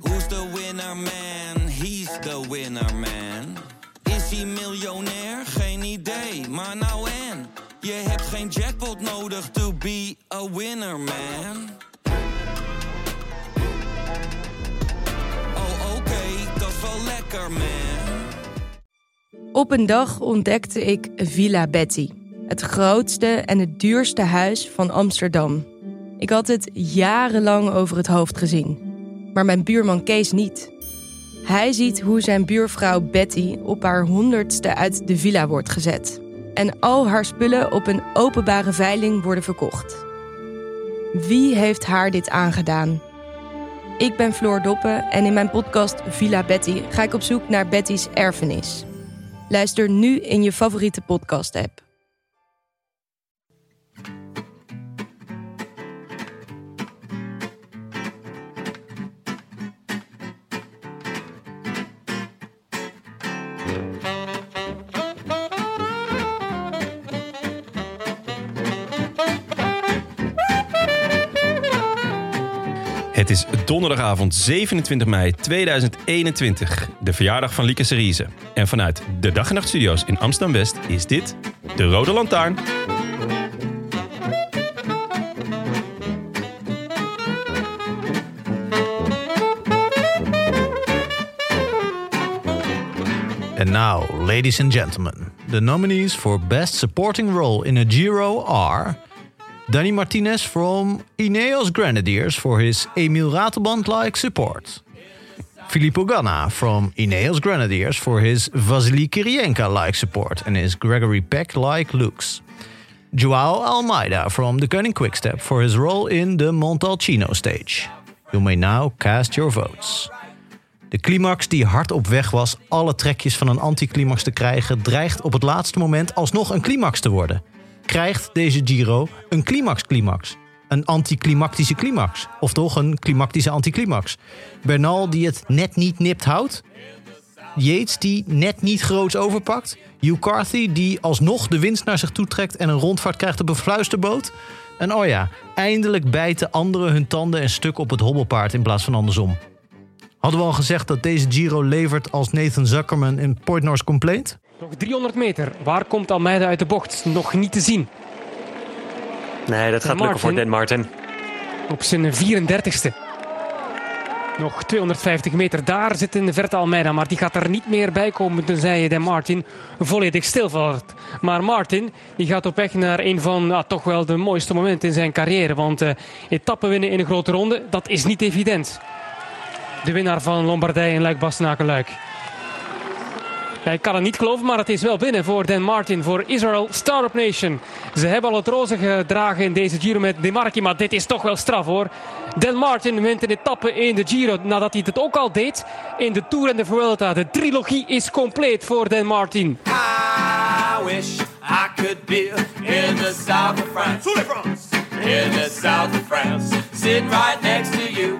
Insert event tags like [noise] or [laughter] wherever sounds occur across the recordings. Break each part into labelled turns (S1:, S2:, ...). S1: Who's the winner man? He's the winner man. Is hij miljonair? Geen idee, maar nou en. Je hebt geen jackpot nodig to be a winner man. Oh oké, dat is wel lekker man.
S2: Op een dag ontdekte ik Villa Betty, het grootste en het duurste huis van Amsterdam. Ik had het jarenlang over het hoofd gezien, maar mijn buurman Kees niet. Hij ziet hoe zijn buurvrouw Betty op haar honderdste uit de villa wordt gezet en al haar spullen op een openbare veiling worden verkocht. Wie heeft haar dit aangedaan? Ik ben Floor Doppen en in mijn podcast Villa Betty ga ik op zoek naar Betty's erfenis. Luister nu in je favoriete podcast-app.
S3: Het is donderdagavond 27 mei 2021, de verjaardag van Lieke Serize. En vanuit de Dag en Nacht Studio's in Amsterdam-West is dit de Rode Lantaarn.
S4: And now, ladies and gentlemen, the nominees for Best Supporting Role in a Giro are Danny Martinez from Ineos Grenadiers for his Emil Ratelband like support, Filippo Ganna from Ineos Grenadiers for his Vasily Kirienka like support and his Gregory Peck like looks, Joao Almeida from The Cunning Quickstep for his role in the Montalcino stage. You may now cast your votes. De climax die hard op weg was alle trekjes van een anticlimax te krijgen, dreigt op het laatste moment alsnog een climax te worden. Krijgt deze Giro een climax-climax? Een anticlimactische climax? Of toch een climactische anticlimax? Bernal die het net niet nipt houdt? Yates die net niet groots overpakt? Hugh Carthy die alsnog de winst naar zich toetrekt en een rondvaart krijgt op een fluisterboot? En oh ja, eindelijk bijten anderen hun tanden en stuk op het hobbelpaard in plaats van andersom. Hadden we al gezegd dat deze Giro levert als Nathan Zuckerman in Poitnars Complaint?
S5: Nog 300 meter. Waar komt Almeida uit de bocht? Nog niet te zien.
S6: Nee, dat gaat lukken voor Dan Martin.
S5: Op zijn 34ste. Nog 250 meter. Daar zit in de verte Almeida. Maar die gaat er niet meer bij komen. Tenzij je de Martin volledig stilvalt. Maar Martin die gaat op weg naar een van ah, toch wel de mooiste momenten in zijn carrière. Want eh etappen winnen in een grote ronde, dat is niet evident. De winnaar van Lombardij en Luik Bastenaken-Luik. Ja, Ik kan het niet geloven, maar het is wel binnen voor Dan Martin, voor Israel Startup Nation. Ze hebben al het roze gedragen in deze Giro met Demarchi, maar dit is toch wel straf hoor. Dan Martin wint een etappe in de Giro nadat hij het ook al deed in de Tour en de Vuelta. De trilogie is compleet voor Dan Martin.
S7: I wish I could be in the south of France. In the south of France. Sitting right next to you.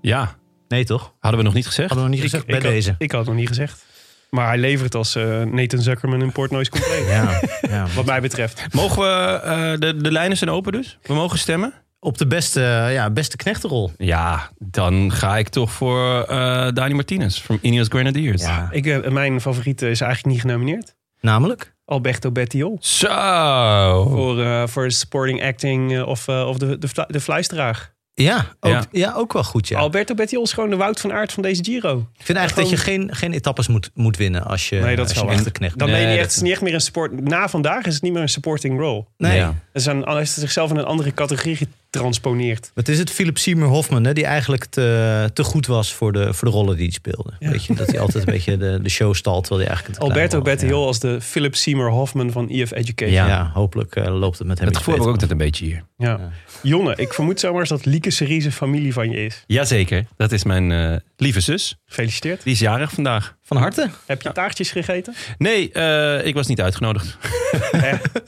S3: Ja,
S4: Nee, toch?
S3: hadden we nog niet gezegd?
S4: Hadden we nog niet gezegd bij
S8: had,
S4: deze.
S8: ik had het nog niet gezegd. Maar hij levert als eh, Nathan Zuckerman een Portnoy's complaint.
S4: [laughs] Ja, ja.
S8: Wat mij betreft.
S3: Mogen we, eh, de, de lijnen zijn open dus? We mogen stemmen?
S4: Op de beste, eh, ja, beste knechtenrol.
S3: Ja, dan ga ik toch voor eh Dani Martinez van Ineos Grenadiers.
S8: Ik, eh, mijn favoriete is eigenlijk niet genomineerd.
S4: Namelijk?
S8: Alberto Bettiol.
S3: Zo!
S8: Voor, eh, voor supporting acting eh, of, eh, of de, de, flu- de fluisteraar.
S4: Ja, ook, ja.
S3: Ja.
S4: ook wel goed. Ja.
S8: Alberto Bettiol is gewoon de Wout van Aert van deze Giro.
S4: Ik vind eigenlijk dat je geen, geen etappes moet, moet winnen als je,
S8: Nee, dat
S4: als
S8: is
S4: je
S8: wel
S4: echt
S8: echt.
S4: een knecht
S8: Dan
S4: bent.
S8: ben
S3: Nee,
S8: je niet
S3: dat
S8: echt, is niet echt meer een support. Na vandaag is het niet meer een supporting role.
S4: Nee.
S3: Ja.
S8: Dus dan hij heeft zichzelf in een andere categorie getransponeerd.
S4: Wat is het Philip Seymour Hoffman, hè, die eigenlijk te, te goed was voor de, voor de rollen die hij speelde. Weet je, dat hij altijd een beetje de, de show stalt, terwijl hij eigenlijk... een te
S8: Alberto
S4: klein was.
S8: Bettiol als de Philip Seymour Hoffman van EF Education.
S4: Ja,
S3: Ja.
S4: ja hopelijk eh, loopt het met hem
S3: Dat
S4: iets
S3: gevoel heb ik
S4: beter.
S3: ook dat een beetje hier.
S8: Ja. Jonne, ik vermoed zomaar eens dat Lieke Serize familie van je is.
S3: Jazeker, dat is mijn eh, lieve zus.
S8: Gefeliciteerd.
S3: Die is jarig vandaag.
S4: Van harte.
S8: Heb je taartjes gegeten?
S3: Nee, eh, ik was niet
S8: [laughs]
S3: uitgenodigd.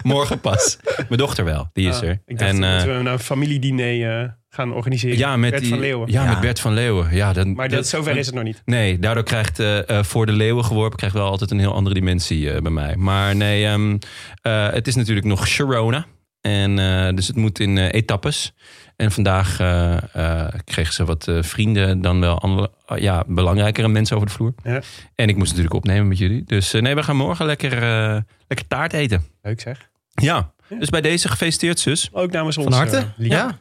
S3: Morgen pas. Mijn dochter wel, die is
S8: Ah,
S3: er.
S8: Ik dacht dat
S3: eh,
S8: we nou een familiediner eh, gaan organiseren.
S3: ja, met
S8: Bert
S3: die-
S8: van Leeuwen.
S3: Ja,
S4: Ja.
S3: met Bert van Leeuwen. Ja, dan,
S8: Maar dat, zover is het nog niet.
S3: Nee, daardoor krijgt eh, eh, voor de leeuwen geworpen... krijgt wel altijd een heel andere dimensie eh, bij mij. Maar nee, ehm, eh, het is natuurlijk nog Sharona. En, eh, dus het moet in eh, etappes. En vandaag eh, eh, kregen ze wat eh, vrienden, dan wel andere, eh, ja, belangrijkere mensen over de vloer.
S8: Ja.
S3: En ik moest natuurlijk opnemen met jullie. Dus eh, nee, we gaan morgen lekker, eh, lekker taart eten.
S8: Leuk zeg.
S3: Ja. Dus bij deze gefeliciteerd, zus.
S8: Ook namens ons.
S4: Van harte.
S8: eh, Lieke.
S4: ja.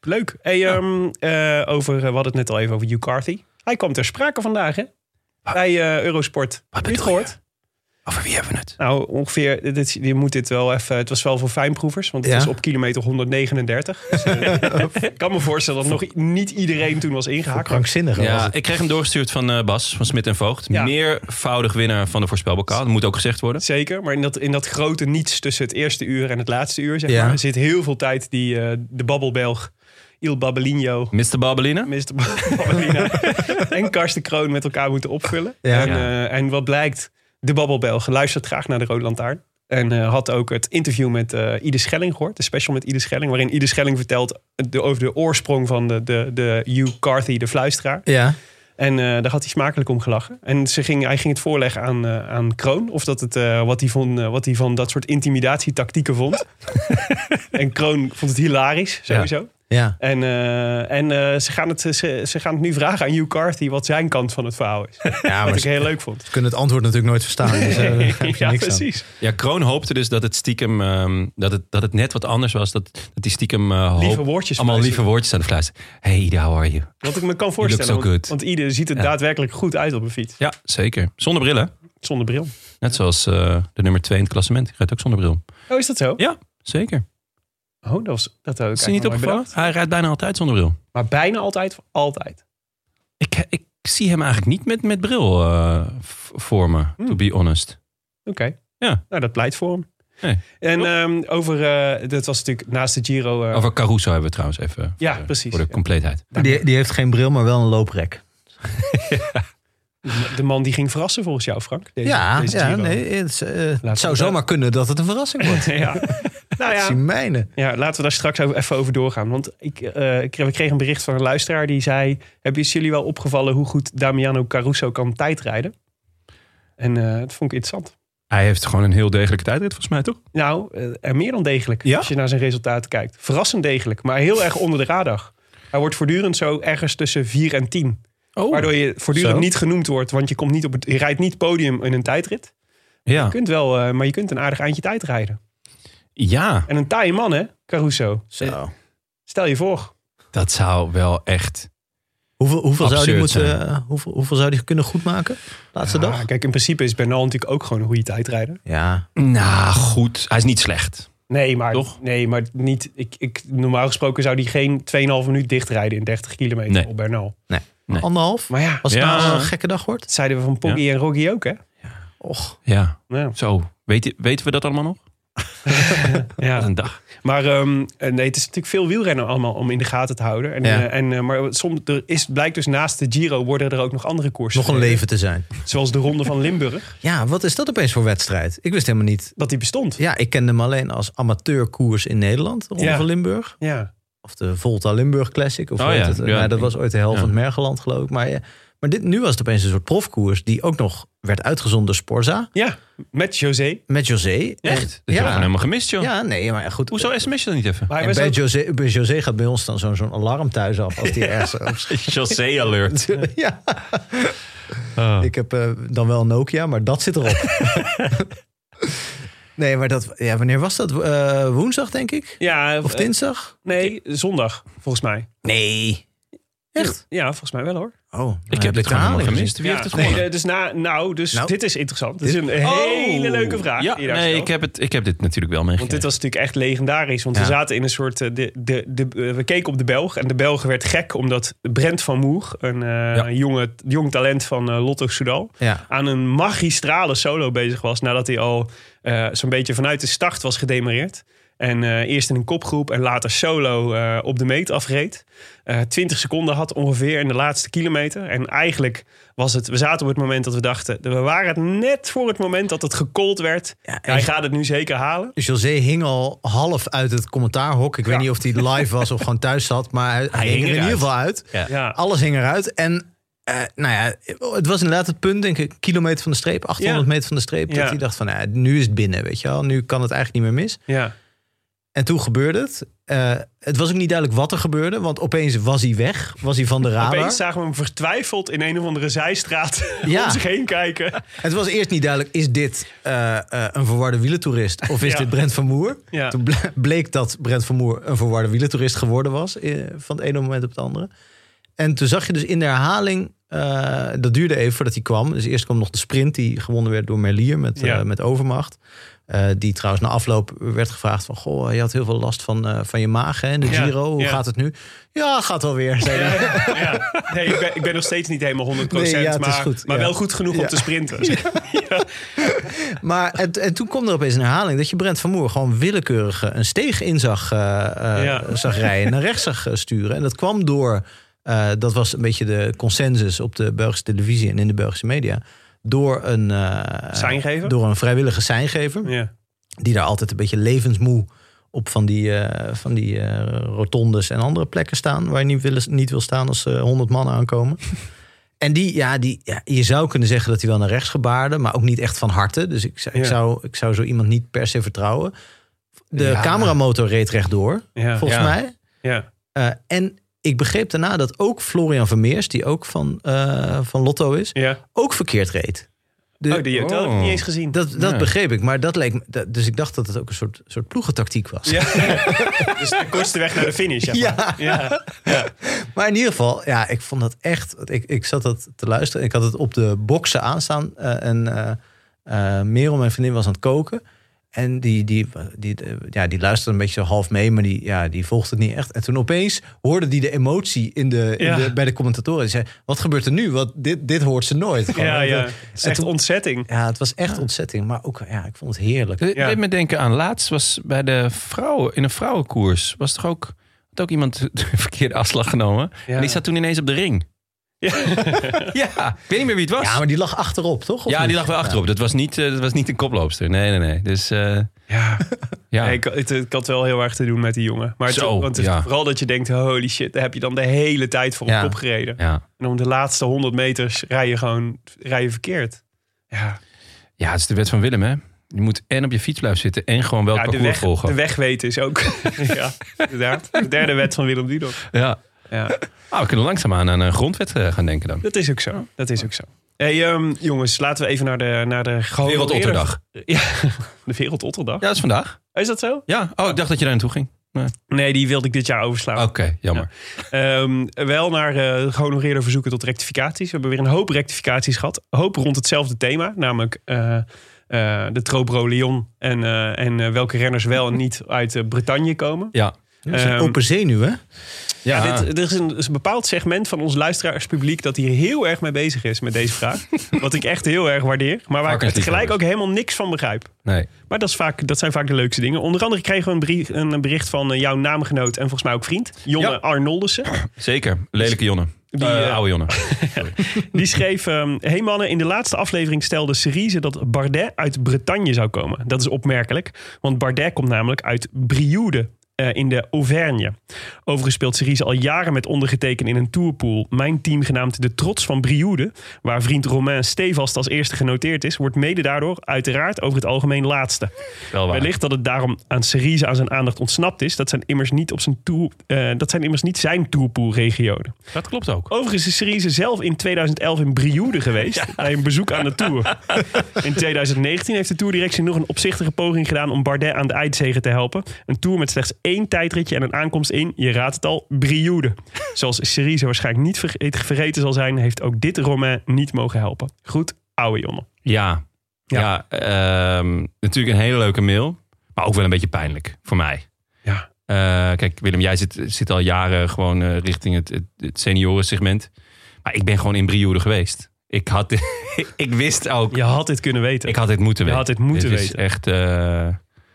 S8: Leuk. Hey, ehm, eh, over, eh, we hadden het net al even over Hugh Carthy. Hij kwam ter sprake vandaag, hè? Bij eh, Eurosport. Heb je het
S3: bedoel je?
S8: gehoord?
S3: Over wie hebben we het?
S8: Nou, ongeveer, dit, is- je moet dit wel even, het was wel voor fijnproevers, want het
S4: Ja.
S8: is op kilometer 139. Dus, eh,
S4: [laughs]
S8: ik kan me voorstellen dat nog niet iedereen toen was ingehaakt.
S4: Krankzinnig. was
S3: Ja,
S4: het.
S3: ik kreeg hem doorgestuurd van eh, Bas, van Smit en Voogd.
S8: Ja.
S3: Meervoudig winnaar van de voorspelbokaal. Dat moet ook gezegd worden.
S8: Zeker, maar in dat, in dat grote niets tussen het eerste uur en het laatste uur zeg
S4: Ja.
S8: maar, zit heel veel tijd die eh, de babbelbelg Il Babbelinho,
S3: Mr. Babbeline?
S8: Mr.
S4: [laughs]
S8: Babbelina en Karsten Kroon met elkaar moeten opvullen.
S4: Ja.
S8: En,
S3: Ja.
S8: eh, en wat blijkt, de babbelbelg luistert graag naar de Rode Lantaarn. En eh, had ook het interview met eh Ide Schelling gehoord, de special met Ide Schelling, waarin Ide Schelling vertelt de, over de oorsprong van de, de, de Hugh Carthy, de fluisteraar.
S4: Ja.
S8: En eh, daar had hij smakelijk om gelachen. En ze ging, hij ging het voorleggen aan, eh, aan Kroon. Of dat het, eh, wat, hij van, wat hij van dat soort intimidatietactieken
S4: [laughs]
S8: vond. en Kroon vond het hilarisch, sowieso. [laughs]
S4: Ja.
S8: En, eh, en eh, ze, gaan het, ze, ze gaan het nu vragen aan Hugh Carthy wat zijn kant van het verhaal is.
S4: Ja,
S3: Oh,
S8: wat
S4: maar
S8: ik
S4: ze
S8: heel leuk
S3: [laughs]
S8: vond.
S4: kunnen het antwoord natuurlijk nooit verstaan.
S8: [laughs]
S4: Dus eh, daar heb je
S8: ja,
S4: niks
S8: precies.
S3: Ja, Kroon hoopte dus dat het stiekem, ehm, dat, het, dat het net wat anders was. Dat, dat die stiekem eh, hoop-
S8: Lieve woordjes
S3: allemaal
S8: fluisteren.
S3: lieve woordjes aan de fluisteren. Hey Ida, how are you?
S8: Wat ik me kan
S3: looks
S8: voorstellen.
S3: so
S8: want,
S3: good.
S8: want ieder ziet er
S3: Ja.
S8: daadwerkelijk goed uit op een fiets.
S3: Ja, zeker. Zonder bril, hè?
S8: Zonder bril.
S3: Net zoals eh, de nummer 2 in het klassement. Die rijdt ook zonder bril.
S8: Oh, is dat zo?
S3: Ja, zeker.
S8: Oh, dat was dat ook.
S3: Is je niet opgevallen? Hij rijdt bijna altijd zonder bril.
S8: Maar bijna altijd, altijd.
S3: Ik, ik zie hem eigenlijk niet met, met bril eh, v- voor me,
S8: Hmm.
S3: to be honest.
S8: Oké.
S3: Ja.
S8: Nou, dat pleit voor hem.
S3: Nee.
S8: En ehm, over, eh, dat was natuurlijk naast de Giro. eh,
S3: Over Caruso hebben we trouwens even.
S8: Ja,
S3: voor de-
S8: precies,
S3: Voor de
S8: ja.
S3: compleetheid.
S4: aan. Die, die heeft geen bril, maar wel een looprek.
S8: de man die ging verrassen volgens jou, Frank. Deze,
S4: ja,
S8: deze
S4: ja
S8: Giro.
S4: nee, het, is, eh, het
S8: we
S4: zou
S8: dat-
S4: zomaar kunnen dat het een verrassing wordt.
S8: [laughs]
S3: [laughs]
S8: ja. Nou
S4: Het
S8: ja.
S4: zijn mijnen.
S8: ja, laten we daar straks over- even over doorgaan. Want ik, eh, ik kreeg- ik kreeg een bericht van een luisteraar die zei... Hebben is jullie wel opgevallen hoe goed Damiano Caruso kan tijdrijden? En eh, dat vond ik interessant.
S3: Hij heeft gewoon een heel degelijke tijdrit, volgens mij, toch?
S8: Nou, eh, en meer dan degelijk
S3: Ja?
S8: als je naar zijn resultaten kijkt. Verrassend degelijk, maar heel erg onder de radar. Hij wordt voortdurend zo ergens tussen 4 en 10.
S3: Oh,
S8: Waardoor je voortdurend
S3: Zo.
S8: niet genoemd wordt, want je, komt niet op het, je rijdt niet podium in een tijdrit.
S3: ja.
S8: Je kunt wel, eh, maar je kunt een aardig eindje tijd rijden.
S3: ja, Eh,
S8: En een taaie man, hè, Caruso.
S4: Zo.
S8: Stel je voor.
S3: dat zou wel echt...
S4: Hoeveel, hoeveel, zou die
S3: Absurd
S4: moeten, eh, hoeveel, hoeveel zou die kunnen goedmaken? Laatste
S8: Ah,
S4: dag?
S8: kijk, in principe is Bernal natuurlijk ook gewoon een goede tijdrijder.
S4: Ja.
S3: Nou, goed. Hij is niet slecht.
S8: Nee, maar,
S3: Toch?
S8: Nee, maar niet, ik, ik, normaal gesproken zou die geen 2,5 minuut dichtrijden in 30 kilometer
S3: Nee.
S8: op Bernal.
S3: Nee.
S4: Anderhalf?
S8: Maar ja,
S4: Als het
S3: Ja.
S4: nou een gekke dag wordt?
S8: dat zeiden we van Poggi en Rogi ook, hè?
S4: Och.
S3: Ja,
S8: Nou,
S3: zo. Weet, weten we dat allemaal nog?
S8: ja.
S3: Wat een dag.
S8: Maar ehm, eh, nee, het is natuurlijk veel wielrennen allemaal om in de gaten te houden. En,
S4: Ja.
S8: eh, en, eh, maar soms, er is, blijkt dus naast de Giro worden er ook nog andere koersen.
S4: Nog een
S8: gereden.
S4: leven te zijn.
S8: Zoals de Ronde van
S4: [laughs]
S8: Limburg,
S4: Ja, wat is dat opeens voor wedstrijd? Ik wist helemaal niet.
S8: dat die bestond.
S4: Ja, ik kende hem alleen als amateurkoers in Nederland. de Ronde
S8: Ja.
S4: van Limburg.
S8: Ja.
S4: of de Volta Limburg Classic. Of
S3: Oh
S4: hoe heet
S3: ja,
S4: het?
S3: ja.
S4: Nou, dat was ooit de hel
S3: Ja.
S4: van het Mergeland, geloof ik. Maar, ja, maar dit, nu was het opeens een soort profkoers die ook nog werd uitgezonden door Sporza
S8: ja, met José.
S4: met José.
S3: Echt?
S4: En-
S3: Dat ja. gewoon
S4: ja.
S3: helemaal gemist, joh.
S4: ja, nee, maar goed.
S3: Hoezo sms je dat niet even?
S8: Maar
S4: En
S8: hij was
S4: bij,
S8: ook-
S4: José, bij José gaat bij ons dan zo'n zo'n alarm thuis af als die
S3: [laughs]
S4: ergens.
S3: José alert.
S4: [laughs] ja,
S3: Oh.
S4: ik heb eh, dan wel een Nokia, maar dat
S3: [laughs]
S4: zit erop. nee, maar dat, ja, wanneer was dat? Eh, woensdag, denk ik?
S8: ja,
S4: Of
S8: eh,
S4: dinsdag?
S8: Nee, zondag, volgens mij.
S4: Nee. Echt?
S8: Ja, volgens mij wel hoor.
S4: Oh, nou,
S3: Ik heb dit gewoon helemaal
S4: herhaling gezien.
S3: gemist. Wie
S8: ja.
S3: heeft het
S8: Nee,
S3: gewonnen?
S8: eh, dus na, nou, dus
S4: Nou. Oh.
S8: dit is interessant. Dit is een hele leuke vraag.
S3: Ja,
S8: die je daar
S3: nee,
S8: stelt.
S3: ik heb, het, ik heb dit natuurlijk wel meegekregen.
S8: Want dit was natuurlijk echt legendarisch. Want we
S4: Ja.
S8: zaten in een soort. eh, De, de, de, eh, we keken op de Belg. En de Belgen werd gek omdat Brent van Moer, een eh, jonge, jong talent van eh, Lotto Soudal.
S4: Ja.
S8: aan een magistrale solo bezig was. nadat hij al eh, zo'n beetje vanuit de start was gedemareerd. En eh, eerst in een kopgroep en later solo eh, op de meet afreed. Eh 20 seconden had ongeveer in de laatste kilometer. En eigenlijk was het. We zaten op het moment dat we dachten. we waren het net voor het moment dat het gekold werd.
S4: Ja, en-
S8: hij gaat het nu zeker halen.
S4: José hing al half uit het commentaarhok. Ik weet niet of hij live was of gewoon thuis zat, maar hij, hij hing er in
S3: eruit.
S4: ieder geval uit.
S8: Ja.
S4: Alles hing eruit. En eh, nou ja, het was inderdaad het punt, denk ik, kilometer van de streep, 800
S8: Ja.
S4: meter van de streep,
S8: Ja.
S4: dat hij dacht van, nou ja, nu is het binnen, weet je wel. Nu kan het eigenlijk niet meer mis.
S8: Ja.
S4: En toen gebeurde het. Eh, het was ook niet duidelijk wat er gebeurde, want opeens was hij weg. Was hij van de radar.
S8: Opeens zagen we hem vertwijfeld in een of andere zijstraat
S4: Ja.
S8: [laughs] om zich heen kijken.
S4: Het was eerst niet duidelijk, is dit eh, eh, een verwarde wielentoerist of is
S8: [laughs] Ja.
S4: dit Brent van Moer?
S8: Ja.
S4: Toen ble- bleek dat Brent van Moer een verwarde wielentoerist geworden was, eh, van het ene moment op het andere. En toen zag je dus in de herhaling, eh, dat duurde even voordat hij kwam. Dus eerst kwam nog de sprint die gewonnen werd door Merlier met,
S8: Ja.
S4: eh, met overmacht. Eh, die trouwens na afloop werd gevraagd van... Goh, je had heel veel last van, eh, van je maag hè, in de
S8: Ja,
S4: Giro. Hoe
S8: ja.
S4: gaat het nu? Ja, gaat wel weer. zei hij.
S8: Ja. Nee, ik ben, ik ben nog steeds niet helemaal 100%,
S4: Nee, ja, het is
S8: maar,
S4: goed,
S8: maar
S4: ja.
S8: wel goed genoeg
S4: Ja.
S8: om te sprinten. zeg maar.
S4: Maar en, en toen kwam er opeens een herhaling dat je Brent van Moer gewoon willekeurig eh, een steeg in zag, eh, eh,
S8: Ja.
S4: [laughs] zag rijden en naar rechts zag eh, sturen. En dat kwam door, eh, dat was een beetje de consensus op de Belgische televisie en in de Belgische media. Door een, eh,
S8: Seingever?
S4: door een vrijwillige seingever
S8: Ja.
S4: die daar altijd een beetje levensmoe op van die, eh, van die eh, rotondes en andere plekken staan. Waar je niet wil, niet wil staan als eh 100 man
S8: [laughs]
S4: aankomen. en die, ja, die, ja, je zou kunnen zeggen dat hij wel naar rechts gebaarde, maar ook niet echt van harte. Dus ik, zou- ik,
S8: Ja.
S4: zou, ik zou zo iemand niet per se vertrouwen. De cameramotor reed rechtdoor,
S8: Ja.
S4: volgens
S3: Ja.
S4: mij.
S8: Ja.
S4: Eh, en ik begreep daarna dat ook Florian Vermeers, die ook van, eh, van Lotto is,
S8: ja.
S4: ook verkeerd reed. De-
S8: Oh, die, dat had ik
S3: Oh.
S8: niet eens gezien.
S4: dat, dat
S3: Ja.
S4: begreep ik, maar dat leek me, dat- dus ik dacht dat het ook een soort, soort ploegentactiek was.
S8: Ja. dus de kortste weg naar de finish. zeg maar. Ja.
S4: Maar in ieder geval, ja, ik vond dat echt. want Ik, ik zat dat te luisteren. Ik had het op de boksen aanstaan. eh, en eh eh Merel, mijn vriendin, was aan het koken. En die, die, die, eh, ja, die luisterde een beetje zo half mee, maar die, ja, die volgde het niet echt. En toen opeens hoorde die de emotie in de, in
S8: Ja.
S4: de, bij de commentatoren. Die zei, wat gebeurt er nu? Want dit, dit hoort ze nooit. Gewoon.
S8: Ja,
S4: En
S8: ja.
S4: toen-
S8: Het is echt ontzetting. [laughs]
S4: ja, het was echt ontzetting. Maar ook, ja, ik vond het heerlijk.
S3: Het
S8: Ja.
S3: deed me denken aan laatst was bij de vrouwen in een vrouwenkoers was toch ook had ook iemand [laughs] de verkeerde afslag genomen
S8: Ja.
S3: en die zat toen ineens op de ring. Ja. ik weet niet meer wie het was.
S4: Ja, maar die lag achterop, toch? Of
S3: Ja,
S4: niet?
S3: die lag wel achterop. Dat was niet, eh, dat was niet een koploopster. Nee, nee, nee. Dus eh,
S8: Ja.
S3: ja.
S8: Nee, ik, het, ik had wel heel erg te doen met die jongen. Maar het-
S3: Zo,
S8: want het-
S3: ja.
S8: vooral dat je denkt, holy shit, daar heb je dan de hele tijd voor
S4: Ja.
S8: op kop gereden.
S3: ja.
S8: En om de laatste 100 meters rij je gewoon rij je verkeerd. Ja,
S3: ja, het is de wet van Willem, hè? Je moet en op je fiets blijven zitten en gewoon wel
S8: ja
S3: het
S8: de,
S3: parcours
S8: weg,
S3: volgen.
S8: de weg weten is
S3: [laughs]
S8: ook. ja, inderdaad. De derde wet van Willem Dudok.
S3: Ja.
S8: Ja,
S3: Ah, we kunnen langzaamaan aan een grondwet eh, gaan denken dan.
S8: dat is ook zo. Dat is ook zo. Hey, ehm, jongens, laten we even naar de, naar de gehonoreerde-
S3: Wereldotterdag.
S8: Ja, [laughs] de Wereldotterdag.
S3: Ja, dat is vandaag.
S8: Is dat zo?
S3: Ja. Oh, ik dacht dat je daar naartoe ging.
S8: Nee, die wilde ik dit jaar overslaan.
S3: Oké, jammer.
S8: Ehm, wel naar eh gehonoreerde verzoeken tot rectificaties. We hebben weer een hoop rectificaties gehad. Een hoop rond hetzelfde thema, namelijk eh, eh, de Trobro Lyon en, eh, en eh, welke renners wel en niet uit eh, Bretagne komen.
S3: Ja.
S4: Dat is een
S8: Ehm,
S4: open zenuw, hè?
S3: Ja, Ah,
S8: Ja, dit, er is een, is een bepaald segment van ons luisteraarspubliek dat hier heel erg mee bezig is met deze
S3: [laughs]
S8: vraag. wat ik echt heel erg waardeer, maar waar ik
S3: Varkensliefhebbers.
S8: tegelijk ook helemaal niks van begrijp.
S3: Nee.
S8: Maar dat, is vaak, dat zijn vaak de leukste dingen. Onder andere kregen we een, brief, een bericht van eh, jouw naamgenoot en volgens mij ook vriend, Jonne
S3: Ja.
S8: Arnoldussen.
S3: Zeker. Lelijke Jonne. Die
S8: eh,
S3: oude
S8: [laughs]
S3: Jonne.
S8: Die schreef: ehm Hey mannen, in de laatste aflevering stelde Cerise dat Bardet uit Bretagne zou komen. Dat is opmerkelijk, want Bardet komt namelijk uit Brioude. eh, in de Auvergne. Overigens speelt Cerise al jaren met ondergetekend in een tourpool. Mijn team, genaamd De Trots van Brioude, waar vriend Romain Stevast als eerste genoteerd is, wordt mede daardoor uiteraard over het algemeen laatste.
S3: Wel waar.
S8: Wellicht dat het daarom aan Cerise aan zijn aandacht ontsnapt is. Dat zijn immers niet, op zijn tour, eh, dat zijn immers niet zijn tourpoolregionen.
S3: Dat klopt ook.
S8: Overigens is Cerise zelf in 2011 in Brioude geweest. Bij een bezoek aan de Tour. In 2019 heeft de Tourdirectie nog een opzichtige poging gedaan... om Bardet aan de eindzege te helpen. Een Tour met slechts één tijdritje en een aankomst in, je raadt het al, Brioude. Zoals Cerise waarschijnlijk niet verge- vergeten zal zijn... heeft ook dit Romain niet mogen helpen. Goed, ouwe jongen.
S3: Ja. Ja. ehm, natuurlijk een hele leuke mail. Maar ook wel een beetje pijnlijk voor mij.
S8: Ja.
S3: Eh, kijk, Willem, jij zit, zit al jaren gewoon eh, richting het, het, het senioren segment. Maar ik ben gewoon in Brioude geweest. Ik, had, [laughs] ik wist ook.
S8: Je had dit kunnen weten.
S3: Ik had dit moeten
S8: Je
S3: weten.
S8: had dit moeten
S3: is
S8: weten.
S3: echt. eh,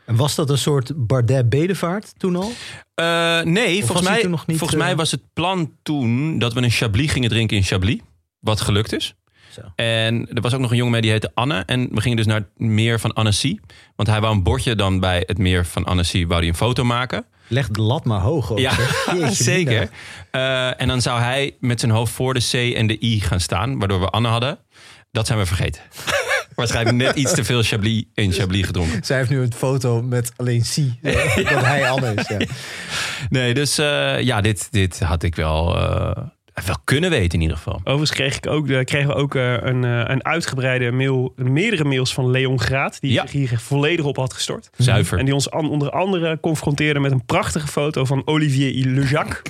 S4: En was dat een soort Bardet-bedevaart toen al?
S3: Eh, nee,
S4: was
S3: volgens,
S4: hij
S3: mij,
S4: toen nog niet,
S3: volgens
S4: eh,
S3: mij was het plan toen dat we een Chablis gingen drinken in Chablis. Wat gelukt is.
S4: Zo.
S3: En er was ook nog een jongen mee die heette Anne. En we gingen dus naar het meer van Annecy. Want hij wou een bordje dan bij het meer van Annecy. Wou hij een foto maken.
S4: Leg de lat maar hoog op.
S3: Ja,
S4: zeg. [laughs]
S3: [laughs]
S4: Jeetje,
S3: zeker.
S4: Ah, mina.
S3: Eh, en dan zou hij met zijn hoofd voor de C en de I gaan staan. Waardoor we Anne hadden. Dat zijn we vergeten. [laughs] Waarschijnlijk net iets te veel Chablis en Chablis gedronken.
S4: Zij heeft nu een foto met alleen C. eh, Dat hij Anne is. Ja.
S3: Nee, dus eh, ja, dit, dit had ik wel, eh, wel kunnen weten in ieder geval.
S8: Overigens kreeg ik ook, eh, kregen we ook eh, een, eh, een uitgebreide mail, meerdere mails van Leon Graat, die
S3: Ja.
S8: zich hier volledig op had gestort.
S3: Zuiver.
S8: En die ons an- onder andere confronteerde met een prachtige foto van Olivier
S3: [laughs]
S8: Lejac.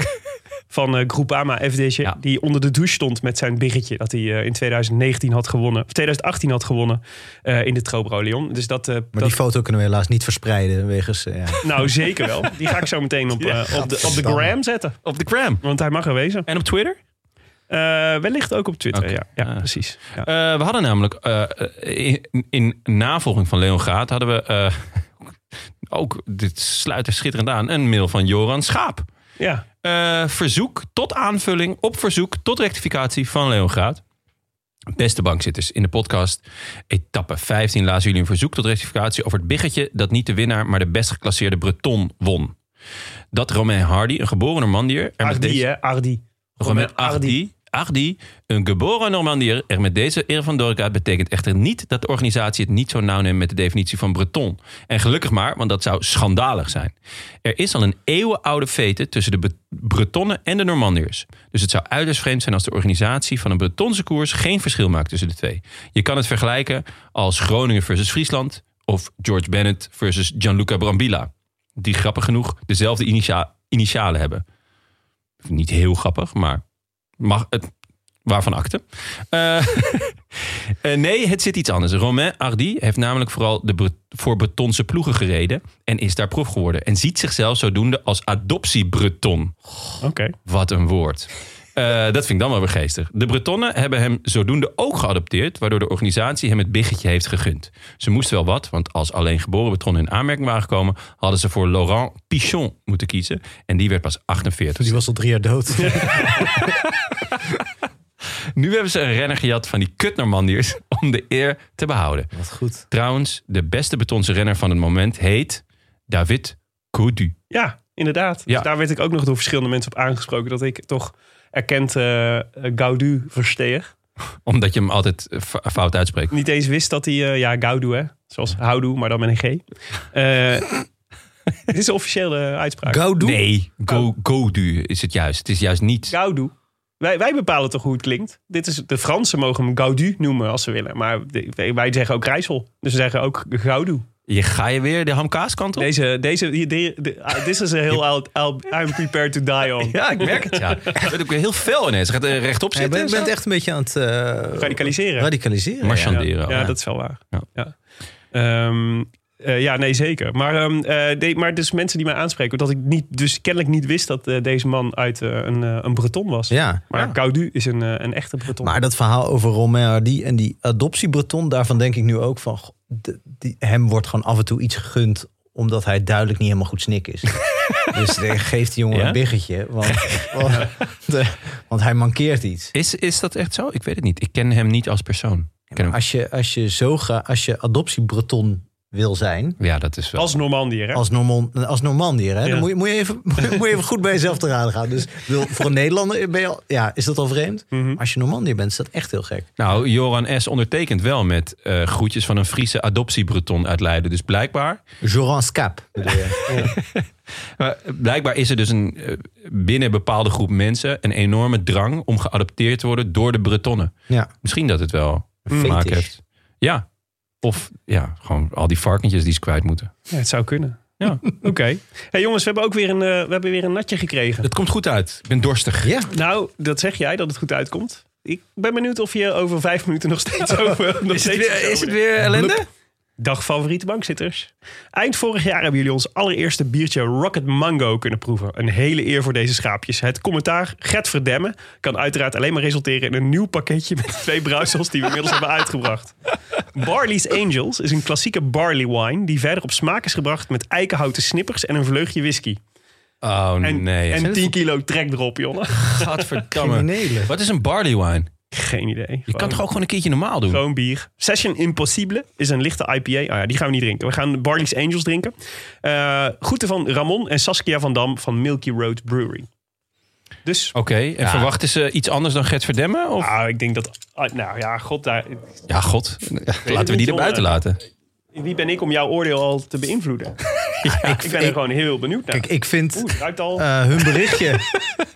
S8: Van eh Groupama FDG.
S3: Ja.
S8: Die onder de douche stond met zijn biggetje. Dat hij eh, in 2019 had gewonnen. Of 2018 had gewonnen. eh, in de Trobro Leon. Dus dat, eh,
S4: Maar
S8: dat
S4: die foto kunnen we helaas niet verspreiden. Wegens, [laughs] eh, ja.
S8: nou zeker wel. Die ga ik zo
S3: [laughs]
S8: meteen op, eh, op, de, op de
S4: gadverdamme.
S8: gram zetten.
S3: Op de gram.
S8: Want hij mag er wezen.
S3: En op Twitter?
S8: Eh, wellicht ook op Twitter.
S3: Oké.
S8: Ja, ja
S3: Ah.
S8: precies. Ja.
S3: Eh, we hadden namelijk eh, in, in navolging van Leon Gaat hadden we eh, [laughs] ook, dit sluit er schitterend aan, een mail van Joran Schaap.
S8: ja.
S3: Eh, verzoek tot aanvulling, op verzoek tot rectificatie van Leon Graat. Beste bankzitters, in de podcast etappe 15 lazen jullie een verzoek tot rectificatie over het biggetje dat niet de winnaar, maar de best geclasseerde Breton won. Dat Romain Hardy, een geboren Normandier, er met
S8: Ardi,
S3: deze,
S8: hè? Ardi.
S3: Romain Hardy, Hardy, een geboren Normandier, er met deze eer van Dork uit betekent echter niet dat de organisatie het niet zo nauw neemt met de definitie van Breton. En gelukkig maar, want dat zou schandalig zijn. Er is al een eeuwenoude vete tussen de Be- Bretonnen en de Normandiërs. Dus het zou uiterst vreemd zijn als de organisatie van een Bretonse koers geen verschil maakt tussen de twee. Je kan het vergelijken als Groningen versus Friesland of George Bennett versus Gianluca Brambilla. Die grappig genoeg dezelfde initia- initialen hebben. Niet heel grappig, maar mag het. Waarvan akte? Eh, [laughs] eh, nee, het zit iets anders. Romain Hardy heeft namelijk vooral de Bre- voor Bretonse ploegen gereden. En is daar prof geworden. En ziet zichzelf zodoende als adoptie-Breton.
S8: Oké.
S3: Wat een woord. Eh, dat vind ik dan wel weer geestig. De Bretonnen hebben hem zodoende ook geadopteerd, waardoor de organisatie hem het biggetje heeft gegund. Ze moesten wel wat, want als alleen geboren Bretonnen in aanmerking waren gekomen, hadden ze voor Laurent Pichon moeten kiezen. En die werd pas 48.
S4: Die was al drie jaar dood.
S3: Nu hebben ze een renner gejat van die kut Normandiërs [laughs] om de eer te behouden.
S4: [laughs] Wat goed.
S3: Trouwens, de beste betonse renner van het moment heet David Coudu.
S8: Ja, inderdaad.
S3: Ja.
S8: Dus daar werd ik ook nog door verschillende mensen op aangesproken dat ik toch erkend eh Gaudu versteeg.
S3: Omdat je hem altijd eh, fa- fout uitspreekt.
S8: Niet eens wist dat hij, eh, ja, Gaudu hè, zoals Houdoe, maar dan met een G. Eh, [laughs] dit is de officiële uitspraak.
S4: Gaudu?
S3: Nee, Go- Godu is het juist. Het is juist niet.
S8: Gaudu. Wij, wij bepalen toch hoe het klinkt. Dit is, de Fransen mogen hem Gaudu noemen als ze willen. Maar de- wij zeggen ook Rijssel. Dus we zeggen ook Gaudu.
S3: Je ga je weer de hamkaaskant op?
S8: Deze, deze, die- die- die- ah, this is een heel oud, oud- I'm prepared to die on.
S3: Ja, ik merk het. Ja. [laughs] Je bent ook weer heel fel ineens. Je gaat eh, rechtop
S4: Je
S3: zitten.
S4: bent,
S3: en zo.
S4: echt een beetje aan het eh,
S8: Radicaliseren.
S4: radicaliseren.
S3: Marchand-
S8: Ja,
S3: Bandera,
S8: Ja,
S3: ja.
S8: dat is wel waar.
S3: Ja.
S8: Ja, Ehm, eh, ja nee, zeker. Maar, ehm, eh, de- maar dus mensen die mij aanspreken, dat ik niet, dus kennelijk niet wist dat eh, deze man uit eh, een, eh, een Breton was.
S4: Ja.
S8: Maar Gaudu is een, eh, een echte Breton.
S4: Maar dat verhaal over Romain Hardy en die adoptiebreton, daarvan denk ik nu ook van, goh, de- die, hem wordt gewoon af en toe iets gegund omdat hij duidelijk niet helemaal goed snik
S8: [laughs]
S4: is. dus eh, geef die jongen
S3: Ja?
S4: een biggetje, want, want, de- want hij mankeert iets.
S3: Is, is dat echt zo? Ik weet het niet. Ik ken hem niet als persoon. Ik ken hem-
S4: Als je, als je, zo ga, als je adoptiebreton wil zijn,
S3: Ja, dat is wel.
S8: Als Normandier, hè?
S4: als, Normand, als Normandier, hè,
S8: Ja.
S4: dan moet je, moet, je even, [laughs] moet je- moet je even goed bij jezelf te raden gaan. Dus ik bedoel, voor een Nederlander ben je al, ja, is dat al vreemd?
S8: Mhm.
S4: Als je Normandier bent, is dat echt heel gek.
S3: Nou, Joran S. ondertekent wel met eh, groetjes van een Friese adoptiebreton uit Leiden. Dus blijkbaar
S4: Joran Scap. bedoel
S8: [laughs]
S4: je.
S3: Maar blijkbaar is er dus een, eh, binnen een bepaalde groep mensen een enorme drang om geadopteerd te worden door de Bretonnen.
S4: Ja.
S3: Misschien dat het wel te
S4: Fetish.
S3: maken heeft. Ja. Of ja, gewoon al die varkentjes die ze kwijt moeten.
S8: Ja, het zou kunnen.
S3: Ja.
S8: [laughs] Oké. Hey, jongens, we hebben ook weer een, eh, we hebben weer een natje gekregen.
S3: Het komt goed uit. Ik ben dorstig.
S4: Ja,
S8: Nou, dat zeg jij dat het goed uitkomt. Ik ben benieuwd of je over vijf minuten nog
S3: [laughs]
S8: steeds over. Nog steeds over-
S3: weer ellende?
S8: Dag favoriete bankzitters. Eind vorig jaar hebben jullie ons allereerste biertje Rocket Mango kunnen proeven. Een hele eer voor deze schaapjes. Het commentaar Gert Verdemmen kan uiteraard alleen maar resulteren in een nieuw pakketje met twee brouwsels die we inmiddels hebben uitgebracht. Barley's Angels is een klassieke barley wine die verder op smaak is gebracht met eikenhouten snippers en een vleugje whisky.
S3: Oh
S8: En,
S3: nee.
S8: en
S3: En
S8: 10 kilo trek erop, jongen.
S3: Gadverdamme. Wat is een barley wine?
S8: Geen idee.
S3: Je kan toch ook gewoon een keertje normaal doen?
S8: Gewoon bier. Session Impossible is een lichte IPA. Ah ja, die gaan we niet drinken. We gaan Barley's Angels drinken. Eh groeten van Ramon en Saskia van Dam van Milky Road Brewery. Dus
S3: Oké, en verwachten ze iets anders dan Gert Verdemmen? Of?
S8: nou, ik denk dat... ah, Nou ja, god, daar,
S3: Ja, god.
S8: het
S3: Laten we
S8: niet,
S3: die er buiten
S8: jongen.
S3: laten.
S8: wie ben ik om jouw oordeel al te beïnvloeden? Ja, ik, ben er
S4: ik-
S8: gewoon heel benieuwd naar.
S4: Kijk, ik vind
S8: Oeh, het ruikt al.
S4: eh, hun,
S8: [laughs]
S4: berichtje,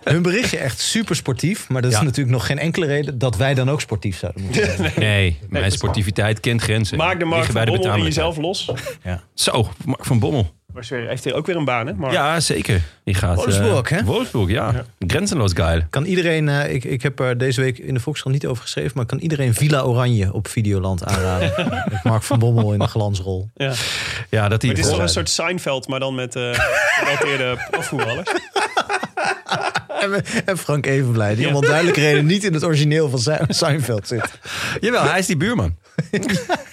S4: hun berichtje echt super sportief. Maar dat
S3: Ja.
S4: is natuurlijk nog geen enkele reden dat wij dan ook sportief zouden moeten zijn.
S3: Nee, mijn sportiviteit kent grenzen.
S8: Maak de markt
S3: Liggen bij
S8: van Bommel in
S3: betamelijkheid.
S8: jezelf los.
S3: Zo, Mark van Bommel.
S8: Maar sorry, heeft hij ook weer een baan, hè? Maar
S3: Ja, zeker. Die gaat, eh,
S4: Wolfsburg, hè?
S3: Wolfsburg, ja. Grenzenloos geil.
S4: Kan iedereen, eh, ik, ik heb er deze week in de Volkskrant niet over geschreven, maar kan iedereen Villa Oranje op Videoland aanraden?
S8: [laughs]
S4: Met Mark van Bommel in een glansrol.
S8: Ja.
S3: Ja, dat die
S8: Het is toch
S3: voorrijden.
S8: een soort Seinfeld, maar dan met eh gerelateerde profvoetballers.
S4: En, we- en Frank Evenblij, die allemaal duidelijke reden niet in het origineel van
S8: [laughs]
S4: Se- Seinfeld zit.
S3: Jawel, hij is die buurman.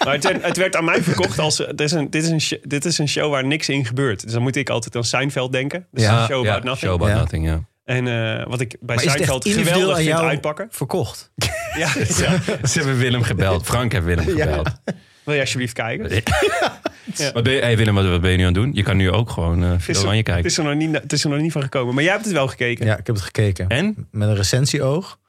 S8: Maar het, werd- het werd aan mij verkocht als... eh, Dit is, een, dit, is een, sh- dit is een show waar niks in gebeurt. Dus dan moet ik altijd aan Seinfeld denken. Dus
S4: Ja,
S8: een show about nothing.
S3: Show about
S4: Ja.
S3: nothing, ja.
S8: En eh, wat ik
S4: Maar
S8: bij
S4: is het echt
S8: Seinfeld geweldig
S4: individueel aan
S8: vind
S4: jou
S8: uitpakken.
S4: verkocht? [laughs]
S8: Ja, [laughs] ja.
S3: Ze hebben Willem gebeld. Frank heeft Willem gebeld.
S8: Wil je alsjeblieft kijken?
S3: Wat ben je, hey Willem, wat, wat ben je nu aan het doen? Je kan nu ook gewoon eh
S8: Het
S3: veel aan
S8: is,
S3: je
S8: er, het,
S3: kijken.
S8: is er nog niet, het is er nog niet van gekomen. Maar jij hebt het wel gekeken.
S4: Ja, ik heb het gekeken.
S3: En?
S4: Met een recensieoog.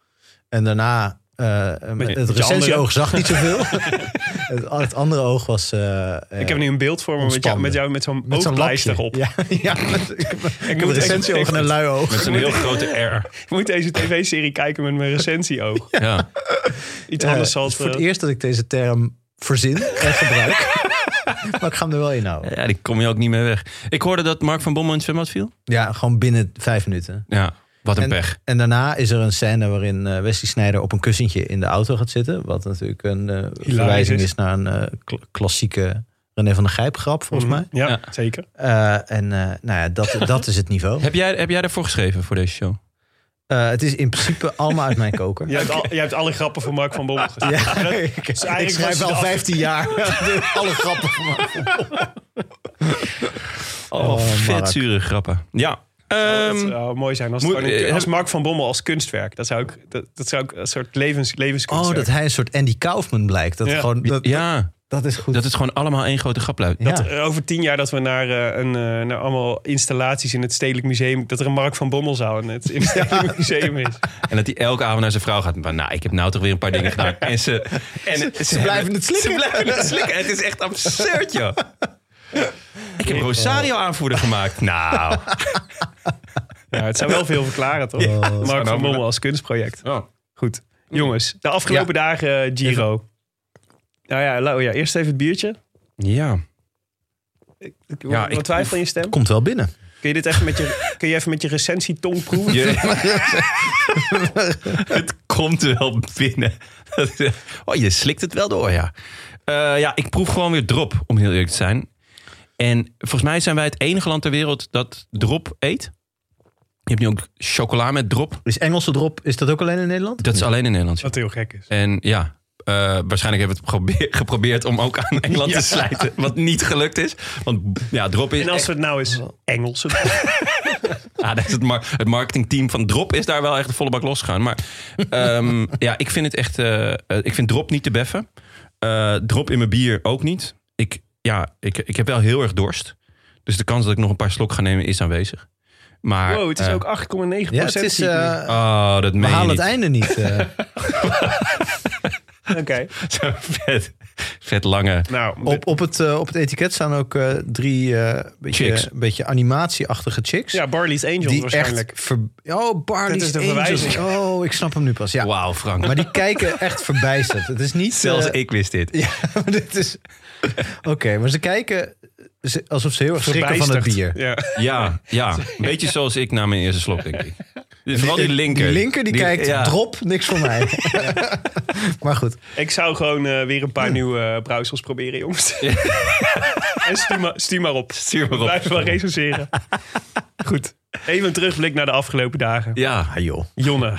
S4: En daarna, eh,
S8: Met
S4: het
S8: je
S4: recensieoog
S8: andere.
S4: zag niet
S8: [laughs]
S4: zoveel. het, het andere oog was... eh, eh,
S8: Ik heb nu een beeld voor me met jou
S4: Ontspannen.
S8: met, jou, met zo'n
S4: met zo'n
S8: oogpleister
S4: lapje.
S8: op.
S4: Ja, [laughs] ja met- ik heb, ik heb een
S8: moet-
S4: recensieoog
S8: ik-
S4: en een lui oog.
S3: Met zo'n
S4: [laughs]
S3: heel grote R.
S8: Ik moet deze tv-serie kijken met mijn
S4: [laughs]
S8: recensie-oog.
S3: [laughs] Ja.
S8: Iets
S4: Eh,
S8: anders
S4: het
S8: zal
S4: is
S8: het...
S4: voor het
S8: eh,
S4: eerst dat ik deze term verzin en gebruik.
S8: [laughs]
S4: maar ik ga hem er wel in houden.
S3: ja, die kom je ook niet meer weg. Ik hoorde dat Mark van Bommel in het zwembad viel.
S4: Ja, gewoon binnen vijf minuten.
S3: Ja, wat een
S4: En,
S3: pech.
S4: en daarna is er een scène waarin eh Wesley Snijder op een kussentje in de auto gaat zitten. Wat natuurlijk een eh, verwijzing
S8: is.
S4: is naar een eh, kla- klassieke René van der Gijp grap, volgens mij.
S8: Mhm. ja,
S3: Ja.
S8: zeker.
S4: Eh, en eh, nou ja, dat, dat is het
S8: [laughs]
S4: niveau.
S3: Heb jij, heb jij daarvoor geschreven voor deze show?
S4: Eh, het is in principe allemaal uit mijn
S8: [laughs]
S4: koker.
S8: Je hebt, al, je hebt alle grappen van Mark
S4: [laughs]
S8: van Bommel gezien.
S4: Ja,
S8: dat-
S4: ik, ik
S8: eigenlijk was
S4: schrijf
S8: het
S4: al
S8: af-
S4: 15
S8: [laughs]
S4: jaar [laughs] alle grappen van Mark van Bommel.
S3: Oh,
S4: Mark.
S3: vet zure grappen. Ja.
S8: dat
S3: Ehm,
S8: zou mooi zijn als, het
S3: moet-
S8: gewoon een-
S3: eh,
S8: als Mark van Bommel als kunstwerk. Dat zou ook, dat, dat zou ook een soort levens,
S4: Oh,
S8: levenskunstwerk.
S4: dat hij een soort Andy Kaufman blijkt. Dat,
S8: Ja.
S4: gewoon, dat,
S3: ja,
S4: dat is goed.
S3: dat is gewoon allemaal één grote grapluit.
S4: Ja.
S8: Eh, Over tien jaar dat we naar, eh, een, eh, naar allemaal installaties in het Stedelijk Museum... dat er een Mark van Bommelzaal in het, in het
S3: [laughs]
S8: Stedelijk Museum is.
S3: En dat hij elke avond naar zijn vrouw gaat. Maar nou, ik heb nou toch weer een paar dingen gedaan. En ze, en ze,
S4: blijven het slikken.
S3: Ze blijven het slikken. Het is echt absurd, joh. Ik heb Rosario aanvoerder gemaakt. Nou.
S8: Ja, het zou wel veel verklaren, toch? Mark van Bommel als kunstproject. Goed. Jongens, de afgelopen dagen eh, Giro. Nou ja, Lau, ja, eerst even het biertje.
S3: Ja.
S8: Ik,
S3: Ja,
S8: wat
S3: ik-
S8: twijfel in je stem?
S4: komt wel binnen.
S8: Kun je dit even met je, kun je even met je recensietong proeven?
S3: [laughs] het komt wel binnen. oh, je slikt het wel door, ja. Eh, ja, ik proef gewoon weer drop, om heel eerlijk te zijn. En volgens mij zijn wij het enige land ter wereld dat drop eet. Je hebt nu ook chocola met drop.
S4: Is Engelse drop, is dat ook alleen in Nederland?
S3: Dat is alleen in Nederland. ja.
S8: Wat heel gek is.
S3: En ja, eh, waarschijnlijk hebben we het probeer- [laughs] geprobeerd om ook aan Engeland te slijten. Wat niet gelukt is. Want ja, Drop is...
S8: En als het nou
S3: Oh.
S8: is Engels.
S3: Ah, dat is het, mar- het marketingteam van Drop is daar wel echt de volle bak losgegaan. Maar
S8: [laughs]
S3: ehm, ja, ik vind het echt... eh, eh, ik vind Drop niet te beffen. Eh, drop in mijn bier ook niet. Ik, ja, ik, ik heb wel heel erg dorst. Dus de kans dat ik nog een paar slok ga nemen is aanwezig. Maar,
S8: Wow, het is
S3: eh,
S8: ook 8,9
S4: Ja, het is,
S8: zie ik nu.
S4: eh,
S3: Oh, dat
S4: we
S3: meen je
S4: halen
S3: niet.
S4: het einde niet. eh.
S8: [laughs] Oké.
S3: [laughs] Zo'n vet, vet lange...
S8: Nou,
S4: op, op, het, eh, op het etiket staan ook eh, drie eh
S3: Chicks.
S4: beetje, beetje animatieachtige chicks.
S8: ja, Barley's Angels
S4: die
S8: waarschijnlijk.
S4: echt... ver- Oh,
S8: Dit
S4: Barney's
S8: is de
S4: Angels.
S8: verwijzing.
S4: Oh, ik snap hem nu pas. Ja.
S3: Wauw, Frank.
S4: Maar die kijken echt verbijsterd. Het is niet...
S3: Zelfs
S4: eh,
S3: ik wist dit.
S4: Ja, maar [laughs] dit is... Oké, maar ze kijken ze- alsof ze heel erg schrikken van het
S8: Verbijsterd.
S4: bier.
S8: Ja.
S3: Ja, ja. Een beetje zoals ik na mijn eerste slok, denk ik. Dus vooral die linker.
S4: Die linker die, kijkt,
S3: ja.
S4: drop, niks voor
S3: [laughs]
S4: mij. maar goed.
S8: Ik zou gewoon eh, weer een paar nieuwe eh, brouwsels proberen,
S3: [laughs]
S8: jongens. en stuur maar, stuur maar op.
S3: Stuur maar op.
S8: Blijf wel
S3: [laughs]
S8: recenseren. Goed. Even een terugblik naar de afgelopen dagen.
S3: Ja,
S4: Ah joh.
S8: Jonne,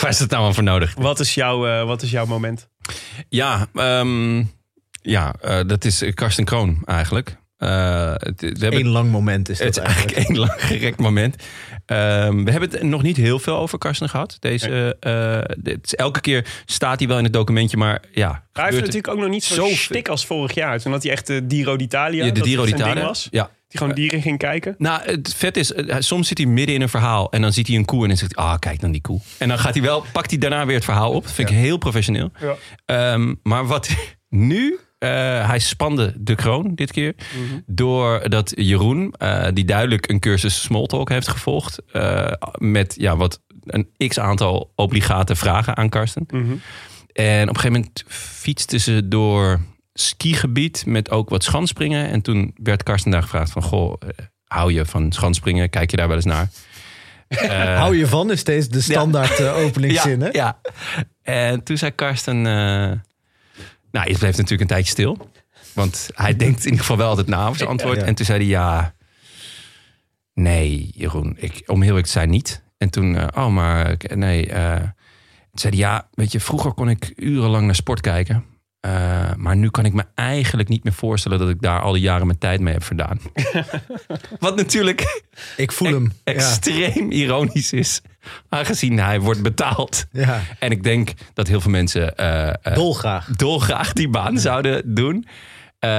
S3: waar is het nou aan voor nodig?
S8: wat is, jouw, eh, wat is jouw moment?
S3: Ja, ehm, ja eh, dat is eh, Karsten Kroon eigenlijk. Eh, het, we hebben,
S4: Eén lang moment is dat
S3: het is
S4: eigenlijk.
S3: eigenlijk één lang gerekt moment. Ehm, we hebben het nog niet heel veel over Karsten gehad. Deze, eh, dit is- elke keer staat hij wel in het documentje, maar ja.
S8: Hij heeft
S3: gebeurt-
S8: natuurlijk ook nog niet zo
S3: Zoveel.
S8: stik als vorig jaar. Toen had hij echt de Giro d'Italia.
S3: Ja, de
S8: dat
S3: Giro
S8: het zijn ding
S3: d'Italia.
S8: was.
S3: Ja,
S8: Die gewoon dieren ging kijken.
S3: Nou, het vet is, eh, soms zit hij midden in een verhaal en dan ziet hij een koe en dan zegt hij, ah, kijk dan die koe. En dan gaat hij wel, pakt hij daarna weer het verhaal op. Vind ik heel professioneel.
S8: Ja.
S3: Ehm, maar wat [laughs] nu, eh, hij spande de kroon dit keer
S8: Mhm.
S3: doordat Jeroen, eh, die duidelijk een cursus Smalltalk heeft gevolgd, eh, met ja, wat een x aantal obligate vragen aan Karsten.
S8: Mhm.
S3: En op een gegeven moment fietsten ze door skigebied met ook wat schanspringen. En toen werd Karsten daar gevraagd van... Goh, eh, hou je van schanspringen? Kijk je daar wel eens naar?
S4: Hou je van is steeds de
S3: [laughs]
S4: standaard eh, openingszin, hè?
S3: eh, ja. En toen zei Karsten... eh, nou, het bleef natuurlijk een tijdje stil. Want hij denkt in ieder geval wel altijd na over zijn antwoord.
S4: Ja.
S3: En toen zei hij ja... Nee, Jeroen, ik, om heel eerlijk te zijn niet. En toen, eh, oh, maar eh, nee... eh, toen zei hij, ja, weet je, vroeger kon ik urenlang naar sport kijken. Eh, maar nu kan ik me eigenlijk niet meer voorstellen dat ik daar al die jaren mijn tijd mee heb
S4: [laughs]
S3: verdaan. Wat natuurlijk
S4: Ik voel hem. Ja.
S3: E- extreem ironisch is. Aangezien hij wordt betaald.
S4: Ja.
S3: En ik denk dat heel veel mensen eh, eh,
S4: Dolgraag.
S3: dolgraag die baan zouden doen. Eh,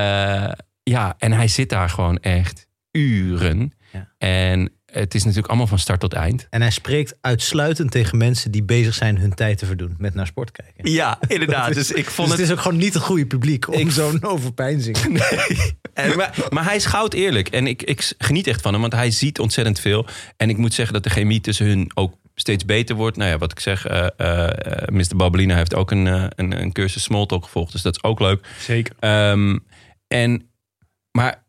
S3: ja, en hij zit daar gewoon echt uren.
S4: Ja.
S3: En het is natuurlijk allemaal van start tot eind.
S4: En hij spreekt uitsluitend tegen mensen die bezig zijn hun tijd te verdoen met naar sport kijken.
S3: Ja,
S4: [laughs]
S3: inderdaad. Dus ik
S4: Dus
S3: vond
S4: het
S3: het...
S4: is ook gewoon niet het goede publiek om
S3: Ik-
S4: zo'n overpeinzing.
S3: [laughs] En, Eh, maar, maar hij is goud eerlijk. En ik, ik geniet echt van hem, want hij ziet ontzettend veel. En ik moet zeggen dat de chemie tussen hun ook steeds beter wordt. Nou ja, wat ik zeg, eh eh, eh, Mr. Babbelina heeft ook een, eh, een, een cursus Smalltalk gevolgd. Dus dat is ook leuk.
S8: Zeker.
S3: Ehm, en, maar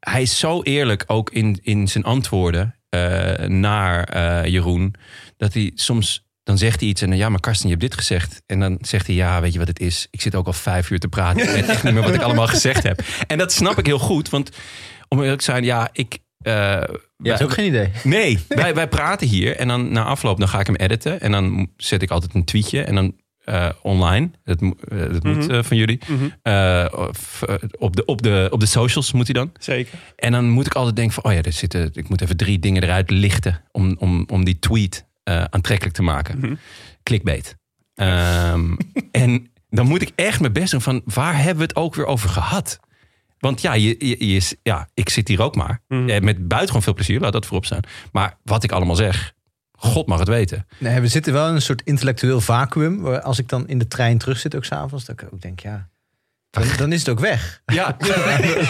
S3: hij is zo eerlijk ook in, in zijn antwoorden eh, naar eh, Jeroen. Dat hij soms, dan zegt hij iets en dan, ja, maar Karsten, je hebt dit gezegd. En dan zegt hij, ja, weet je wat het is? Ik zit ook al vijf uur te praten. Ik weet echt niet meer wat ik allemaal gezegd heb. En dat snap ik heel goed, want om eerlijk te zijn, ja, ik... eh, wij-
S4: Dat is ook geen idee.
S3: Nee, [laughs] wij, wij praten hier en dan na afloop dan ga ik hem editen. En dan zet ik altijd een tweetje en dan eh, online. Dat, mo- eh, dat moet eh, van jullie. Eh, of, eh, op, de, op, de, op de socials moet hij dan.
S8: Zeker.
S3: En dan moet ik altijd denken van, oh ja, er zitten, ik moet even drie dingen eruit lichten om, om, om die tweet eh, aantrekkelijk te maken. Clickbait. Ehm, [laughs] en dan moet ik echt mijn best doen van, waar hebben we het ook weer over gehad? Want ja, je, je, je is, ja ik zit hier ook maar. Eh, Met buitengewoon veel plezier, laat dat voorop staan. Maar wat ik allemaal zeg, God mag het weten.
S4: Nee, we zitten wel in een soort intellectueel vacuüm. waar Als ik dan in de trein terug zit, ook s'avonds, dat ik ook denk, ja, dan, dan is het ook weg. [laughs]
S3: Ja,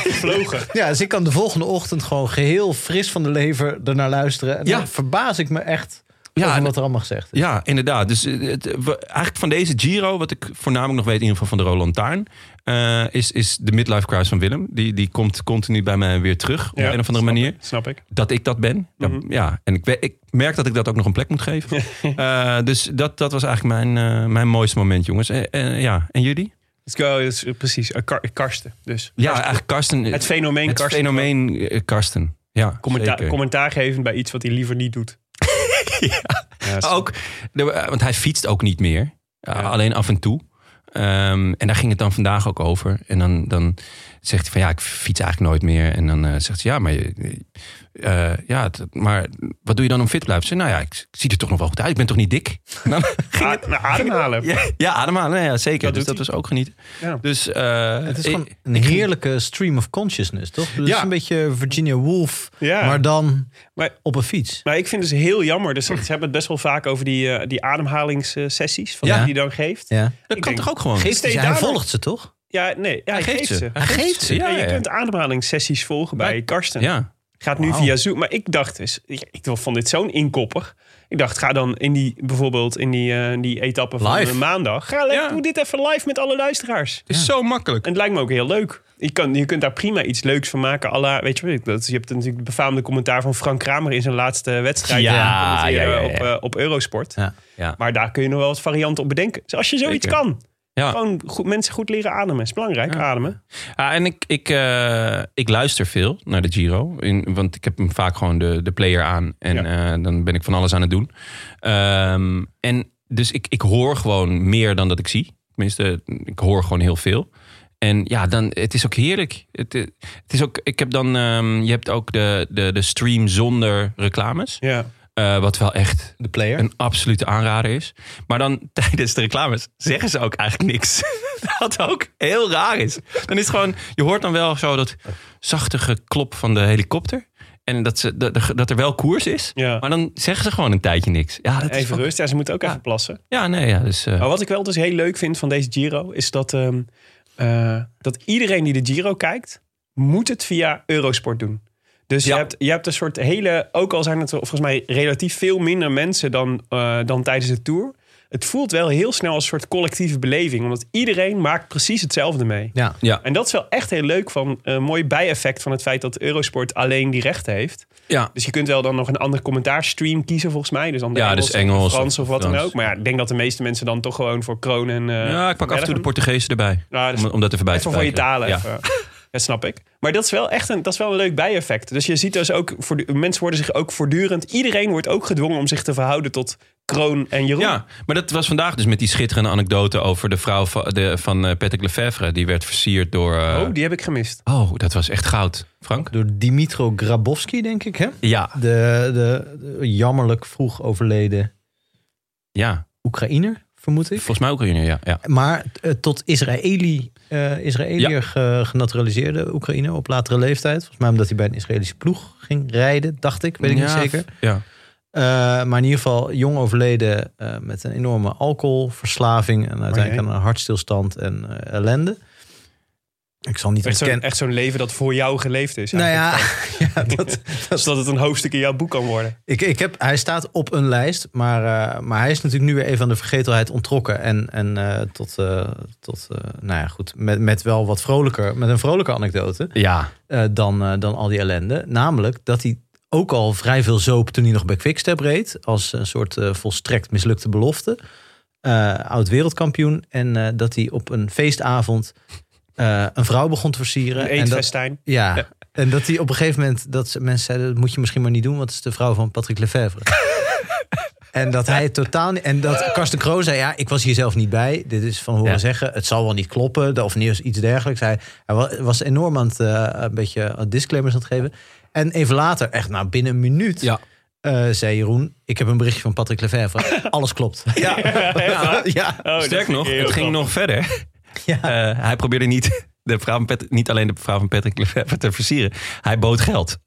S8: Vlogen.
S4: Ja, dus ik kan de volgende ochtend gewoon geheel fris van de lever ernaar luisteren. En dan
S3: Ja.
S4: verbaas ik me echt
S3: Ja,
S4: over
S3: en-
S4: wat er allemaal gezegd is.
S3: Ja, inderdaad. Dus eh, het, eh, we- eigenlijk van deze Giro, wat ik voornamelijk nog weet, in ieder geval van de Roland Taarn, eh, is, is de midlife crisis van Willem. Die, die komt continu bij mij weer terug op
S8: Ja,
S3: een of andere
S8: snap
S3: manier.
S8: ik, Mhm. Snap ik.
S3: Dat ik dat ben. Ja, ja, en ik, we- ik merk dat ik dat ook nog een plek moet
S8: [laughs]
S3: geven. Eh, dus dat, dat was eigenlijk mijn, eh, mijn mooiste moment, jongens. Eh, eh, ja, en jullie?
S8: Let's go. Dat is, eh, precies. Eh, Kar- Karsten. Dus.
S3: Ja, eigenlijk Karsten.
S8: Het fenomeen
S3: het
S8: Karsten.
S3: fenomeen eh, Karsten. Ja,
S8: Commenta-
S3: zeker.
S8: commentaar geven bij iets wat hij liever niet
S3: [laughs]
S8: doet. ja. snap
S3: ook, de- eh, want hij fietst ook niet meer. Eh, Alleen af en toe. Ehm, en daar ging het dan vandaag ook over. En dan, dan zegt hij van ja, ik fiets eigenlijk nooit meer. En dan eh, zegt ze ja, maar, je- eh, ja, het- maar wat doe je dan om fit te blijven? Ze zei, nou ja, ik, ik zie er toch nog wel goed uit. Ik ben toch niet dik? [laughs] En dan ging het-
S8: ik. A- ademhalen.
S3: ja, ja, ademhalen. Ja, zeker.
S8: Dat
S3: dus dat
S8: doet
S3: was ook genieten.
S8: Ja.
S3: Dus,
S4: Het is gewoon een heerlijke stream of consciousness, toch? Dus Het
S3: Ja.
S4: is een beetje Virginia Woolf,
S8: Ja.
S4: maar dan
S8: Maar-
S4: op een fiets.
S8: Maar ik vind het dus heel jammer. Dus ze hebben het best wel vaak over die, eh, die ademhalingssessies van
S3: Ja.
S8: die hij dan geeft. Ja,
S4: Ja.
S3: dat kan
S8: denk-
S3: toch ook gewoon?
S4: Geeft hij,
S8: Steeds
S4: ze- hij
S8: daardoor-
S4: volgt ze, toch?
S8: nee, ja, hij, geeft, ze.
S3: Hij geeft ze.
S8: Ja,
S3: Ja,
S8: je
S3: ja.
S8: kunt ademhalingssessies volgen bij Karsten.
S3: ja.
S8: Gaat nu via Zoom. Maar ik dacht dus, ik ik vond dit zo'n inkopper. Ik dacht, ga dan in die, bijvoorbeeld in die, eh, die etappe van
S4: Live.
S8: eh, maandag. Ga le-
S3: Ja.
S8: doe dit even live met alle luisteraars.
S3: is zo makkelijk.
S8: En het lijkt me ook heel leuk. Je, kan, je kunt daar prima iets leuks van maken. à la- weet je, wel, dat, je hebt natuurlijk het befaamde commentaar van Frank Kramer in zijn laatste wedstrijd
S3: Ja,
S8: eh, op het-
S3: ja, ja, ja.
S8: Op, eh, op Eurosport.
S4: Ja.
S3: Ja.
S8: Maar daar kun je nog wel wat varianten op bedenken. Dus als je zoiets
S3: Zeker.
S8: kan,
S3: Ja.
S8: gewoon goed, mensen goed leren ademen. is belangrijk, ademen.
S3: Ja, en ik, ik, eh, ik luister veel naar de Giro. In, want ik heb hem vaak gewoon de, de player aan. En eh, dan ben ik van alles aan het doen. Ehm, en dus ik, ik hoor gewoon meer dan dat ik zie. Tenminste, ik hoor gewoon heel veel. En ja, dan, het is ook heerlijk. Het, eh, het is ook, ik heb dan, ehm, je hebt ook de, de, de stream zonder reclames.
S8: Ja.
S3: Eh, wat wel echt
S4: De player.
S3: een absolute aanrader is. Maar dan [laughs] tijdens de reclames zeggen ze ook eigenlijk niks. [laughs] Wat ook heel raar is. Dan is het gewoon, je hoort dan wel zo dat zachtige klop van de helikopter. En dat, ze, dat, dat er wel koers is.
S8: Ja.
S3: Maar dan zeggen ze gewoon een tijdje niks. Ja, dat is
S8: Even
S3: ook-
S8: rust. Ja, ze moeten ook
S3: Ja.
S8: even plassen.
S3: Ja, nee, ja. Dus, eh,
S8: Maar wat ik wel dus heel leuk vind van deze Giro... is dat, ehm, eh, dat iedereen die de Giro kijkt... moet het via Eurosport doen. Dus
S3: Ja.
S8: je, hebt, je hebt een soort hele... ook al zijn het volgens mij relatief veel minder mensen... dan, eh, dan tijdens de Tour... het voelt wel heel snel als een soort collectieve beleving. Omdat iedereen maakt precies hetzelfde mee.
S4: Ja.
S3: ja.
S8: En dat is wel echt heel leuk van een mooi bijeffect van het feit dat Eurosport alleen die rechten heeft.
S3: ja.
S8: Dus je kunt wel dan nog een andere commentaarstream kiezen volgens mij. Dus dan de
S3: Ja,
S8: Engels,
S3: dus Engels
S8: of Frans
S3: of
S8: of wat dan
S3: Frans.
S8: ook. Maar ja, ik denk dat de meeste mensen dan toch gewoon voor kroon en... eh,
S3: ja, ik pak af en toe de
S8: Bergen.
S3: Portugees erbij.
S8: Ja, dus
S3: om, om dat even bij te
S8: Even voor je
S3: spijkeren.
S8: talen.
S3: Ja.
S8: even. [laughs] Dat snap ik. Maar dat is wel echt een, dat is wel een leuk bijeffect. Dus je ziet dus ook, voor, mensen worden zich ook voortdurend... Iedereen wordt ook gedwongen om zich te verhouden tot kroon en Jeroen.
S3: Ja, maar dat was vandaag dus met die schitterende anekdote over de vrouw van, de, van eh, Patrick Lefevre. Die werd versierd door. eh,
S8: Oh, die heb ik gemist.
S3: oh, dat was echt goud. Frank?
S4: Door Dimitro Grabowski, denk ik, hè?
S3: Ja,
S4: De, de, de jammerlijk vroeg overleden
S3: ja.
S4: Oekraïner, vermoed ik.
S3: Volgens mij ook junior, ja. ja.
S4: Maar eh, tot Israëli, eh Israëliër
S3: Ja.
S4: ge- genaturaliseerde Oekraïne op latere leeftijd. Volgens mij omdat hij bij een Israëlische ploeg ging rijden, dacht ik. Weet ik
S3: Ja,
S4: niet zeker.
S3: Ja.
S4: Eh, maar in ieder geval jong overleden eh, met een enorme alcoholverslaving. En uiteindelijk aan een hartstilstand en eh, ellende. Ik zal niet
S8: Echt zo'n,
S4: ontkennen.
S8: echt zo'n leven dat voor jou geleefd is.
S4: Nou
S8: [laughs] eigenlijk.
S4: ja, [laughs] ja dat,
S8: Zodat het een hoofdstuk in jouw boek kan worden.
S4: Ik, ik heb, hij staat op een lijst, maar, eh, maar hij is natuurlijk nu weer even aan de vergetelheid onttrokken. En, en eh, tot, eh, tot eh, nou ja, goed, met, met wel wat vrolijker, met een vrolijke anekdote
S3: ja.
S4: eh, dan, eh, dan al die ellende. Namelijk dat hij ook al vrij veel zoop toen hij nog bij Quickstep reed. Als een soort eh, volstrekt mislukte belofte. Eh, oud wereldkampioen. En eh, dat hij op een feestavond eh, een vrouw begon te versieren.
S8: Een
S4: en dat,
S3: [laughs]
S8: [laughs] eetfestijn.
S4: ja. En dat hij op een gegeven moment dat ze- mensen zeiden: dat moet je misschien maar niet doen, want het is de vrouw van Patrick Lefevre. en dat hij totaal niet. En dat Karsten Kroo zei: ja, ik was hier zelf niet bij. Dit is van horen
S3: Ja.
S4: zeggen. Het zal wel niet kloppen. Of niet, iets dergelijks. Hij, hij wa- was enorm aan het eh, een beetje disclaimers aan het geven. En even later, echt nou binnen een minuut.
S3: Ja.
S4: eh, zei Jeroen, ik heb een berichtje van Patrick Lefevre. Alles klopt. Ja, ja, [laughs] ja,
S8: Oh, dat
S3: Sterk
S8: vind ik
S3: nog,
S8: heel
S3: het ging
S8: grappig.
S3: nog verder. [laughs] Eh, hij probeerde niet, de vrouw van Pat- niet alleen de vrouw van Patrick Lefevre te versieren. Hij bood geld.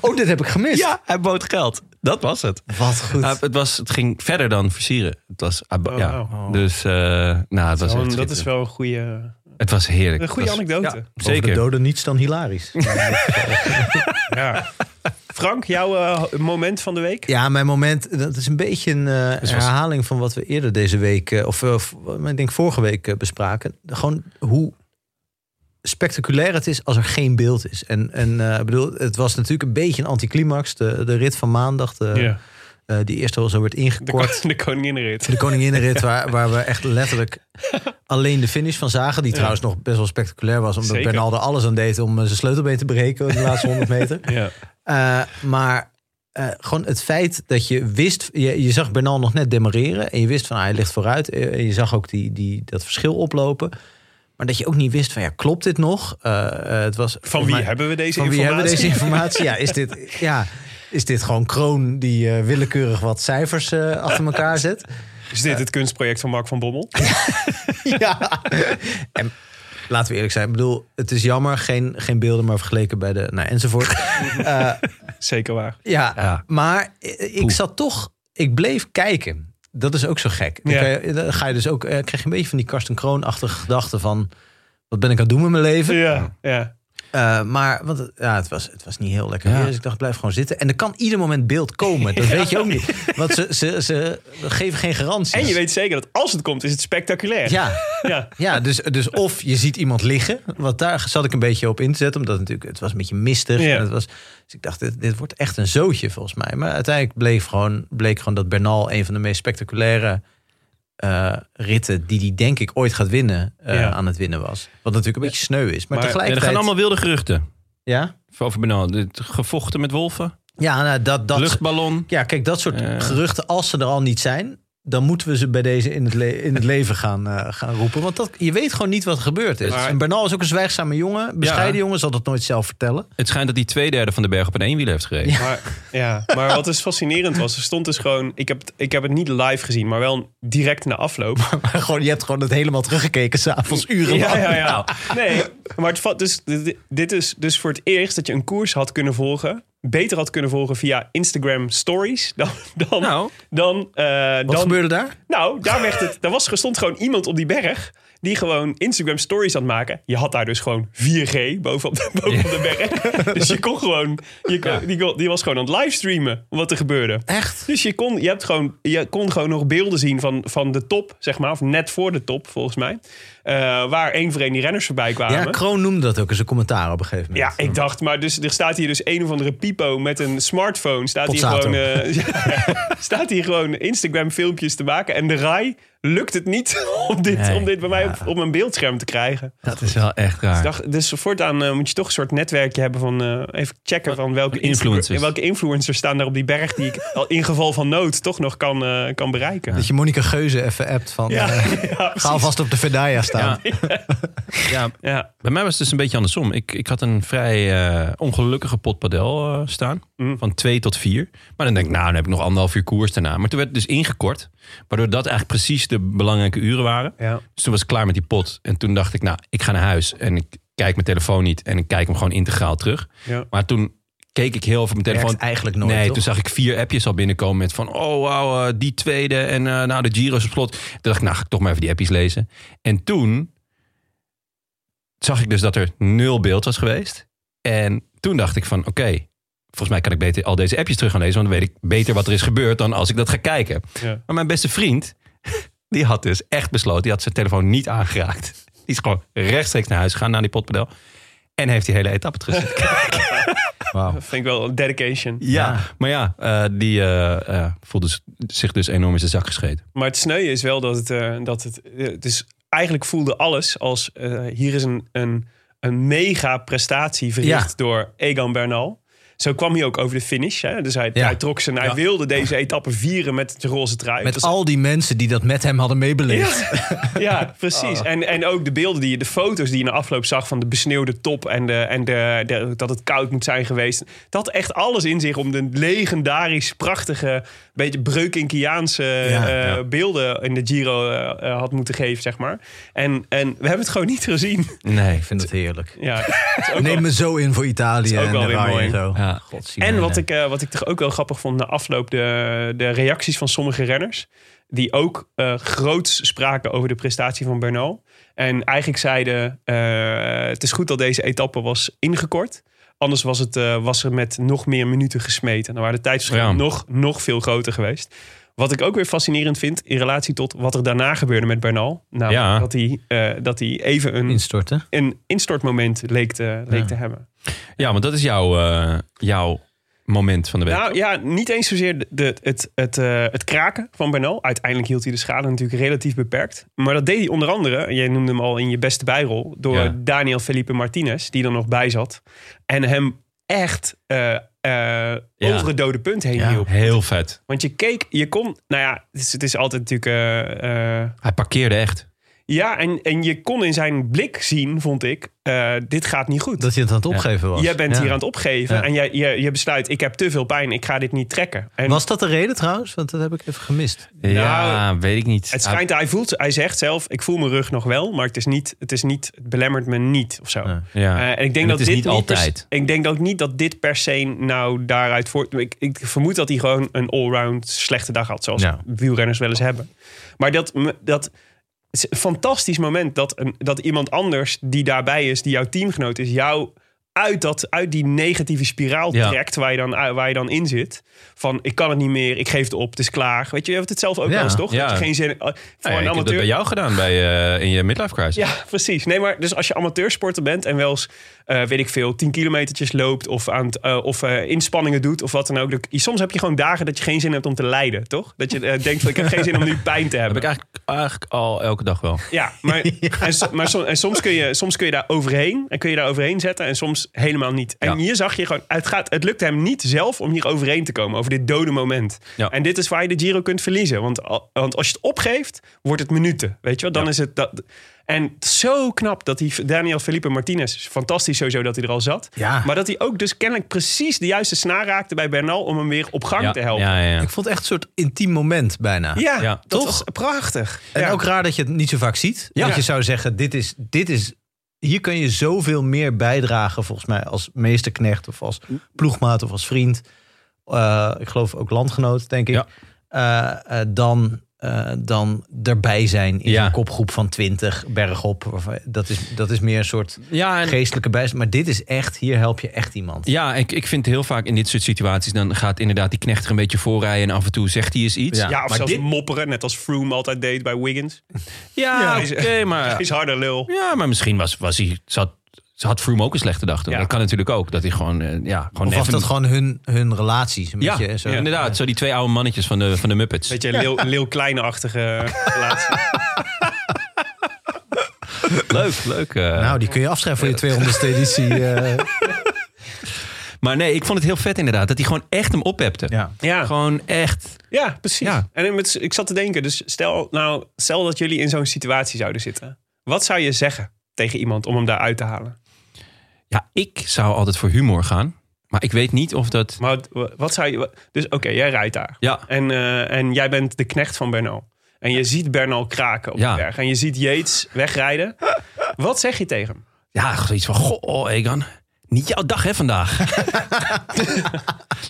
S4: Oh, dit heb ik gemist.
S3: Ja, hij bood geld. Dat was het.
S4: Wat goed.
S3: Hij- het, was, het ging verder dan versieren. Het was, hij bo-
S8: Oh,
S3: ja.
S8: oh.
S3: Dus, eh, nou, het was
S8: Oh,
S3: echt
S8: dat is
S3: schitterend.
S8: wel een goede,
S3: Het was heerlijk.
S8: een goede
S3: Het was-
S8: anekdote.
S4: Over de
S3: Zeker.
S4: doden niets dan hilarisch.
S8: [laughs] Frank, jouw eh, moment van de week?
S4: Ja, mijn moment, dat is een beetje een eh, herhaling van wat we eerder deze week, eh, of eh, v- ik denk vorige week eh, bespraken. Gewoon hoe spectaculair het is als er geen beeld is. En, en eh, ik bedoel, het was natuurlijk een beetje een anticlimax, de, de rit van maandag, de, eh, die eerst al zo werd
S8: De,
S4: ingekort.
S8: ko- [laughs] de koninginrit.
S4: De
S8: [laughs]
S4: koninginrit, waar, waar we echt letterlijk alleen de finish van zagen. Die trouwens nog best wel spectaculair was. Omdat
S8: Zeker.
S4: Bernal er alles aan deed om eh, zijn sleutelbeen te breken in de laatste 100 meter.
S8: Ja.
S4: Eh, maar eh, gewoon het feit dat je wist... Je, je zag Bernal nog net demareren. En je wist van, ah, hij ligt vooruit. Eh, en je zag ook die, die, dat verschil oplopen. Maar dat je ook niet wist van, ja, klopt dit nog? Eh, eh, het was,
S8: Van wie hebben we deze
S4: van wie hebben we
S8: informatie? [laughs]
S4: deze informatie? Ja, is dit, ja, is dit gewoon Kroon die eh, willekeurig wat cijfers eh, achter elkaar
S8: [laughs]
S4: zet?
S8: Is dit het kunstproject van Mark van Bommel?
S4: ja. En laten we eerlijk zijn. Ik bedoel, het is jammer. Geen, geen beelden, maar vergeleken bij de... Nou, enzovoort. Eh,
S8: Zeker waar.
S4: ja,
S3: Ja.
S4: maar i- ik zat toch... Ik bleef kijken. Dat is ook zo gek. Dan,
S8: Ja.
S4: kan je- dan ga je dus ook, eh, krijg je een beetje van die Karsten Kroon-achtige gedachten van... Wat ben ik aan het doen met mijn leven?
S8: Ja, ja.
S4: Eh, maar want, het- ja, het, was, het was niet heel lekker
S3: Ja.
S4: weer. Dus ik dacht, blijf gewoon zitten. En er kan ieder moment beeld komen.
S8: [laughs]
S4: Dat weet je ook niet. Want ze, ze, ze geven geen garanties.
S8: En je weet zeker dat als het komt, is het spectaculair.
S4: Ja,
S8: Ja.
S4: Ja, dus, dus of je ziet iemand liggen. Want daar zat ik een beetje op in te zetten. Omdat het natuurlijk, het was een beetje mistig.
S8: Ja.
S4: En het was, dus ik dacht, dit, dit wordt echt een zootje volgens mij. Maar uiteindelijk bleef gewoon, bleek gewoon dat Bernal een van de meest spectaculaire eh, ritten... die hij denk ik ooit gaat winnen, eh,
S8: Ja.
S4: aan het winnen was. Wat natuurlijk een beetje sneu is. Maar,
S8: Maar-
S3: Ja, er
S4: tegelijkertijd...
S3: gaan allemaal wilde geruchten
S4: Ja,
S3: over Bernal. Dit Gevochten met wolven,
S4: ja nou, dat, dat,
S3: luchtballon.
S4: ja, kijk, dat soort
S3: Eh.
S4: geruchten, als ze er al niet zijn... dan moeten we ze bij deze in het, le- [laughs] in het leven gaan, eh, gaan roepen. Want dat, je weet gewoon niet wat er gebeurd is.
S8: Maar-
S4: en Bernal is ook een zwijgzame jongen. Bescheiden jongen zal dat nooit zelf vertellen.
S3: Het schijnt dat hij twee derde van de berg op een eenwielen heeft gereden.
S8: Maar, ja, maar wat dus fascinerend was, er stond dus gewoon... Ik heb, het, ik heb het niet live gezien, maar wel direct na afloop.
S4: [laughs] Maar gewoon, je hebt gewoon het helemaal teruggekeken s'avonds Nou, uren
S8: Ja,
S4: lang.
S8: ja, ja. Nee, maar het, vat- dus, dit- dit is dus voor het eerst dat je een koers had kunnen volgen. Beter had kunnen volgen via Instagram stories dan... dan,
S3: Nou.
S8: dan, eh,
S4: Wat
S8: dan
S4: gebeurde daar?
S8: Nou, daar, werd het, daar was, er stond gewoon iemand op die berg die gewoon Instagram stories aan het maken. Je had daar dus gewoon 4G bovenop de, bovenop de berg. Dus je kon gewoon, je kon- die, kon- die was gewoon aan het livestreamen wat er gebeurde.
S4: Echt?
S8: Dus je kon, je, hebt gewoon, je kon gewoon nog beelden zien van, van de top, zeg maar. Of net voor de top, volgens mij. eh, waar één voor één die renners voorbij kwamen.
S4: Ja, Kroon noemde dat ook eens een commentaar op een gegeven moment.
S8: Ja, ik dacht, maar dus, er staat hier dus een of andere pipo met een smartphone. Staat hier,
S4: Potzato.
S8: gewoon, eh, [laughs] ja, staat hier gewoon Instagram-filmpjes te maken. En de RAI lukt het niet [laughs] om dit,
S3: Nee,
S8: om dit bij mij op, op mijn beeldscherm te krijgen.
S3: Dat is wel echt raar.
S8: Ik dacht, dus voortaan eh, moet je toch een soort netwerkje hebben van eh, even checken van welke
S3: Van influencers.
S8: Insta- welke influencers staan daar op die berg die ik al in geval van nood toch nog kan, eh, kan bereiken.
S4: Dat je Monika Geuze even appt van...
S8: Ja,
S4: [laughs] eh,
S8: [laughs] ja,
S4: ga
S8: precies.
S4: alvast op de Verdaya staan.
S3: Ja,
S8: Ja,
S3: bij mij was het dus een beetje andersom. Ik, ik had een vrij eh, ongelukkige potpadel eh, staan. Van twee tot vier. Maar dan denk ik, nou, dan heb ik nog anderhalf uur koers daarna. Maar toen werd het dus ingekort. Waardoor dat eigenlijk precies de belangrijke uren waren.
S8: ja.
S3: Dus toen was ik klaar met die pot. En toen dacht ik, nou, ik ga naar huis. En ik kijk mijn telefoon niet. En ik kijk hem gewoon integraal terug.
S8: Ja.
S3: Maar toen keek ik heel veel op mijn
S4: Werkt
S3: telefoon.
S4: eigenlijk nooit,
S3: Nee,
S4: toch?
S3: toen zag ik vier appjes al binnenkomen met van... oh, wauw, eh, die tweede en eh, nou, de Giro is op slot. Toen dacht ik, nou, ga ik toch maar even die appjes lezen. En toen zag ik dus dat er nul beeld was geweest. En toen dacht ik van, oké, volgens mij kan ik beter al deze appjes terug gaan lezen... want dan weet ik beter wat er is gebeurd dan als ik dat ga kijken.
S8: Ja.
S3: Maar mijn beste vriend, [laughs] die had dus echt besloten... die had zijn telefoon niet aangeraakt. Die is gewoon rechtstreeks naar huis gegaan, naar die potpedel... en heeft die hele etappe teruggezet.
S4: Wauw.
S8: Dat vind ik wel dedication.
S3: Ja, maar ja, eh, die eh, eh, voelde z- zich dus enorm in zijn zak gescheten.
S8: Maar het sneuwe is wel dat het. eh, dat het eh, het is, eigenlijk voelde alles als. eh, hier is een, een, een mega prestatie verricht
S4: Ja.
S8: door Egan Bernal. Zo kwam hij ook over de finish. Hè? Dus hij,
S4: Ja.
S8: hij trok zijn. Hij
S4: Ja.
S8: wilde deze etappe vieren met de roze trui.
S4: Met
S8: Dat is-
S4: al die mensen die dat met hem hadden meebeleefd. [laughs] Oh.
S8: ja, precies. En, en ook de beelden die je, de foto's die je na afloop zag van de besneeuwde top en, de, en de, de- dat het koud moet zijn geweest. Dat had echt alles in zich om de legendarisch prachtige, beetje Breukinkiaanse
S4: Ja,
S8: eh, beelden in de Giro eh, eh, had moeten geven, zeg maar. En, en we hebben het gewoon niet gezien. [laughs]
S3: Nee.
S4: Ik vind het heerlijk.
S8: Ja, het is ook wel-
S4: Neem me zo in voor Italië
S8: is ook
S4: en
S8: wel
S4: de
S8: weer
S4: Rai
S8: mooi.
S4: en zo.
S3: Ja.
S8: En wat ik, eh, wat ik toch ook wel grappig vond na afloop, de, de reacties van sommige renners. Die ook eh groots spraken over de prestatie van Bernal. En eigenlijk zeiden: eh, Het is goed dat deze etappe was ingekort. Anders was, het, eh, was er met nog meer minuten gesmeten. Dan waren de tijdsverschillen
S3: Ja.
S8: nog, nog veel groter geweest. Wat ik ook weer fascinerend vind in relatie tot wat er daarna gebeurde met Bernal. Namelijk
S3: Ja.
S8: dat, hij, eh, dat hij even
S3: Hmm.
S8: een,
S4: Instorten.
S8: een instortmoment leek te, leek te hebben.
S3: Ja, want dat is jouw, eh, jouw moment van de week.
S8: Nou ja, niet eens zozeer de, de- het, het, eh, het kraken van Bernal. Uiteindelijk hield hij de schade natuurlijk relatief beperkt. Maar dat deed hij onder andere, en jij noemde hem al in je beste bijrol, door
S3: Ja.
S8: Daniel Felipe Martinez, die er nog bij zat. En hem echt eh, eh, over het dode punt heen hielp.
S3: heel vet.
S8: Want je keek, je kon, nou ja, het is, het is altijd natuurlijk eh, eh,
S3: Hij parkeerde echt.
S8: ja, en, en je kon in zijn blik zien, vond ik, eh, dit gaat niet goed.
S4: Dat hij het aan het opgeven was.
S8: Jij bent
S4: Ja.
S8: hier aan het opgeven
S4: Ja.
S8: en jij, je, je besluit, ik heb te veel pijn, ik ga dit niet trekken. En nou,
S4: Was dat de reden trouwens? Want dat heb ik even gemist.
S3: ja, Nou, weet ik niet.
S8: het schijnt, hij, voelt, hij zegt zelf, ik voel mijn rug nog wel, maar het is niet, het is niet, het belemmert me niet of zo.
S3: ja.
S8: Eh, en ik denk
S3: En
S8: dat
S3: het is
S8: dit
S3: niet
S8: per-
S3: altijd.
S8: ik denk ook niet dat dit per se nou daaruit voort. Ik, ik vermoed dat hij gewoon een allround slechte dag had, zoals
S4: Ja.
S8: wielrenners wel eens hebben. Maar dat, m- dat is een fantastisch moment dat, een, dat iemand anders die daarbij is, die jouw teamgenoot is, jou uit, dat, uit die negatieve spiraal
S3: Ja.
S8: trekt waar je, dan, waar je dan in zit. Van ik kan het niet meer, ik geef het op, het is klaar. Weet je, je hebt het zelf ook
S4: Ja,
S8: wel eens toch?
S3: ja.
S8: Dat je geen zin eh, voor
S3: Nou ja,
S8: een
S3: ik heb dat
S8: amateur.
S3: bij jou gedaan bij, eh, in je midlife crisis.
S8: Ja, precies. Nee, maar dus als je amateursporter bent en wel eens, eh, weet ik veel, 10 kilometertjes loopt of, aan het, eh, of eh, inspanningen doet of wat dan ook. Dat- Soms heb je gewoon dagen dat je geen zin hebt om te lijden, toch? Dat je eh, denkt van ik heb geen zin om nu pijn te
S3: Heb
S8: hebben.
S3: ik eigenlijk, eigenlijk al elke dag wel.
S8: Ja, maar, En, so- maar so- en soms, kun je, soms kun je daar overheen en kun je daar overheen zetten. En soms soms helemaal niet. En
S3: Ja.
S8: hier zag je gewoon, het, gaat, het lukt hem niet zelf om hier overheen te komen. Over dit dode moment.
S3: Ja.
S8: En dit is waar je de Giro kunt verliezen. Want, al- want als je het opgeeft, wordt het minuten. Weet je wel, dan is het... Dat, en het is zo knap dat hij, Daniel Felipe Martinez, fantastisch sowieso dat hij er al zat.
S4: Ja.
S8: Maar dat hij ook dus kennelijk precies de juiste snaar raakte bij Bernal om hem weer op gang te helpen. Ja,
S3: Ja, ja, ja.
S4: Ik vond het echt een soort intiem moment bijna.
S3: Ja.
S8: dat
S4: Toch?
S8: was prachtig.
S4: En
S8: Ja.
S4: ook raar dat je het niet zo vaak ziet.
S8: Ja.
S4: Dat je zou zeggen, dit is, dit is... Hier kun je zoveel meer bijdragen volgens mij als meesterknecht... of als ploegmaat of als vriend. Eh, ik geloof ook landgenoot, denk ik.
S3: Ja.
S4: Eh, eh, dan, eh, dan erbij zijn in
S3: Ja.
S4: een kopgroep van 20 bergop. Of, eh, Dat is, dat is meer een soort
S3: Ja, en-
S4: geestelijke bijstand. Maar dit is echt, hier help je echt iemand.
S3: Ja, ik, ik vind heel vaak in dit soort situaties... dan gaat inderdaad die knecht er een beetje voorrijden... en af en toe zegt hij eens iets.
S4: Ja.
S8: Ja, of
S3: maar
S8: zelfs
S3: dit-
S8: mopperen, net als Froome altijd deed bij Wiggins.
S3: [laughs] Ja,
S8: Ja,
S3: oké,
S8: is-
S3: maar...
S8: Is harder lul.
S3: Ja, maar misschien was, was hij... Zat, ze had Froome ook een slechte dag toen.
S8: Ja.
S3: Dat kan natuurlijk ook. Dat hij gewoon... eh, Ja, gewoon
S4: Of was
S3: even-
S4: dat gewoon hun, hun relaties? Een
S3: Ja,
S4: beetje, eh, zo.
S3: ja, inderdaad. Zo die twee oude mannetjes van de, van de Muppets.
S8: Beetje Leeuw, Leeuw
S3: [laughs]
S8: Kleine-achtige relatie.
S3: Leuk, [laughs] leuk. eh.
S4: Nou, die kun je afschrijven voor je 200ste editie.
S3: [laughs]
S4: eh.
S3: Maar nee, ik vond het heel vet inderdaad. Dat hij gewoon echt hem ophepte.
S4: ja.
S8: Ja.
S3: Gewoon echt.
S8: Ja, precies.
S3: Ja.
S8: En met, ik zat te denken, dus stel, nou, stel dat jullie in zo'n situatie zouden zitten. Wat zou je zeggen tegen iemand om hem daaruit te halen?
S3: Ja, ik zou altijd voor humor gaan. Maar ik weet niet of dat...
S8: Maar wat- wat zou je... Dus oké, jij rijdt daar.
S3: Ja,
S8: En, eh, en jij bent de knecht van Bernal. En je ziet Bernal kraken op
S3: Ja.
S8: de berg. En je ziet Yates wegrijden. Wat zeg je tegen hem?
S3: ja zoiets van... Goh, Egan. Niet jouw dag hè
S4: [laughs]
S3: vandaag. [laughs]